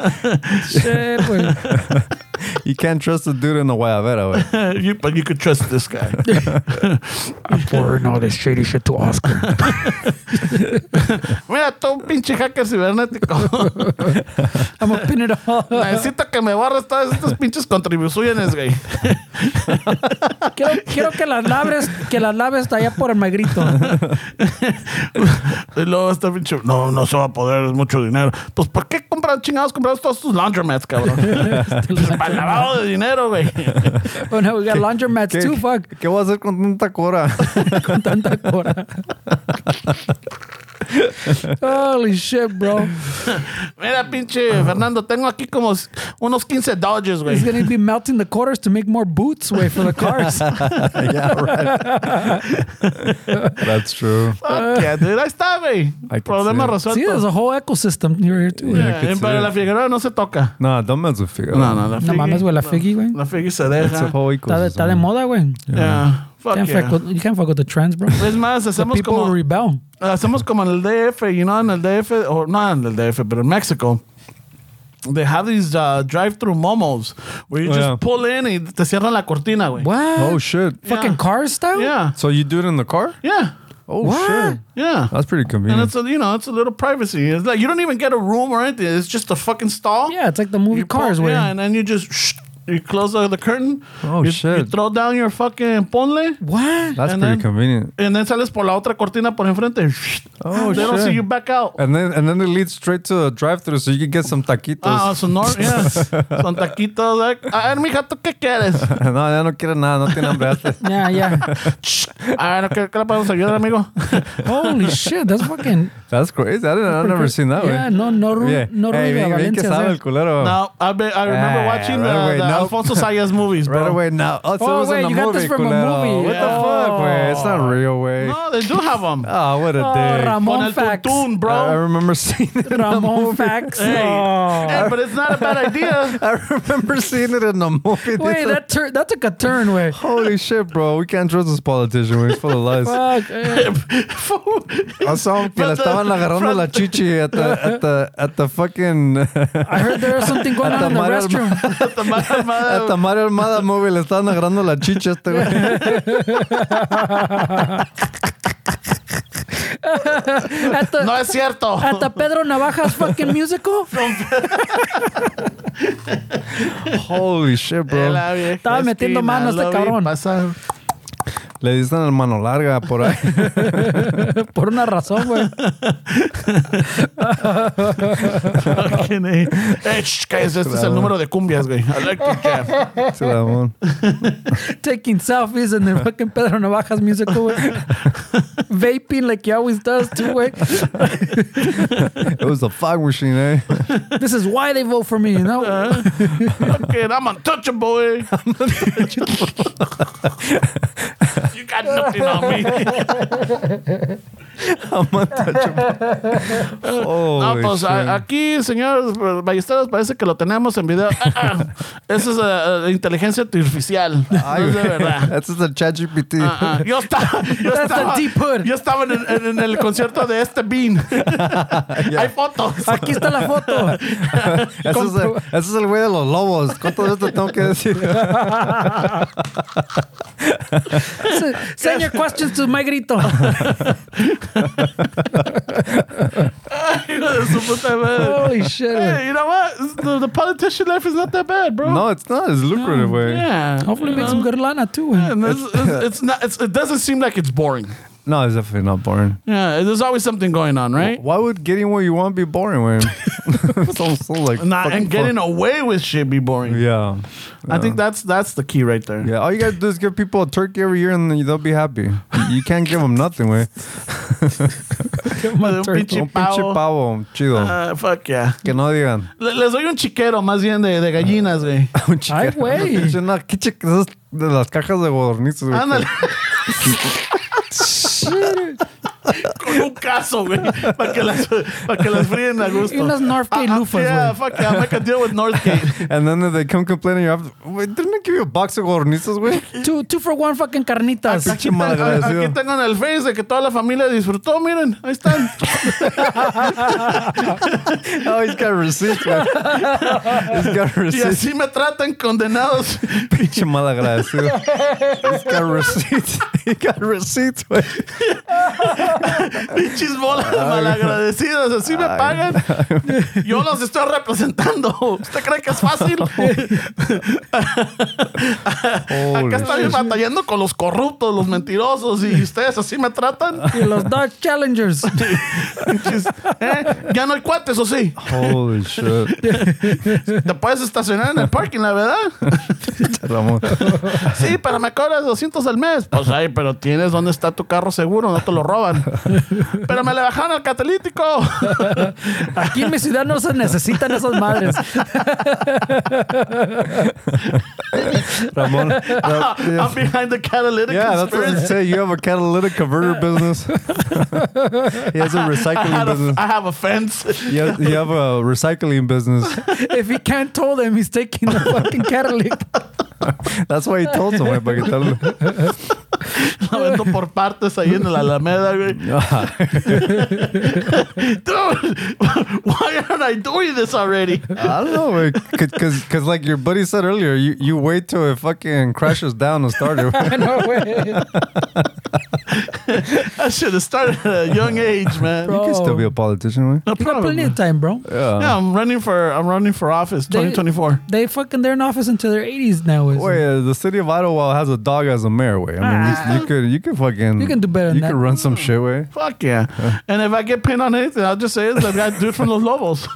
Speaker 4: Shit, güey.
Speaker 3: You can't trust the dude in the guayabera. Way.
Speaker 2: you, but you could trust this guy.
Speaker 5: I'm pouring all this shady shit to Oscar.
Speaker 2: Mira, tú un pinche hacker cibernético.
Speaker 4: I'm gonna pin it all.
Speaker 2: Necesito que me borres todas estas pinches contribuciones, güey.
Speaker 4: quiero, quiero que las laves, que las laves hasta allá por el magrito.
Speaker 2: Y luego este pinche, no, no se va a poder, es mucho dinero. Pues, ¿por qué comprar chingados, comprar todos tus laundromats, cabrón? Para lavado de dinero, güey.
Speaker 4: Oh no, we got laundromats too. Fuck.
Speaker 3: ¿Qué voy a hacer con tanta cora?
Speaker 4: con tanta cora. Holy shit, bro.
Speaker 2: Mira, pinche Fernando, tengo aquí como unos 15 dodges,
Speaker 4: He's
Speaker 2: güey.
Speaker 4: gonna be melting the quarters to make more boots way for the cars.
Speaker 3: yeah, right. That's true.
Speaker 2: Fuck yeah, dude, ahí está, güey.
Speaker 3: I can
Speaker 2: Problema
Speaker 3: see it.
Speaker 2: resuelto.
Speaker 4: See, there's a whole ecosystem here, here too.
Speaker 2: Yeah,
Speaker 3: I can
Speaker 2: y
Speaker 3: see
Speaker 2: para
Speaker 3: it.
Speaker 2: la Figueroa no se toca.
Speaker 3: No, don't mess with Figueroa.
Speaker 2: No, no, la
Speaker 4: No
Speaker 2: Figui-
Speaker 4: mames, güey, la Figui, güey.
Speaker 2: La Figui se
Speaker 3: It's a
Speaker 2: deja.
Speaker 3: whole
Speaker 4: Está de, está de
Speaker 3: ecosystem.
Speaker 4: moda, güey.
Speaker 2: Yeah, fuck
Speaker 4: Can't
Speaker 2: yeah.
Speaker 4: fuck with- You can't fuck with the trends, bro.
Speaker 2: Es más,
Speaker 4: The
Speaker 2: hacemos
Speaker 4: people
Speaker 2: como,
Speaker 4: rebel.
Speaker 2: hacemos Ah, como en el DF, you know, en el DF, o no en el DF, pero en México. They have these uh, drive-through momos where you
Speaker 3: Oh,
Speaker 2: just
Speaker 3: yeah.
Speaker 2: pull in y te cierran la cortina, güey.
Speaker 4: What?
Speaker 3: Oh shit.
Speaker 4: Fucking car style?
Speaker 2: Yeah,
Speaker 3: So you do it in the car?
Speaker 2: yeah,
Speaker 3: Oh
Speaker 4: What?
Speaker 3: shit.
Speaker 2: yeah.
Speaker 3: That's pretty
Speaker 2: And
Speaker 3: convenient.
Speaker 2: it's a, you know, it's a little privacy. It's like you don't even get a room or anything. It's just a fucking stall.
Speaker 4: Yeah, it's like the movie
Speaker 2: You pull-
Speaker 4: Cars,
Speaker 2: Yeah,
Speaker 4: where
Speaker 2: and then you just shh, you close the, the curtain.
Speaker 3: Oh,
Speaker 2: you,
Speaker 3: shit.
Speaker 2: You throw down your fucking ponle.
Speaker 4: what?
Speaker 3: That's
Speaker 2: and
Speaker 3: pretty
Speaker 2: then-
Speaker 3: convenient.
Speaker 2: And then sales por la otra cortina por enfrente.
Speaker 3: Oh,
Speaker 2: they don't
Speaker 3: shit.
Speaker 2: see you back out.
Speaker 3: And then and then it leads straight to a drive through so you can get some taquitos.
Speaker 2: Ah, sonor, yeah. Son taquitos. Like, a ver, mija, ¿tú qué quieres?
Speaker 3: no, ya no quiero nada, no tiene hambre.
Speaker 4: Yeah, yeah.
Speaker 2: A ver, ¿qué, qué le podemos ayudar, amigo?
Speaker 4: Oh. Holy shit, that's fucking.
Speaker 3: That's crazy. I didn't, I've never seen that
Speaker 4: yeah,
Speaker 3: way.
Speaker 4: no, no,
Speaker 3: Yeah.
Speaker 4: yeah. no,
Speaker 3: hey,
Speaker 4: Rubio
Speaker 3: ven, ven que
Speaker 4: Valencia.
Speaker 3: sabe el
Speaker 4: there.
Speaker 3: culero.
Speaker 2: Now, I, be, I remember
Speaker 3: Ah,
Speaker 4: Eh,
Speaker 2: watching
Speaker 3: right
Speaker 2: the,
Speaker 3: away,
Speaker 2: the
Speaker 3: nope.
Speaker 2: Alfonso Sayas movies, bro.
Speaker 3: Right away now. Oh, so
Speaker 4: Oh,
Speaker 3: it was
Speaker 4: wait,
Speaker 3: in a
Speaker 4: you got
Speaker 3: movie,
Speaker 4: this from a
Speaker 3: culero.
Speaker 4: movie. Oh.
Speaker 3: What the
Speaker 4: Yeah.
Speaker 3: fuck, way? It's not real, way.
Speaker 2: No, they do have them.
Speaker 3: Oh, what a
Speaker 4: Oh,
Speaker 3: day.
Speaker 2: Con el
Speaker 4: Ramon facts. Uh,
Speaker 2: tuntún, bro.
Speaker 3: I remember seeing it.
Speaker 4: Ramon facts.
Speaker 2: Hey,
Speaker 4: Oh.
Speaker 2: hey, Eh, but it's not a bad idea.
Speaker 3: I remember seeing it in a movie.
Speaker 4: Wait, that tur- that took a turn, way.
Speaker 3: Holy shit, bro. We can't trust this politician. wey. He's full of lies.
Speaker 4: Fuck. eh.
Speaker 3: I saw him que le
Speaker 2: But the-
Speaker 3: estaban agarrando
Speaker 2: from-
Speaker 3: la chichi at the, at the, at the fucking...
Speaker 4: I heard there was something going on in the
Speaker 3: Tamara-
Speaker 4: restroom.
Speaker 2: The mala
Speaker 3: At the
Speaker 2: madre-
Speaker 3: Mario Armada movie le estaban agarrando la chicha a este güey.
Speaker 4: At the,
Speaker 2: no es cierto.
Speaker 4: at the Pedro Navajas fucking musical.
Speaker 3: Holy shit, bro.
Speaker 2: La vieja
Speaker 4: Estaba metiendo
Speaker 2: esquina,
Speaker 4: mano este
Speaker 2: lo vi
Speaker 4: cabrón.
Speaker 2: pasar.
Speaker 3: Le dicen el mano larga por ahí.
Speaker 4: Por una razón, güey.
Speaker 2: Fucking A. Eh, shh, cállese, este es el número de cumbias, güey. I like to jam.
Speaker 3: Se la mamó.
Speaker 4: Taking selfies in the fucking Pedro Navajas musical, güey. Vaping like he always does, too, way.
Speaker 3: It was a fog machine, eh?
Speaker 4: This is why they vote for me, you know?
Speaker 2: Fucking, I'm untouchable, eh. boy. you got nothing on me.
Speaker 3: Holy
Speaker 2: No, Ah, pues ah,
Speaker 3: shit.
Speaker 2: a- aquí, señor Ballesteros, parece que lo tenemos en video. Ah, ah. Esa es eh, eh, inteligencia artificial. ah, no es de verdad.
Speaker 3: That's the chat GPT.
Speaker 2: Ah, ah. Yo estaba, yo
Speaker 4: That's
Speaker 2: estaba,
Speaker 4: the deep hood.
Speaker 2: yo estaba en, en- en el concierto de este Bean. Hay fotos.
Speaker 4: Aquí está la foto.
Speaker 3: Ese es, el, ese es el güey de los lobos. ¿Cuánto de esto tengo que decir?
Speaker 4: Se- Send your questions to my grito.
Speaker 2: Hijo de su puta madre.
Speaker 4: Holy shit, Oh, güey.
Speaker 2: Hey, you know what? It's- The, the politician life is not that bad, bro.
Speaker 3: No, it's not. It's lucrative, güey.
Speaker 2: Yeah.
Speaker 4: Hopefully make some good lana, too, eh? güey.
Speaker 2: And it's, it's, it's not. It's, it doesn't seem like it's boring.
Speaker 3: No, it's definitely not boring.
Speaker 2: Yeah, there's always something going on, right?
Speaker 3: Why would getting what you want be boring, man? so, so like
Speaker 2: Nah,
Speaker 3: fucking
Speaker 2: and getting away with shit be boring.
Speaker 3: fuck- Yeah,
Speaker 2: I think that's that's the key right there.
Speaker 3: yeah. All you gotta do is give people a turkey every year, and they'll be happy. You can't give them nothing, way.
Speaker 2: Un Uh, pinche
Speaker 3: Un pinche
Speaker 2: pavo.
Speaker 3: pavo, chido.
Speaker 2: Ah, fuck yeah.
Speaker 3: que no digan.
Speaker 2: Le- Les doy un chiquero más bien de, de gallinas, güey.
Speaker 3: Un chiquero,
Speaker 4: Ay, güey.
Speaker 3: un pinche- no, ¿Qué chique- esas de las cajas de godornices, güey?
Speaker 2: Ándale. Con un caso, güey. Para que, las- pa' que las fríen a gusto.
Speaker 4: Y unas Northgate
Speaker 2: Ah, ah,
Speaker 4: lufas,
Speaker 2: Yeah,
Speaker 4: güey.
Speaker 2: fuck yeah. I'll make a deal with Northgate.
Speaker 3: And then they come complaining. You have to, wait, didn't I give you a box of gornitas, güey?
Speaker 4: Two, two for one fucking carnitas.
Speaker 3: Pinche malagradecido.
Speaker 2: Aquí tengo en el Face de que toda la familia disfrutó, miren. Ahí están.
Speaker 3: Oh, he's got receipts, güey. He's got
Speaker 2: Y
Speaker 3: receipts.
Speaker 2: así me tratan condenados.
Speaker 3: Pinche malagradecido. He's got receipts. He got receipts, güey.
Speaker 2: Pinches bolas de malagradecidas. Así me pagan. Yo los estoy representando. ¿Usted cree que es fácil?
Speaker 3: Holy
Speaker 2: Acá estoy
Speaker 3: shit.
Speaker 2: batallando con los corruptos, los mentirosos. Y ustedes así me tratan.
Speaker 4: Y los Dodge Challengers.
Speaker 2: Pinches, ¿eh? Ya no hay cuates, o sí.
Speaker 3: Holy shit.
Speaker 2: Te puedes estacionar en el parking, la verdad.
Speaker 3: Ramón.
Speaker 2: Sí, pero me cobras 200 al mes. Pues ay, pero tienes dónde está tu carro seguro, no te lo roban. Pero me le bajaron al catalítico.
Speaker 4: Aquí en mi ciudad no se necesitan esas madres.
Speaker 3: Ramon. Ra-
Speaker 2: I'm behind the catalytic.
Speaker 3: Yeah, that's what
Speaker 2: conspiracy.
Speaker 3: I say. You have a catalytic converter business. he has a
Speaker 2: I
Speaker 3: recycling
Speaker 2: had a-
Speaker 3: business.
Speaker 2: I have a fence.
Speaker 3: You have, you have a recycling business.
Speaker 4: If he can't tow them, he's taking the fucking catalytic.
Speaker 3: That's why he told someone para quitarle.
Speaker 2: La vendo por partes ahí en la Alameda, güey. Dude, why aren't I doing this already?
Speaker 3: I don't know, because because like your buddy said earlier, you, you wait till it fucking crashes down and start it.
Speaker 4: No way.
Speaker 2: I should have started at a young age, man.
Speaker 3: You can still be a politician, right?
Speaker 2: No
Speaker 4: You got
Speaker 2: problem.
Speaker 4: plenty of time, bro.
Speaker 2: Yeah, I'm running for I'm running for office
Speaker 4: They-
Speaker 2: 2024.
Speaker 4: They fucking they're in office until their 80s now. Is
Speaker 3: Wait, uh, the city of Ottawa has a dog as a mayor. Way, I mean, you, you could you could fucking
Speaker 4: Ah. You can do better than
Speaker 3: You
Speaker 4: that.
Speaker 3: could run some shit. Way,
Speaker 2: Fuck
Speaker 3: Uh.
Speaker 2: yeah. And if I get pinned on anything, I'll just say it's the guy dude from Los Lobos.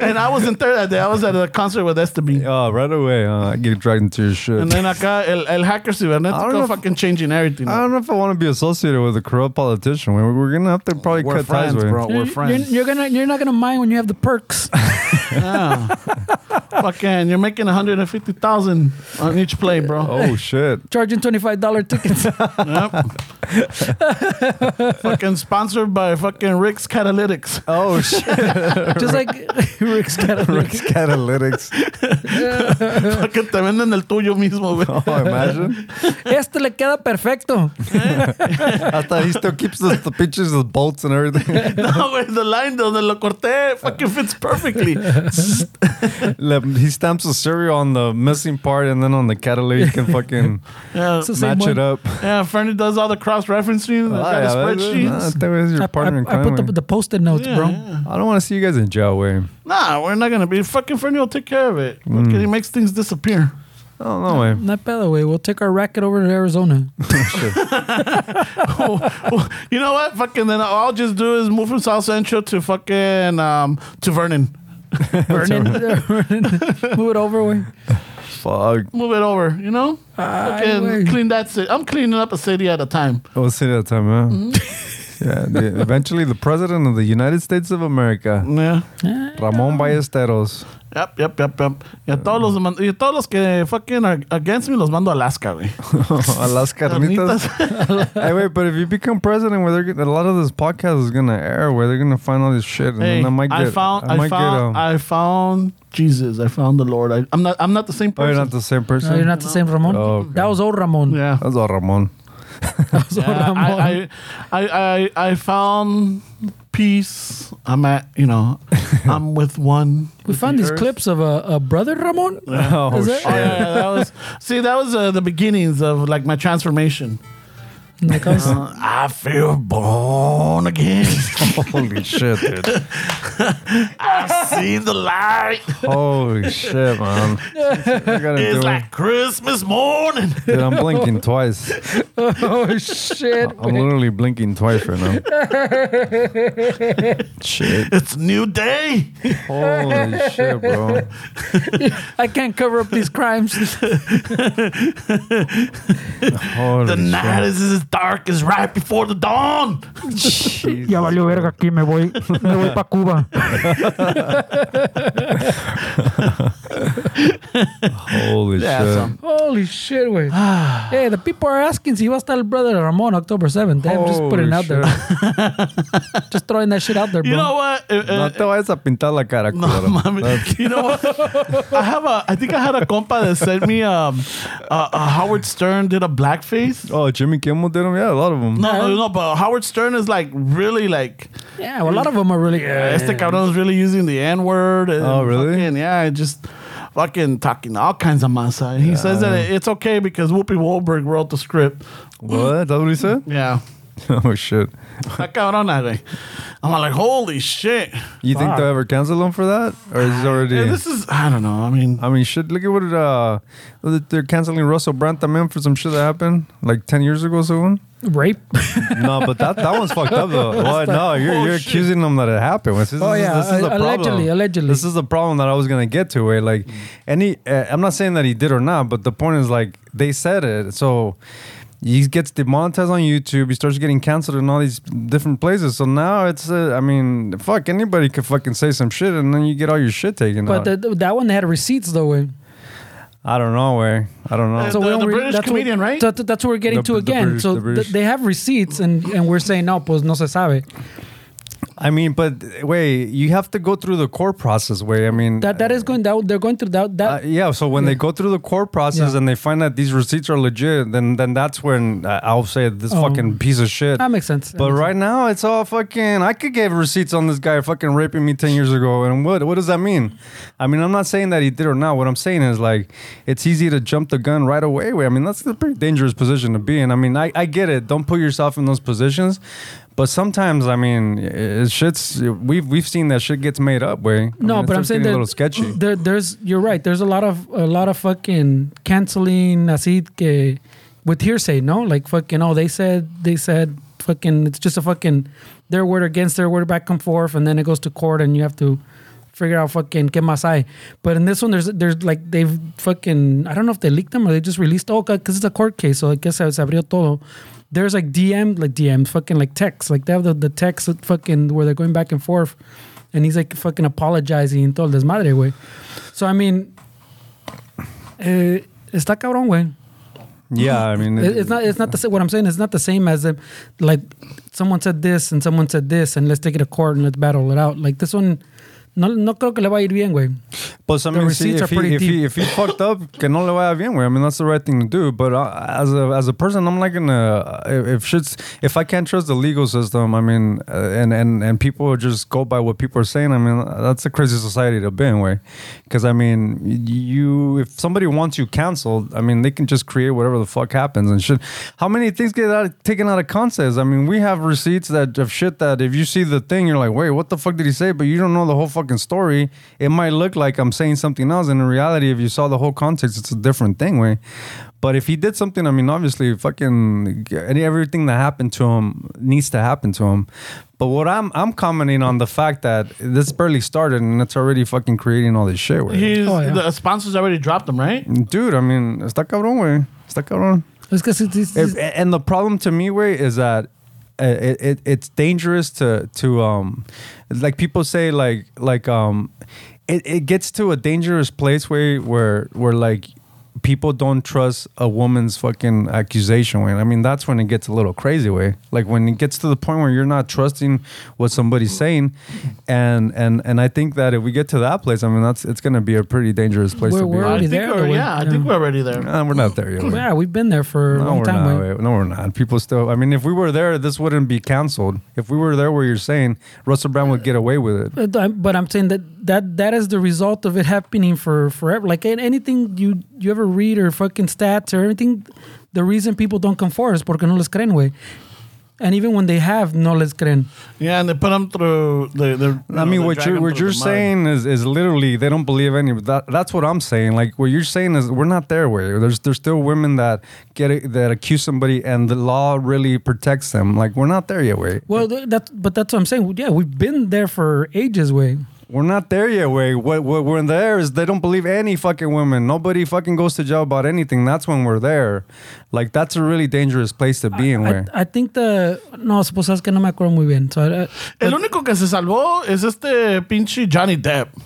Speaker 2: and I was in third that day. I was at a concert with Estebe.
Speaker 3: oh, right away, uh, I get dragged into your shit.
Speaker 2: And then acá el, el hacker
Speaker 3: I don't know
Speaker 2: cibernético
Speaker 3: if-
Speaker 2: fucking changing everything.
Speaker 3: I don't know if I want to be associated with a corrupt politician. We're, we're gonna have to probably
Speaker 2: We're
Speaker 3: cut
Speaker 2: friends,
Speaker 3: ties,
Speaker 2: bro.
Speaker 3: with.
Speaker 2: We're
Speaker 4: You're, you're,
Speaker 2: friends.
Speaker 4: you're gonna you're not gonna mind when you have the perks.
Speaker 2: Fucking, you're making 150,000 on each play, bro.
Speaker 3: Oh shit!
Speaker 4: Charging twenty five dollar tickets.
Speaker 2: Yep. fucking sponsored by fucking Rick's Catalytics.
Speaker 3: Oh shit!
Speaker 4: Just like Rick's catalytic.
Speaker 3: Rick's Catalytics.
Speaker 2: fucking te venden el tuyo mismo, güey.
Speaker 3: Oh, imagine.
Speaker 4: Este le queda perfecto.
Speaker 3: I thought he still keeps the, the pictures of bolts and everything.
Speaker 2: No, güey, the line donde lo corté fucking fits perfectly.
Speaker 3: Like, he stamps the cereal on the missing part, and then on the catalytic, you can fucking
Speaker 2: Yeah,
Speaker 4: It's the same
Speaker 3: match
Speaker 4: one.
Speaker 3: it up.
Speaker 2: yeah Fernie does all the cross-referencing.
Speaker 3: Oh,
Speaker 2: I got a
Speaker 3: yeah, that-
Speaker 2: spreadsheet.
Speaker 3: that- that was your
Speaker 4: I,
Speaker 3: partner in
Speaker 4: I- I
Speaker 3: crime,
Speaker 4: put
Speaker 5: eh?
Speaker 4: the,
Speaker 3: man.
Speaker 4: the post-it notes,
Speaker 2: Yeah,
Speaker 4: bro.
Speaker 2: yeah.
Speaker 3: I don't want to see you guys in jail, way.
Speaker 2: Nah, we're not gonna be fucking Fernie will take care of it. Fucking he makes things disappear.
Speaker 3: I don't know, way.
Speaker 4: Not by the way, we'll take our racket over to Arizona.
Speaker 2: you know what? Fucking then all I'll just do is move from South Central to fucking um to Vernon.
Speaker 4: Burn it, burn it. Move it over. We.
Speaker 3: Fuck.
Speaker 2: Move it over, you know? Fucking
Speaker 4: way.
Speaker 2: clean that city. I'm cleaning up a city at a time.
Speaker 3: We'll see that time, man.
Speaker 4: Mm-hmm.
Speaker 3: yeah. The, eventually, the president of the United States of America,
Speaker 2: Yeah.
Speaker 3: Ramon Ballesteros.
Speaker 2: Yep, yep, yep, yep. Y a todos los, man- y a todos los que fucking are against me los mando a Alaska, güey.
Speaker 3: a las carnitas.
Speaker 2: Carnitas.
Speaker 3: hey, wait, but if you become president, where they're, gonna- a lot of this podcast is gonna air, where they're gonna find all this shit, and
Speaker 2: hey,
Speaker 3: then I might get,
Speaker 2: I found,
Speaker 3: I
Speaker 2: I,
Speaker 3: might get, um,
Speaker 2: found, I found Jesus. I found the Lord. I, I'm not, I'm not the same
Speaker 3: oh, you're
Speaker 2: person.
Speaker 3: not Oh, the same person.
Speaker 4: No, you're not the same Ramon.
Speaker 3: Oh, okay.
Speaker 4: That was old Ramon.
Speaker 2: yeah.
Speaker 3: That's all, Ramon.
Speaker 4: That was old
Speaker 2: Yeah,
Speaker 4: Ramon.
Speaker 2: Eh, I, I, I, I, I found peace. I'm at, you know, I'm with one.
Speaker 4: we found these clips of a, a brother Ramon.
Speaker 3: Oh
Speaker 4: Is it?
Speaker 3: shit!
Speaker 2: Oh, yeah, yeah, that was. See, that was uh, the beginnings of like my transformation.
Speaker 4: Like, I was-
Speaker 5: Uh-huh.
Speaker 2: Uh, I feel born again.
Speaker 3: Holy shit, dude!
Speaker 2: I see the light.
Speaker 3: Holy shit, man! I gotta do
Speaker 2: It's
Speaker 3: it.
Speaker 2: like Christmas morning.
Speaker 3: Dude, I'm blinking twice.
Speaker 4: oh shit!
Speaker 3: I'm literally blinking twice right now. shit!
Speaker 2: It's a new day.
Speaker 3: Holy shit, bro!
Speaker 4: I can't cover up these crimes.
Speaker 3: Holy
Speaker 2: The night
Speaker 3: shit!
Speaker 2: is as dark as right before the dawn.
Speaker 5: Ya valió verga aquí, me voy, me voy para Cuba.
Speaker 3: Holy
Speaker 2: Yeah,
Speaker 3: shit.
Speaker 2: so-
Speaker 4: Holy shit, wait.
Speaker 2: Ah.
Speaker 4: hey, the people are asking si va a estar el brother Ramon October 7th. Damn, just putting
Speaker 3: Holy
Speaker 4: it out there. just throwing that shit out there, bro.
Speaker 2: You know what? Eh, eh,
Speaker 3: No te vayas a pintar la cara,
Speaker 2: No,
Speaker 3: culero.
Speaker 2: mami.
Speaker 3: That's-
Speaker 2: You know what? I have a. I think I had a compa that sent me um, uh, uh, Howard Stern did a blackface.
Speaker 3: Oh, Jimmy Kimmel did them? Yeah, a lot of them.
Speaker 2: No,
Speaker 4: Uh-huh.
Speaker 2: no, no, but Howard Stern is like really like
Speaker 4: yeah, well, a lot of them are really.
Speaker 2: yeah, este cabrón is really using the N word.
Speaker 3: Oh, really?
Speaker 2: Fucking, yeah, and just fucking talking all kinds of masa. And he says that it's okay because Whoopi Goldberg wrote the script.
Speaker 3: What? That's what he said?
Speaker 2: Yeah.
Speaker 3: oh, shit.
Speaker 2: Está cabrón, that way. I'm like, holy shit.
Speaker 3: You think they'll ever cancel him for that? Or is it already.
Speaker 2: Yeah, this is, I don't know. I mean,
Speaker 3: I mean, shit, look at what it, uh, they're canceling Russell Brand también for some shit that happened like 10 years ago, soon.
Speaker 4: Rape?
Speaker 3: no, but that, that one's fucked up, though. What? No, you're, you're accusing them that it happened. This is,
Speaker 4: Oh,
Speaker 3: this is-
Speaker 4: yeah,
Speaker 3: This is the
Speaker 4: allegedly,
Speaker 3: problem.
Speaker 4: allegedly.
Speaker 3: This is the problem that I was going to get to. Where, like, any, uh, I'm not saying that he did or not, but the point is, like, they said it. So he gets demonetized on YouTube. He starts getting canceled in all these different places. So now it's, uh, I mean, fuck, anybody could fucking say some shit and then you get all your shit taken
Speaker 4: but
Speaker 2: Uh,
Speaker 3: out.
Speaker 4: the, that one had receipts, though, way.
Speaker 3: I don't know, where. I don't know.
Speaker 2: The- the British
Speaker 4: that's what-
Speaker 2: comedian, right?
Speaker 4: that- that's what we're getting
Speaker 3: The-
Speaker 4: to
Speaker 3: the
Speaker 4: again.
Speaker 3: British-
Speaker 4: so
Speaker 3: the
Speaker 4: th-
Speaker 3: British.
Speaker 4: they have receipts, and, and we're saying, no, pues no se sabe.
Speaker 3: I mean, but wait, you have to go through the court process. Wait, I mean,
Speaker 4: That that is going. That they're going through that.
Speaker 3: uh,
Speaker 4: That
Speaker 3: yeah. So when they go through the court process
Speaker 4: Yeah.
Speaker 3: and they find that these receipts are legit, then then that's when uh, I'll say this
Speaker 4: Oh.
Speaker 3: fucking piece of shit.
Speaker 4: that makes sense.
Speaker 3: but right now, it's all fucking. I could give receipts on this guy fucking raping me ten years ago, and what what does that mean? I mean, I'm not saying that he did or not. What I'm saying is like, it's easy to jump the gun right away. Wait, I mean, that's a pretty dangerous position to be in. I mean, I, I get it. Don't put yourself in those positions, but sometimes, I mean, it, shit's we've we've seen that shit gets made up. Way I
Speaker 4: No,
Speaker 3: mean, it
Speaker 4: but I'm
Speaker 3: starts
Speaker 4: saying
Speaker 3: getting
Speaker 4: that
Speaker 3: a little sketchy.
Speaker 4: There, there's you're right. There's a lot of a lot of fucking canceling así que with hearsay, no? Like fucking oh they said they said fucking it's just a fucking their word against their word back and forth and then it goes to court and you have to figure out fucking que más hay. But in this one there's there's like they've fucking I don't know if they leaked them or they just released oh cuz it's a court case so I guess se se abrió todo. There's like DM like DM fucking like text like they have the, the text that fucking where they're going back and forth and he's like fucking apologizing and todo el desmadre, güey. So, I mean, eh, está cabrón, güey.
Speaker 3: yeah, I mean,
Speaker 4: It- It's not, it's not the same, what I'm saying, it's not the same as if, like, someone said this and someone said this and let's take it to court and let's battle it out. Like, this one, no, no creo que le va a ir bien, güey.
Speaker 3: But I
Speaker 4: The
Speaker 3: mean, see,
Speaker 4: receipts are
Speaker 3: if,
Speaker 4: pretty
Speaker 3: he, if,
Speaker 4: deep.
Speaker 3: he, if he fucked up, que no le vaya bien, güey. I mean, that's the right thing to do. But uh, as a as a person, I'm not gonna if, if shit's if I can't trust the legal system, I mean, uh, and and and people just go by what people are saying. I mean, that's a crazy society to be in, way. Because I mean, you if somebody wants you canceled, I mean, they can just create whatever the fuck happens and shit. How many things get out, taken out of context? I mean, we have receipts that of shit that if you see the thing, you're like, wait, what the fuck did he say? But you don't know the whole fucking story. It might look like I'm saying something else, and in reality, if you saw the whole context, it's a different thing, way. But if he did something, I mean, obviously, fucking any everything that happened to him needs to happen to him. But what I'm I'm commenting on the fact that this barely started and it's already fucking creating all this shit. Way.
Speaker 2: he's,
Speaker 4: Oh, yeah.
Speaker 2: the sponsors already dropped them, right?
Speaker 3: Dude, I mean, está cabrón, way. Está cabrón.
Speaker 4: Es que sí, sí, sí.
Speaker 3: If- and the problem to me way is that uh, it, it it's dangerous to to um like people say like like um it, it gets to a dangerous place where where where like people don't trust a woman's fucking accusation way. I mean that's when it gets a little crazy way. Like when it gets to the point where you're not trusting what somebody's saying and and and I think that if we get to that place, I mean that's it's going to be a pretty dangerous place
Speaker 4: We're-
Speaker 3: to be.
Speaker 4: we're
Speaker 2: I
Speaker 4: already
Speaker 3: We're,
Speaker 2: think
Speaker 4: there,
Speaker 2: we're,
Speaker 4: though,
Speaker 2: yeah, I
Speaker 4: yeah.
Speaker 2: think we're already there.
Speaker 3: we're not there yet. way.
Speaker 4: yeah, we've been there for a
Speaker 3: No,
Speaker 4: long
Speaker 3: we're
Speaker 4: time,
Speaker 3: not.
Speaker 4: güey.
Speaker 3: wait. No, we're not. People still. I mean, if we were there, this wouldn't be canceled. If we were there, where you're saying Russell Brand would get away with it.
Speaker 4: But I'm, but I'm saying that, that that is the result of it happening for forever. Like an- anything you you ever read or fucking stats or anything, the reason people don't come forward is porque no les creen, güey. And even when they have, no les creen.
Speaker 2: Yeah, and they put them through the. the
Speaker 3: I mean, what you're what you're saying is, is literally they don't believe any. That that's what I'm saying. Like what you're saying is we're not there. Where there's there's still women that get it, that accuse somebody and the law really protects them. Like we're not there yet. Way
Speaker 4: Well, th- that but that's what I'm saying. Yeah, we've been there for ages, way.
Speaker 3: we're not there yet. Way what what we're there is they don't believe any fucking women. Nobody fucking goes to jail about anything. That's when we're there. Like that's a really dangerous place to be in.
Speaker 4: I,
Speaker 3: Where
Speaker 4: I think the no, pues es que no me acuerdo muy bien. So, uh,
Speaker 2: El único que se salvó es este pinche Johnny Depp.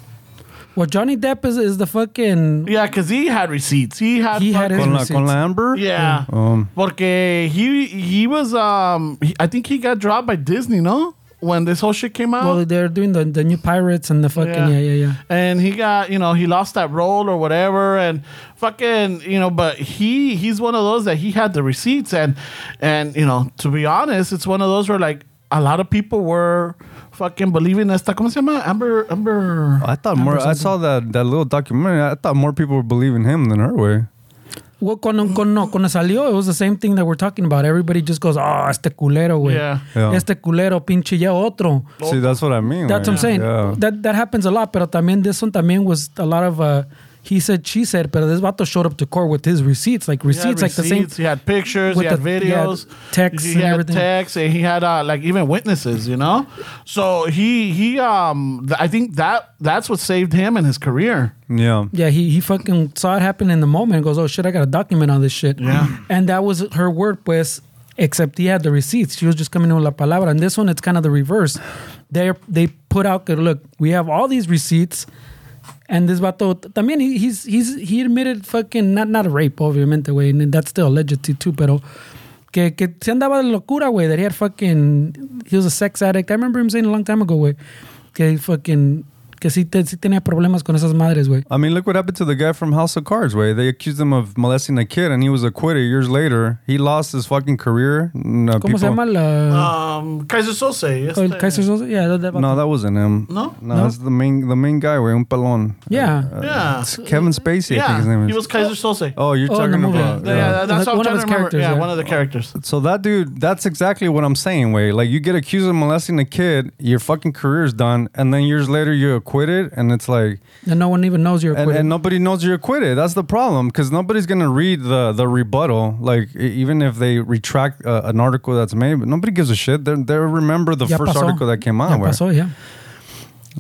Speaker 4: Well, Johnny Depp is, is the fucking.
Speaker 2: Yeah, because he had receipts. He had.
Speaker 4: He had
Speaker 2: fucking-
Speaker 4: his
Speaker 3: Con la,
Speaker 4: receipts.
Speaker 3: con la Amber?
Speaker 2: yeah.
Speaker 3: Um,
Speaker 2: Porque he he was um he- I think he got dropped by Disney, no? When this whole shit came out.
Speaker 4: Well, they're doing the, the new pirates and the fucking
Speaker 2: Yeah.
Speaker 4: yeah yeah yeah.
Speaker 2: and he got you know he lost that role or whatever and fucking you know but he he's one of those that he had the receipts and and you know to be honest it's one of those where like a lot of people were fucking believing esta como se llama Amber Amber
Speaker 4: Uh,
Speaker 3: I thought more. I saw that, that little documentary. I thought more people were believing him than her way.
Speaker 4: Well, cuando, cuando, cuando salió, it was the same thing that we're talking about. Everybody just goes, oh, este culero, güey.
Speaker 2: Yeah.
Speaker 3: Yeah.
Speaker 4: Este culero, pinche ya otro.
Speaker 3: See, that's what I mean.
Speaker 4: That's what I'm
Speaker 3: like,
Speaker 4: saying.
Speaker 3: yeah.
Speaker 4: That that happens a lot. Pero también this one también was a lot of uh, he said she said. Pero this vato showed up to court with his receipts, like
Speaker 2: He had
Speaker 4: receipts, like the same.
Speaker 2: receipts, He had pictures. He
Speaker 4: with
Speaker 2: had
Speaker 4: the- he had
Speaker 2: videos.
Speaker 4: texts
Speaker 2: He
Speaker 4: and
Speaker 2: had
Speaker 4: everything.
Speaker 2: texts, and he had uh, like even witnesses. You know, so he he um th- I think that that's what saved him and his career.
Speaker 3: Yeah.
Speaker 4: Yeah, he he fucking saw it happen in the moment. and Goes, oh shit, I got to document all this shit.
Speaker 2: Yeah.
Speaker 4: and that was her word, pues. Except he had the receipts. She was just coming in with la palabra. And this one, it's kind of the reverse. They they put out, good look, we have all these receipts. And this vato, también he, he's he's he admitted fucking not not rape, obviamente, güey, and that's still alleged to too, pero que que se andaba de locura, güey. That he had fucking he was a sex addict. I remember him saying a long time ago, güey, que fucking que sí, te, sí tenía problemas con esas madres, güey.
Speaker 3: I mean, look what happened to the guy from House of Cards, way. They accused him of molesting a kid and he was acquitted years later. He lost his fucking career. No,
Speaker 4: ¿Cómo se llama la
Speaker 2: Um, Kaiser Sose. este-
Speaker 4: Oh, el Kaiser Soze? Yeah, that- that-
Speaker 3: No, that wasn't him.
Speaker 2: No?
Speaker 3: No, that's the main the main guy, way. Un pelon.
Speaker 4: Yeah.
Speaker 2: Yeah,
Speaker 3: It's Kevin Spacey, I think his name
Speaker 2: yeah.
Speaker 3: is.
Speaker 2: He was Kaiser Sose.
Speaker 3: oh, you're
Speaker 4: Oh, in the
Speaker 3: talking
Speaker 4: movie.
Speaker 3: about.
Speaker 2: yeah,
Speaker 3: yeah.
Speaker 2: yeah, that's
Speaker 4: Like
Speaker 2: what I'm
Speaker 4: one of
Speaker 2: trying
Speaker 4: his
Speaker 2: to remember.
Speaker 4: characters,
Speaker 2: Yeah,
Speaker 4: yeah.
Speaker 2: one of the characters.
Speaker 3: So that dude, that's exactly what I'm saying, way. Like you get accused of molesting a kid, your fucking career's done, and then years later you're acquitted, and it's like,
Speaker 4: and no one even knows you're
Speaker 3: and,
Speaker 4: acquitted.
Speaker 3: and nobody knows you're acquitted. That's the problem because nobody's gonna read the the rebuttal. Like e- even if they retract uh, an article that's made, but nobody gives a shit. They they remember the
Speaker 4: Ya
Speaker 3: first
Speaker 4: pasó.
Speaker 3: article that came
Speaker 4: Ya
Speaker 3: out. Where,
Speaker 4: pasó, yeah.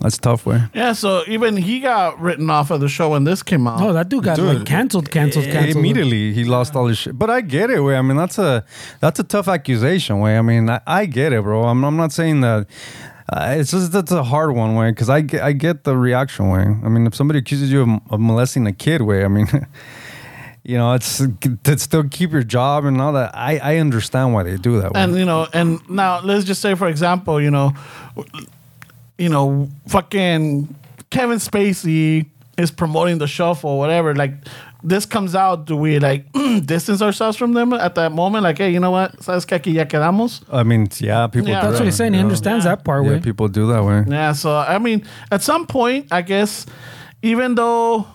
Speaker 3: that's tough, way.
Speaker 2: Yeah, so even he got written off of the show when this came out.
Speaker 4: Oh, that dude got like
Speaker 3: Dude.
Speaker 4: canceled, canceled,
Speaker 2: Eh,
Speaker 4: canceled.
Speaker 3: Immediately he lost all his shit. But I get it, way. I mean that's a that's a tough accusation, way. I mean I, I get it, bro. I'm I'm not saying that. Uh, it's just that's a hard one way because I get, I get the reaction way. I mean, if somebody accuses you of, of molesting a kid way, I mean, you know, it's to still keep your job and all that. I, I understand why they do that. way.
Speaker 4: Um,
Speaker 2: and you know and now let's just say for example you know you know fucking kevin spacey is promoting the shuffle or whatever like this comes out do we like distance ourselves from them at that moment like hey you know what sabes que aquí ya quedamos
Speaker 3: I mean, yeah, people.
Speaker 2: Yeah.
Speaker 3: do
Speaker 4: That's
Speaker 3: that,
Speaker 4: what he's saying. He
Speaker 3: you know?
Speaker 4: understands that part,
Speaker 3: Yeah,
Speaker 4: way.
Speaker 3: people do that way.
Speaker 2: yeah so i mean at some point i guess even though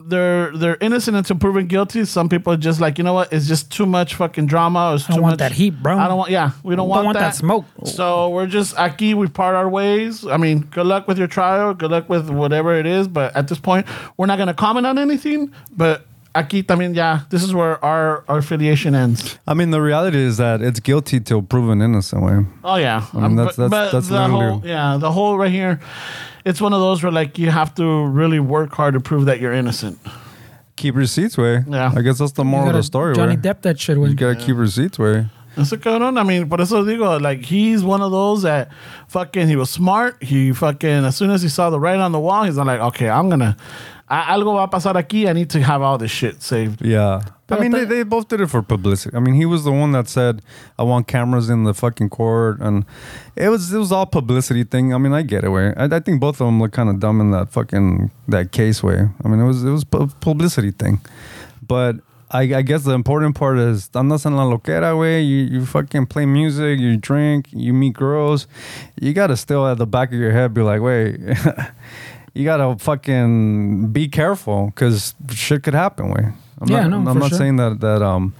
Speaker 2: they're they're innocent until proven guilty some people are just like you know what it's just too much fucking drama or it's
Speaker 4: I don't
Speaker 2: too
Speaker 4: want
Speaker 2: much-
Speaker 4: that heat, bro.
Speaker 2: i don't want yeah we don't,
Speaker 4: Don't
Speaker 2: want,
Speaker 4: want that smoke.
Speaker 2: So we're just aquí. We part our ways. I mean, good luck with your trial. Good luck with whatever it is. But at this point, we're not gonna comment on anything. But aquí también yeah, this is where our, our affiliation ends.
Speaker 3: I mean, the reality is that it's guilty till proven innocent. Way.
Speaker 2: Oh yeah,
Speaker 3: mean, that's- that's- that's
Speaker 2: the whole
Speaker 3: literally-
Speaker 2: yeah the whole right here. It's one of those where like you have to really work hard to prove that you're innocent.
Speaker 3: Keep receipts, way.
Speaker 2: Yeah.
Speaker 3: I guess that's the
Speaker 4: You
Speaker 3: moral of
Speaker 4: gotta
Speaker 3: the story.
Speaker 4: Johnny
Speaker 3: way.
Speaker 4: Depp that shit,
Speaker 3: You
Speaker 4: way.
Speaker 3: gotta keep receipts, way.
Speaker 2: Ese cabrón, I mean, por eso digo, like, he's one of those that fucking, he was smart. He fucking, as soon as he saw the writing on the wall, he's like, okay, I'm gonna, a- algo va a pasar aquí. I need to have all this shit saved.
Speaker 3: Yeah. I
Speaker 4: But
Speaker 3: mean, they,
Speaker 4: that-
Speaker 3: they both did it for publicity. I mean, he was the one that said, "I want cameras in the fucking court," and it was it was all publicity thing. I mean, I get it. Way I, I think both of them look kind of dumb in that fucking that case way. I mean, it was it was pu- publicity thing, but I, I guess the important part is andas en la loquera way. You you fucking play music, you drink, you meet girls. You gotta still at the back of your head be like, wait. You gotta fucking be careful because shit could happen. Way I'm
Speaker 4: Yeah,
Speaker 3: not,
Speaker 4: no,
Speaker 3: I'm
Speaker 4: for
Speaker 3: not
Speaker 4: sure.
Speaker 3: saying that that um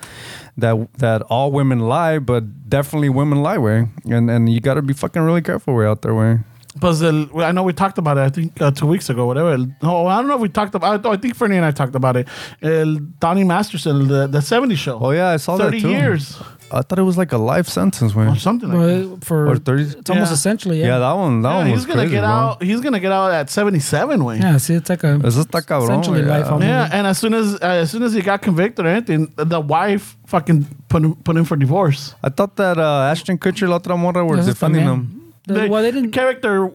Speaker 3: that that all women lie, but definitely women lie way, and and you got to be fucking really careful way out there way.
Speaker 2: Because I know we talked about it, I think, uh, two weeks ago, whatever. El- No, I don't know if we talked about I, I think Fernie and I talked about it. El Donnie Masterson, the, the 70s show.
Speaker 3: Oh yeah, I saw
Speaker 2: 30
Speaker 3: that too.
Speaker 2: years
Speaker 3: I thought it was like a life sentence way.
Speaker 2: or something like that.
Speaker 4: Well, For
Speaker 3: Or 30s?
Speaker 4: it's almost
Speaker 2: Yeah.
Speaker 4: essentially,
Speaker 3: Yeah.
Speaker 4: yeah.
Speaker 3: that one. That
Speaker 2: Yeah,
Speaker 3: one was
Speaker 2: he's gonna
Speaker 3: crazy,
Speaker 2: get
Speaker 3: bro.
Speaker 2: out. He's gonna get out at 77, Wayne.
Speaker 4: Yeah, see, it's like a
Speaker 3: Eso está cabrón,
Speaker 4: essentially
Speaker 3: yeah.
Speaker 4: life. almost.
Speaker 2: Yeah, and as soon as uh, as soon as he got convicted or anything, the, the wife fucking put him, put him for divorce.
Speaker 3: I thought that uh, Ashton Kutcher, la otra morra, were
Speaker 4: That's the
Speaker 3: defending
Speaker 4: man.
Speaker 3: him.
Speaker 2: the
Speaker 4: Uh, well, they didn't.
Speaker 2: character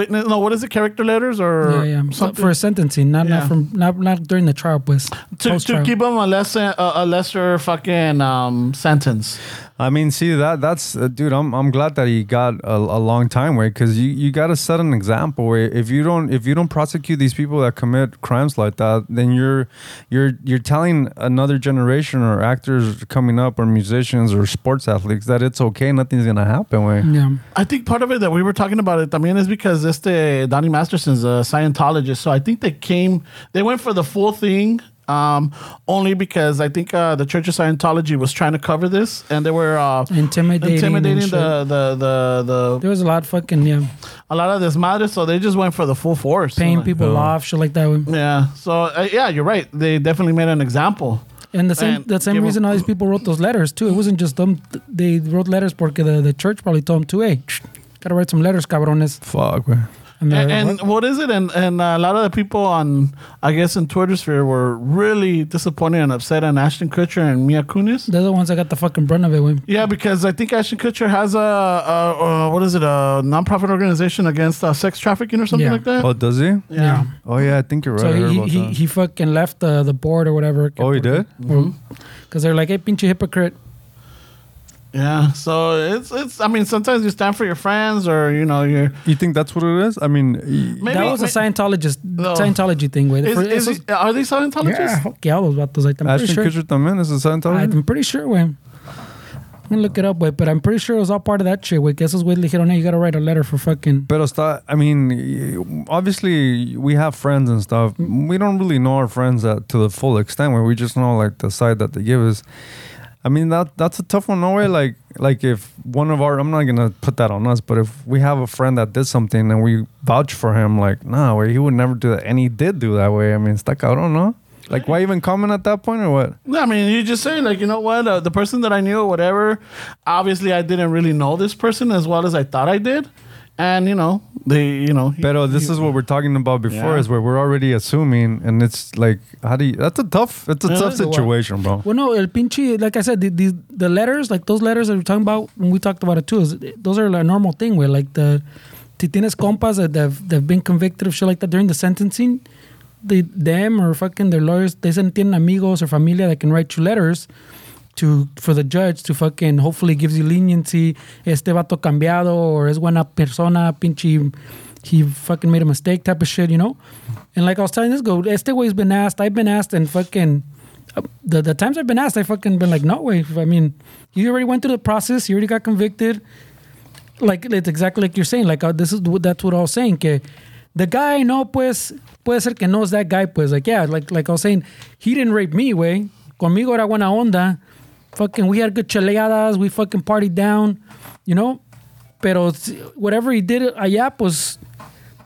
Speaker 2: witness. No, what is it? Character letters or
Speaker 4: Yeah, yeah. So
Speaker 2: something
Speaker 4: for sentencing, not
Speaker 2: Yeah.
Speaker 4: not from not not during the trial, pues.
Speaker 2: to, to
Speaker 4: post-trial.
Speaker 2: keep them a lesser a, a lesser fucking um, sentence.
Speaker 3: I mean, see that that's uh, dude. I'm I'm glad that he got a, a long time where because you, you got to set an example where if you don't if you don't prosecute these people that commit crimes like that, then you're you're you're telling another generation or actors coming up or musicians or sports athletes that it's okay, nothing's gonna happen. Way
Speaker 4: Yeah.
Speaker 2: I think part of it that we were talking about it también is because este Donnie Masterson's a Scientologist, so I think they came, they went for the full thing. Um, only because I think uh, the Church of Scientology was trying to cover this, and they were uh,
Speaker 4: Intimidating and
Speaker 2: intimidating
Speaker 4: shit.
Speaker 2: the, the the the
Speaker 4: There was a lot of fucking yeah,
Speaker 2: a lot of this matter. So they just went for the full force,
Speaker 4: paying
Speaker 2: Like,
Speaker 4: people off, shit like that.
Speaker 2: Yeah. So uh, yeah, you're right. They definitely made an example.
Speaker 4: And the same
Speaker 2: And
Speaker 4: the
Speaker 2: give
Speaker 4: same
Speaker 2: 'em-
Speaker 4: reason all these people wrote those letters too. It wasn't just them. They wrote letters porque the, the church probably told them to, hey, gotta write some letters, cabrones.
Speaker 3: fuck, way.
Speaker 4: And, they're
Speaker 2: And,
Speaker 4: like,
Speaker 2: and what
Speaker 4: "What?"
Speaker 2: is it? And and a lot of the people on, I guess, in Twitter sphere were really disappointed and upset on Ashton Kutcher and Mia Kunis.
Speaker 4: they're the ones that got the fucking brunt of it. When
Speaker 2: Yeah, because I think Ashton Kutcher has a, a, a what is it? A nonprofit organization against uh, sex trafficking or something
Speaker 4: Yeah.
Speaker 2: like that.
Speaker 3: Oh, does he?
Speaker 2: yeah.
Speaker 3: Oh yeah, I think you're right.
Speaker 4: So
Speaker 3: I heard
Speaker 4: he,
Speaker 3: about
Speaker 4: he,
Speaker 3: that.
Speaker 4: he fucking left the, the board or whatever. Mm-hmm.
Speaker 3: oh, he did.
Speaker 2: Mm-hmm.
Speaker 4: Because they're like, hey, pinche hypocrite.
Speaker 2: yeah. So it's it's. I mean, sometimes you stand for your friends, or you know, you're
Speaker 3: You think that's what it is? I mean, y-
Speaker 2: maybe.
Speaker 4: that was a
Speaker 2: may-
Speaker 4: Scientologist
Speaker 2: No.
Speaker 4: Scientology thing. Wait,
Speaker 2: Is, is he, are they Scientologists?
Speaker 4: yeah, fuck yeah, all those vatos. Like, I'm
Speaker 3: Ashton
Speaker 4: pretty sure.
Speaker 3: Kutcher también is a Scientologist.
Speaker 4: I'm pretty sure, güey. I'm gonna look it up, güey, but I'm pretty sure it was all part of that shit, güey. Que esos güey le dijeron, hey, you gotta write a letter for fucking.
Speaker 3: Pero está, I mean, obviously we have friends and stuff. We don't really know our friends that, to the full extent where we just know like the side that they give us. I mean that that's a tough one. No way, like like if one of our, I'm not gonna put that on us, but if we have a friend that did something and we vouch for him, like nah, way he would never do that, and he did do that way. I mean, stuck out, I don't know. Like why even comment at that point or what?
Speaker 2: No, I mean, you just say like, you know what? Uh, the person that I knew, or whatever. Obviously, I didn't really know this person as well as I thought I did, and you know, they, you know, he-
Speaker 3: Pero this is what we're talking about before,
Speaker 2: Yeah.
Speaker 3: is where we're already assuming, and it's like, how do you? That's a tough, it's a tough
Speaker 2: that's a lot.
Speaker 3: situation, bro.
Speaker 4: Well, no, el pinche, like I said, the, the, the letters, like those letters that we're talking about when we talked about it too, is, those are a normal thing where, like, the si tienes compas that have, have been convicted of shit like that during the sentencing, they, them or fucking their lawyers, they send tienen amigos or familia that can write you letters to for the judge to fucking hopefully gives you leniency. Este vato cambiado or es buena persona, pinche. He fucking made a mistake type of shit, you know? And like I was telling this go, este way's been asked, I've been asked, and fucking. uh, The, the times I've been asked, I fucking been like, no way. I mean, you already went through the process. You already got convicted like it's exactly like you're saying. Like uh, this is what- that's what I was saying. Que the guy, no, pues puede ser que no es that guy. Pues like yeah, like like I was saying, he didn't rape me, way. Conmigo era buena onda. Fucking, we had good cheleadas. We fucking partied down, you know. Pero s- whatever he did allá, pues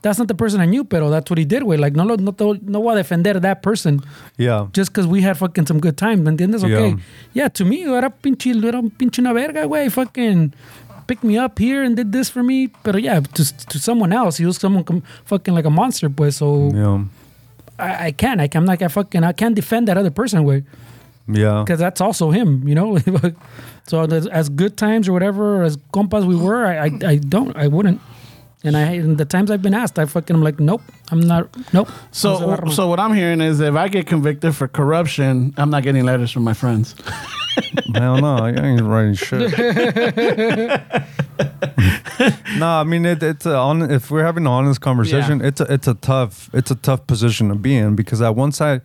Speaker 4: that's not the person I knew. Pero that's what he did, way. Like no, lo- no, te- no voy a defender that person
Speaker 3: Yeah.
Speaker 4: just because we had fucking some good times, ¿me entiendes?
Speaker 3: Yeah.
Speaker 4: Okay. Yeah, to me, era pinche, era un pinche una verga, güey. Fucking picked me up here and did this for me. But yeah, to, to someone else, he was someone com- fucking like a monster, pues. So
Speaker 3: Yeah.
Speaker 4: I, I can't. I can, I'm like, I fucking, I can't defend that other person, güey.
Speaker 3: Yeah.
Speaker 4: Because that's also him, you know? so as- as good times or whatever, or as compas we were, I, I, I don't, I wouldn't. And I, and the times I've been asked, I fucking, I'm like, nope, I'm not, nope.
Speaker 2: so, so what I'm hearing is if I get convicted for corruption, I'm not getting letters from my friends.
Speaker 3: Hell no, I ain't writing shit. no, I mean it, it's a on, if we're having an honest conversation, it's a, it's a tough it's a tough position to be in because at one side,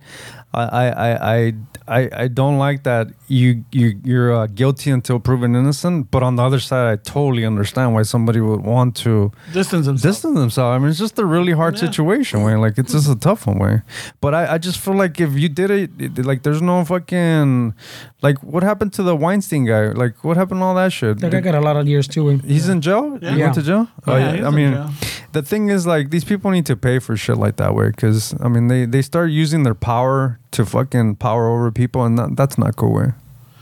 Speaker 3: I I I. I I, I don't like that you you you're uh, guilty until proven innocent, but on the other side, I totally understand why somebody would want to
Speaker 2: Distance themselves.
Speaker 3: distance themselves. I mean, it's just a really hard situation, way. Like, it's just a tough one, way. But I, I just feel like if you did it, it- like, there's no fucking, like, what happened to the Weinstein guy? Like, what happened to all that shit?
Speaker 4: That guy got a lot of years too, güey.
Speaker 3: He's in jail. He
Speaker 4: Yeah.
Speaker 3: went to jail. Oh,
Speaker 2: Yeah,
Speaker 3: yeah.
Speaker 2: he's
Speaker 3: I
Speaker 2: in
Speaker 3: mean,
Speaker 2: jail.
Speaker 3: the thing is, like, these people need to pay for shit like that, way, because I mean, they they start using their power to fucking power over people, and that, that's not cool, way.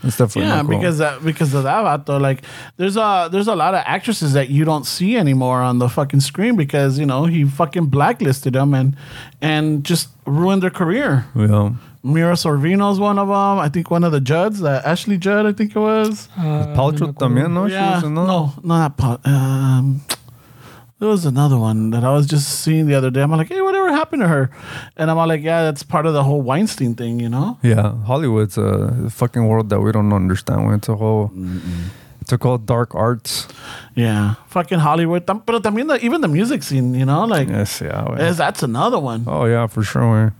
Speaker 3: It's definitely
Speaker 2: yeah,
Speaker 3: not cool.
Speaker 2: because that, because of that vato, like there's a there's a lot of actresses that you don't see anymore on the fucking screen because you know he fucking blacklisted them and and just ruined their career.
Speaker 3: yeah.
Speaker 2: Mira Sorvino's one of them. I think one of the Judds, uh, Ashley Judd, I think it was.
Speaker 3: Oh,
Speaker 4: Uh,
Speaker 3: Paltrow
Speaker 4: no me acuerdo.
Speaker 3: también, no? She was in that?
Speaker 2: no, not Paul. Um, There was another one that I was just seeing the other day. I'm like, hey, whatever happened to her? And I'm like, yeah, that's part of the whole Weinstein thing, you know?
Speaker 3: Yeah, Hollywood's a fucking world that we don't understand. When it's a whole, it's a whole dark arts.
Speaker 2: Yeah, fucking Hollywood. Tam- Pero también the, even the music scene, you know, like
Speaker 3: Yes, yeah. güey.
Speaker 2: is, that's another one.
Speaker 3: oh yeah, for sure. güey.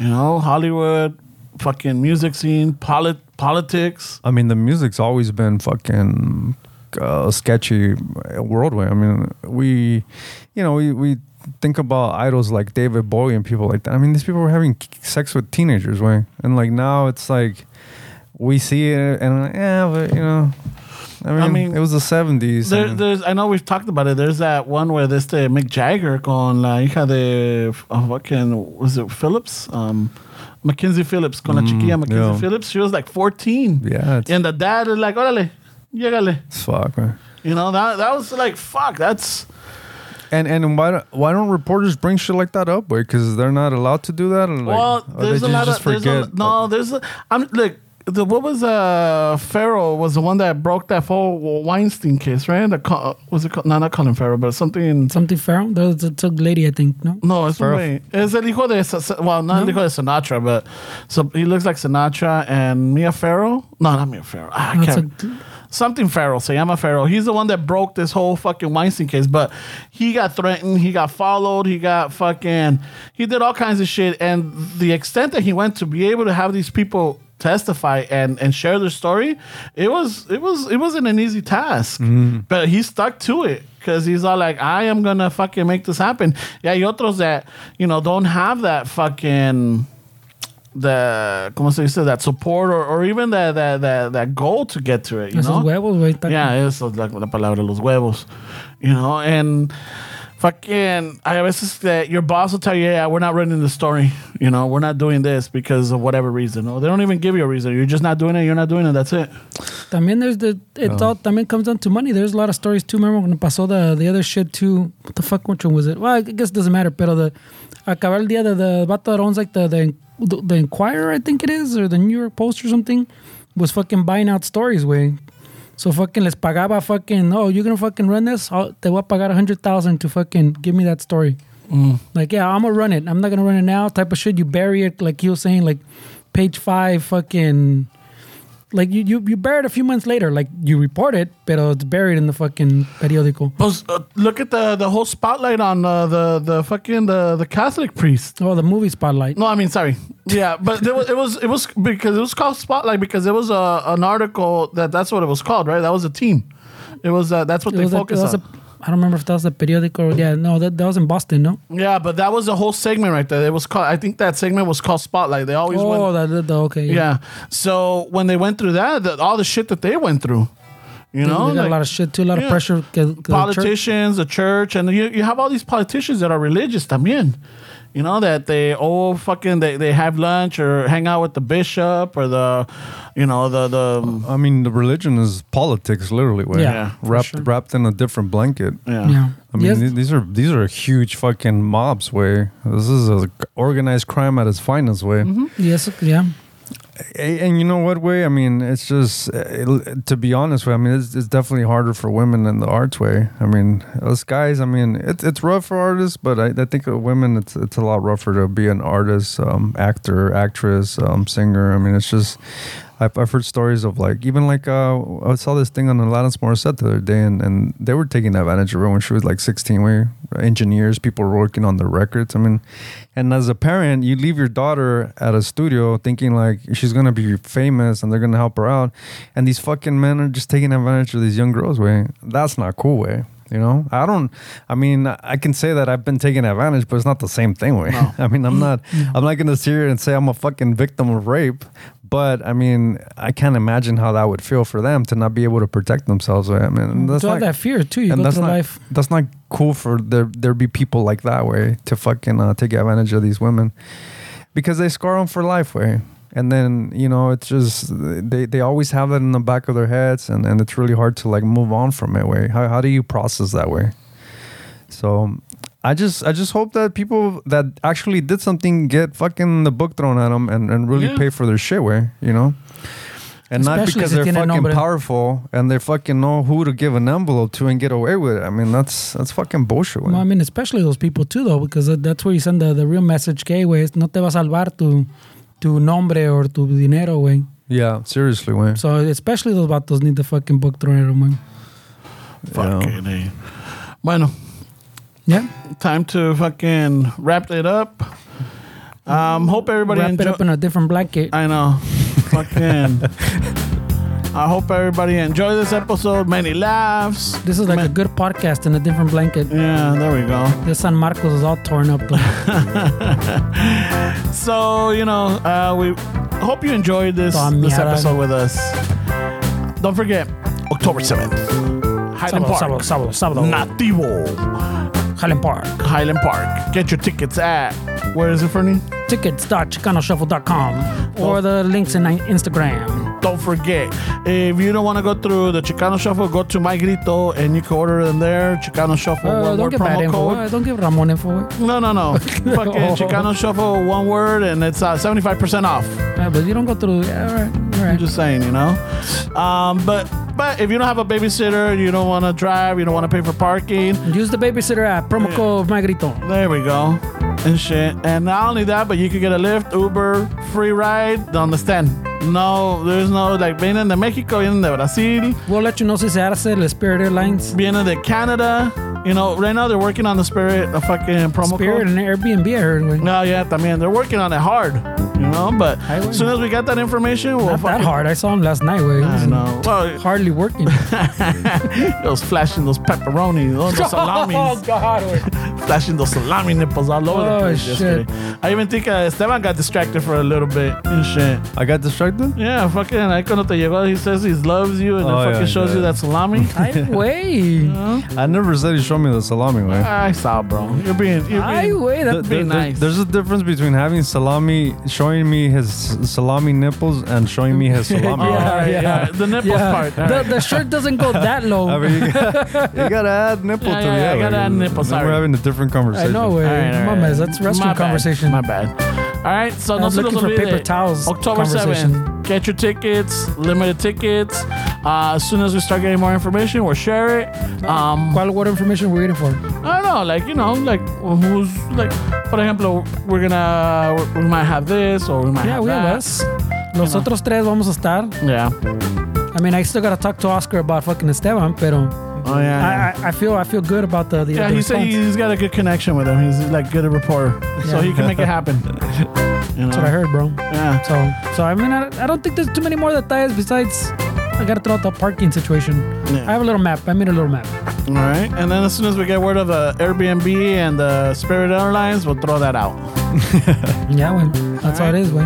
Speaker 2: You know, Hollywood, fucking music scene, polit- politics.
Speaker 3: I mean, the music's always been fucking uh, sketchy worldwide. I mean, we, you know, we we think about idols like David Bowie and people like that. I mean, these people were having k- sex with teenagers, way, and like now it's like we see it and like, yeah, but you know. I mean,
Speaker 2: mean,
Speaker 3: it was the 70s.
Speaker 2: There,
Speaker 3: and-
Speaker 2: there's, I know we've talked about it. There's that one where this the Mick Jagger con la hija de uh, fucking was it Phillips, um, Mackenzie Phillips con la chiquilla Mackenzie
Speaker 3: yeah.
Speaker 2: Phillips. She was like 14,
Speaker 3: yeah, it's,
Speaker 2: and the dad is like, "Órale, llégale."
Speaker 3: it's fuck, man.
Speaker 2: You know that that was like, "Fuck, that's."
Speaker 3: And and why don't- why don't reporters bring shit like that up? Because they're not allowed to do that. Or like,
Speaker 2: Well,
Speaker 3: or
Speaker 2: there's
Speaker 3: they
Speaker 2: a
Speaker 3: ju-
Speaker 2: lot
Speaker 3: just
Speaker 2: of there's a,
Speaker 3: forget?
Speaker 2: no. There's a, I'm look. The, what was uh Farrell was the one that broke that whole Weinstein case, right? The co- was it called? No, not Colin Farrell, but something.
Speaker 4: Something Farrell? That was a lady, I think. No.
Speaker 2: No, it's
Speaker 3: Farrell.
Speaker 2: way. It's el hijo de Sa- Sa- well, not el hijo de Sinatra, but so he looks like Sinatra and Mia Farrow. No, not Mia Farrow. Ah, I
Speaker 4: That's
Speaker 2: can't. something Farrell, se llama Farrell. He's the one that broke this whole fucking Weinstein case, but he got threatened, he got followed, he got fucking, he did all kinds of shit. And the extent that he went to be able to have these people testify and and share their story, it was it was it wasn't an easy task, but he stuck to it. Cause he's all like, I am gonna fucking make this happen. Yeah, hay otros that you know don't have that fucking the como se dice that support or, or even that that that that goal to get to it. You
Speaker 4: Esos
Speaker 2: know,
Speaker 4: huevos, güey. está-
Speaker 2: yeah, eso es la, la palabra, los huevos. You know, and fucking, I veces that your boss will tell you, yeah, we're not running the story. You know, we're not doing this because of whatever reason. Or they don't even give you a reason. You're just not doing it. You're not doing it. That's it.
Speaker 4: También there's the it all también comes down to money. There's a lot of stories too. Remember when pasó the the other shit too? What the fuck? Which one was it? Well, I guess it doesn't matter. Pero the acabar el día de the vato that owns like the the the, Inquirer, I think it is, or the New York Post or something, was fucking buying out stories, way. So fucking les pagaba fucking oh you're gonna fucking run this? I'll, te voy a pagar a hundred thousand to fucking give me that story. Like yeah, I'm gonna run it. I'm not gonna run it now. Type of shit. You bury it like he was saying like page five fucking like you, you you bury it a few months later. Like you report it, but it's buried in the fucking periódico.
Speaker 2: But, uh, look at the the whole spotlight on uh, the the fucking the the Catholic priest.
Speaker 4: Oh, the movie spotlight.
Speaker 2: No, I mean sorry. Yeah, but there was, it was it was because it was called Spotlight because it was a, an article that that's what it was called, right? That was a team. It was uh, that's what
Speaker 4: It
Speaker 2: they
Speaker 4: was a- it
Speaker 2: focused
Speaker 4: was
Speaker 2: on.
Speaker 4: a- I don't remember if that was the periódico. Or, yeah, no, that, that was in Boston, no.
Speaker 2: yeah, but that was the whole segment right there. It was called. I think that segment was called Spotlight. They always went.
Speaker 4: Oh, that, that, that- okay.
Speaker 2: yeah. So when they went through that, the, all the shit that they went through, you
Speaker 4: They-
Speaker 2: know,
Speaker 4: they got
Speaker 2: like
Speaker 4: a lot of shit too, a lot
Speaker 2: yeah.
Speaker 4: of pressure. to- to the church.
Speaker 2: politicians, the church, and you, you have all these politicians that are religious también. You know that they all fucking they, they have lunch or hang out with the bishop or the, you know the the.
Speaker 3: I mean, the religion is politics, literally. Way.
Speaker 4: Yeah, Yeah, for
Speaker 3: wrapped
Speaker 4: sure.
Speaker 3: wrapped in a different blanket.
Speaker 2: Yeah.
Speaker 4: Yeah.
Speaker 3: I mean,
Speaker 4: Yes.
Speaker 3: th- these are these are huge fucking mobs. Way this is a organized crime at its finest. Way
Speaker 4: Mm-hmm. Yes. Yeah.
Speaker 3: A- and you know what? Way I mean, it's just uh, it, to be honest. Way I mean, it's, it's definitely harder for women in the arts. Way I mean, us guys. I mean, it's it's rough for artists, but I, I think uh, women it's it's a lot rougher to be an artist, um, actor, actress, um, singer. I mean, it's just. I've, I've heard stories of like even like uh, I saw this thing on Alanis Morissette the other day, and, and they were taking advantage of her when she was like 16. Where engineers, people were working on the records. I mean, and as a parent, you leave your daughter at a studio thinking like she's gonna be famous and they're gonna help her out, and these fucking men are just taking advantage of these young girls. Way that's not cool. Way. You know, I don't. I mean, I can say that I've been taken advantage, but it's not the same thing. Way. I mean, I'm not. I'm not gonna sit here and say I'm a fucking victim of rape. But I mean, I can't imagine how that would feel for them to not be able to protect themselves. Way. I mean, that's
Speaker 4: To Mm. have
Speaker 3: not.
Speaker 4: that fear too. You
Speaker 3: and
Speaker 4: go
Speaker 3: that's
Speaker 4: through
Speaker 3: not.
Speaker 4: life.
Speaker 3: That's not cool for there. There be people like that way to fucking uh, take advantage of these women because they scar them for life. Way. And then you know, it's just they, they always have that in the back of their heads, and, and it's really hard to like move on from it. Way. How how do you process that way? So I just I just hope that people that actually did something get fucking the book thrown at them and, and really
Speaker 2: Yeah.
Speaker 3: pay for their shit. Where you know, and not
Speaker 4: Especially
Speaker 3: because
Speaker 4: si
Speaker 3: they're
Speaker 4: tienen
Speaker 3: fucking
Speaker 4: nombre.
Speaker 3: powerful and they fucking know who to give an envelope to and get away with it. I mean, that's that's fucking bullshit.
Speaker 4: Well, I
Speaker 3: man.
Speaker 4: mean, especially those people too, though, because that- that's where you send the, the real message, que, güey, es no te va a salvar tu, tu nombre or tu dinero, güey.
Speaker 3: yeah, seriously, man.
Speaker 4: So, especially those vatos need the fucking book thrown at them, güey.
Speaker 2: Fucking A. Bueno,
Speaker 4: Yeah.
Speaker 2: time to fucking wrap it up. Um, hope everybody
Speaker 4: Wrap it
Speaker 2: enjoy-
Speaker 4: up in a different blanket.
Speaker 2: I know. Fucking. I hope everybody enjoyed this episode. Many laughs.
Speaker 4: This is like a good podcast in a different blanket.
Speaker 2: Yeah, there we go.
Speaker 4: This San Marcos is all torn up, though.
Speaker 2: So, you know, uh, we hope you enjoyed this,
Speaker 4: Ta
Speaker 2: this
Speaker 4: mierda.
Speaker 2: episode with us. Don't forget, October 7th, Highland
Speaker 4: sábado,
Speaker 2: Park.
Speaker 4: sábado, sábado, sábado.
Speaker 2: Nativo,
Speaker 4: Highland Park.
Speaker 2: Highland Park. Get your tickets at, where is it, Fernie?
Speaker 4: Tickets.chicanoshuffle.com or the links in
Speaker 2: Oh,
Speaker 4: Instagram. Uh,
Speaker 2: Don't forget, if you don't want to go through the Chicano Shuffle, go to My Grito and you can order them there. Chicano Shuffle,
Speaker 4: Uh,
Speaker 2: one
Speaker 4: don't
Speaker 2: word
Speaker 4: give bad
Speaker 2: promo
Speaker 4: info.
Speaker 2: code.
Speaker 4: Uh, don't give Ramon info. eh? güey.
Speaker 2: No, no, no. Fucking Chicano Shuffle, one word, and it's uh, 75% off.
Speaker 4: Uh, but you don't go through. Yeah, all right, all right.
Speaker 2: I'm just saying, you know. Um, but but if you don't have a babysitter, you don't want to drive, you don't want to pay for parking.
Speaker 4: Use the babysitter app. Promo code Magrito.
Speaker 2: There we go, and shit. And not only that, but you can get a Lyft, Uber, free ride. Don't understand? No, there's no like vienen de Mexico, vienen de Brazil,
Speaker 4: We'll let you know si se hace el Spirit Airlines.
Speaker 2: vienen de Canada. You know, right now they're working on the Spirit, a fucking promo code.
Speaker 4: Spirit and Airbnb, I heard. güey.
Speaker 2: No, yeah, I mean they're working on it hard, you know. But
Speaker 4: I would-
Speaker 2: as soon as we got that information, we'll
Speaker 4: Not that
Speaker 2: fucking-
Speaker 4: hard. I saw him last night. Way.
Speaker 2: I know. Well,
Speaker 4: Hardly working.
Speaker 2: those flashing those pepperoni, those
Speaker 4: oh,
Speaker 2: salamis,
Speaker 4: God. güey.
Speaker 2: flashing those salami nipples all over
Speaker 4: Oh,
Speaker 2: the place
Speaker 4: shit.
Speaker 2: yesterday. I even think uh, Esteban got distracted for a little bit and shit.
Speaker 3: I got distracted.
Speaker 2: Yeah, fucking. I cuando te llegó, he says he loves you, and
Speaker 3: Oh,
Speaker 2: then
Speaker 3: yeah,
Speaker 2: fucking shows
Speaker 3: yeah.
Speaker 2: you that salami.
Speaker 4: Ay, güey.
Speaker 3: I never said he showed me the salami, man.
Speaker 2: I saw, Ah, bro. You're being, you're
Speaker 4: Ay,
Speaker 2: being.
Speaker 4: güey.
Speaker 3: Th-
Speaker 4: That
Speaker 2: be
Speaker 3: th- th-
Speaker 2: nice.
Speaker 3: There's a difference between having salami, showing me his s- salami nipples, and showing me his salami.
Speaker 2: All
Speaker 4: Yeah,
Speaker 2: right,
Speaker 4: yeah.
Speaker 2: all right. oh, The nipples
Speaker 4: yeah.
Speaker 2: part. all
Speaker 4: The,
Speaker 2: right.
Speaker 4: the shirt doesn't go that low.
Speaker 3: I mean, you, got, you gotta add nipple
Speaker 2: Yeah,
Speaker 3: to
Speaker 2: yeah,
Speaker 3: it.
Speaker 2: I gotta add nipple,
Speaker 3: then
Speaker 2: sorry. eh.
Speaker 3: We're having a different
Speaker 4: I
Speaker 3: conversation.
Speaker 4: know, güey.
Speaker 2: All right, all
Speaker 4: No
Speaker 2: right.
Speaker 4: mames, that's restroom
Speaker 2: My bad.
Speaker 4: conversation.
Speaker 2: My bad. All right, so
Speaker 4: I'm
Speaker 2: no se los
Speaker 4: looking for
Speaker 2: olvide.
Speaker 4: paper towels
Speaker 2: October
Speaker 4: conversation.
Speaker 2: 7th. Get your tickets, limited tickets. Uh, as soon as we start getting more information, we'll share it. Um,
Speaker 4: ¿Cuál what information we're waiting for?
Speaker 2: I don't know, like you know, like who's like, for example, we're gonna we might have this or we might
Speaker 4: Yeah,
Speaker 2: have
Speaker 4: we
Speaker 2: that.
Speaker 4: have us. Los otros tres vamos a estar.
Speaker 2: Yeah.
Speaker 4: I mean, I still gotta talk to Oscar about fucking Esteban, pero
Speaker 2: Oh yeah.
Speaker 4: I, I, I feel I feel good about the the,
Speaker 2: yeah,
Speaker 4: the
Speaker 2: he said
Speaker 4: response.
Speaker 2: he's got a good connection with him. He's like good reporter, so
Speaker 4: Yeah.
Speaker 2: he can make it happen. You know?
Speaker 4: That's what I heard, bro.
Speaker 2: Yeah.
Speaker 4: So so I mean, I, I don't think there's too many more detalles besides. I gotta throw out the parking situation.
Speaker 2: Yeah.
Speaker 4: I have a little map. I made a little map.
Speaker 2: All right, and then as soon as we get word of the Airbnb and the Spirit Airlines, we'll throw that out.
Speaker 4: Yeah, güey. That's how it is, güey.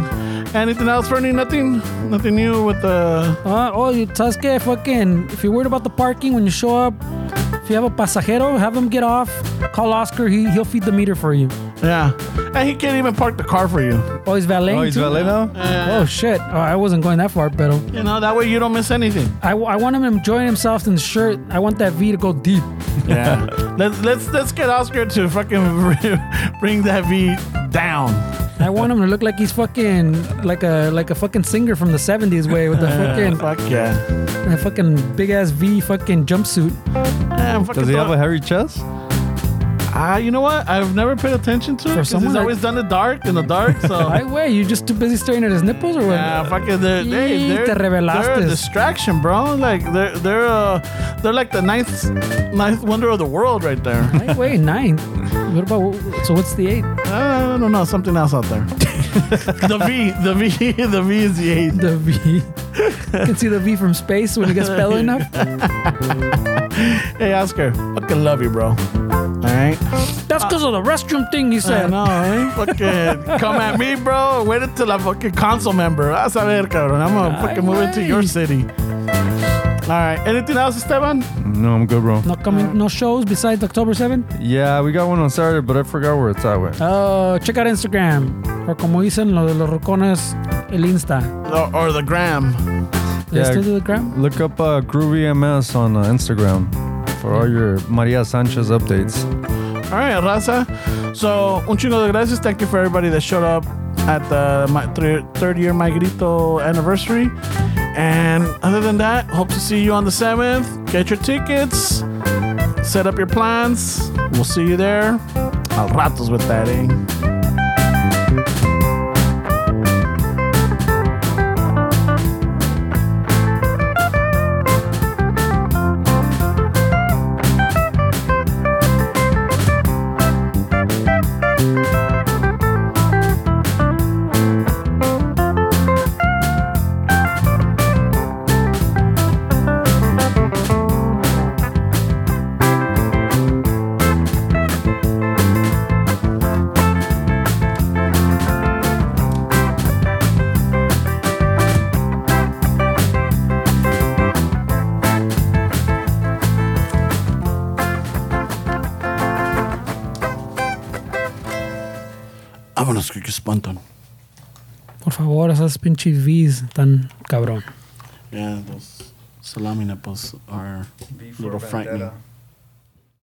Speaker 2: Anything else, Fernie? Nothing, nothing new with the.
Speaker 4: Uh, oh, you Sasuke, fucking, if you're worried about the parking when you show up, if you have a pasajero, have him get off. Call Oscar, he, he'll feed the meter for you.
Speaker 2: Yeah, and he can't even park the car for you.
Speaker 4: Oh, he's valeting.
Speaker 3: Oh, he's
Speaker 4: too?
Speaker 3: valet now?
Speaker 4: Oh, shit. Oh, I wasn't going that far, pero
Speaker 2: You know that way you don't miss anything.
Speaker 4: I, I want him enjoying himself in the shirt. I want that V to go deep.
Speaker 2: Yeah, let's let's let's get Oscar to fucking bring that V down.
Speaker 4: I want him to look like he's fucking like a like a fucking singer from the 70s way with the fucking
Speaker 2: Fuck yeah.
Speaker 4: the fucking big ass V fucking jumpsuit.
Speaker 2: Man, fucking
Speaker 3: Does he have
Speaker 2: throw-
Speaker 3: a hairy chest?
Speaker 2: Ah, you know what? I've never paid attention to it. 'cause
Speaker 4: someone
Speaker 2: he's
Speaker 4: that-
Speaker 2: always done the dark in the dark.
Speaker 4: Right
Speaker 2: So
Speaker 4: way, you just too busy staring at his nipples or what?
Speaker 2: yeah, fucking they're,
Speaker 4: Y
Speaker 2: they, they're,
Speaker 4: te
Speaker 2: they're a
Speaker 4: revelaste.
Speaker 2: distraction, bro. Like they're they're uh, they're like the ninth ninth wonder of the world right there.
Speaker 4: Right way, nine. What about so? What's the eight?
Speaker 2: Uh, I don't know, something else out there. the V, the V, the V is the eight.
Speaker 4: The V. you can see the V from space when it gets spelled enough.
Speaker 2: Hey Oscar, fucking love you, bro. All right.
Speaker 4: That's because of the restroom thing he
Speaker 2: I
Speaker 4: said.
Speaker 2: know, eh? Fucking come at me, bro. Wait until I'm fucking council member. Vas a ver, cabrón. I'm gonna
Speaker 4: Ay,
Speaker 2: fucking move into
Speaker 4: güey.
Speaker 2: your city. All right. Anything else, Esteban?
Speaker 3: No, I'm good, bro.
Speaker 4: No coming, no shows besides October 7th.
Speaker 3: Yeah, we got one on Saturday, but I forgot where it's at. Wait.
Speaker 4: Uh, check out Instagram. Or como dicen los, los rocones, el Insta.
Speaker 2: Or, or the gram?
Speaker 4: They
Speaker 3: Yeah.
Speaker 4: still do the gram?
Speaker 3: Look up uh, Groovy MS on uh, Instagram for all your Maria Sanchez updates.
Speaker 2: All right, raza. So, un chingo de gracias. Thank you for everybody that showed up at the my, thir- third year My Grito anniversary. And other than that, hope to see you on the 7th. Get your tickets, set up your plans. We'll see you there. Al ratos with that, eh? Vámonos, que que espantan.
Speaker 4: Por favor, esas pinches V's tan cabrón.
Speaker 2: pues, Yeah, those salami nipples are a pues, little frightening.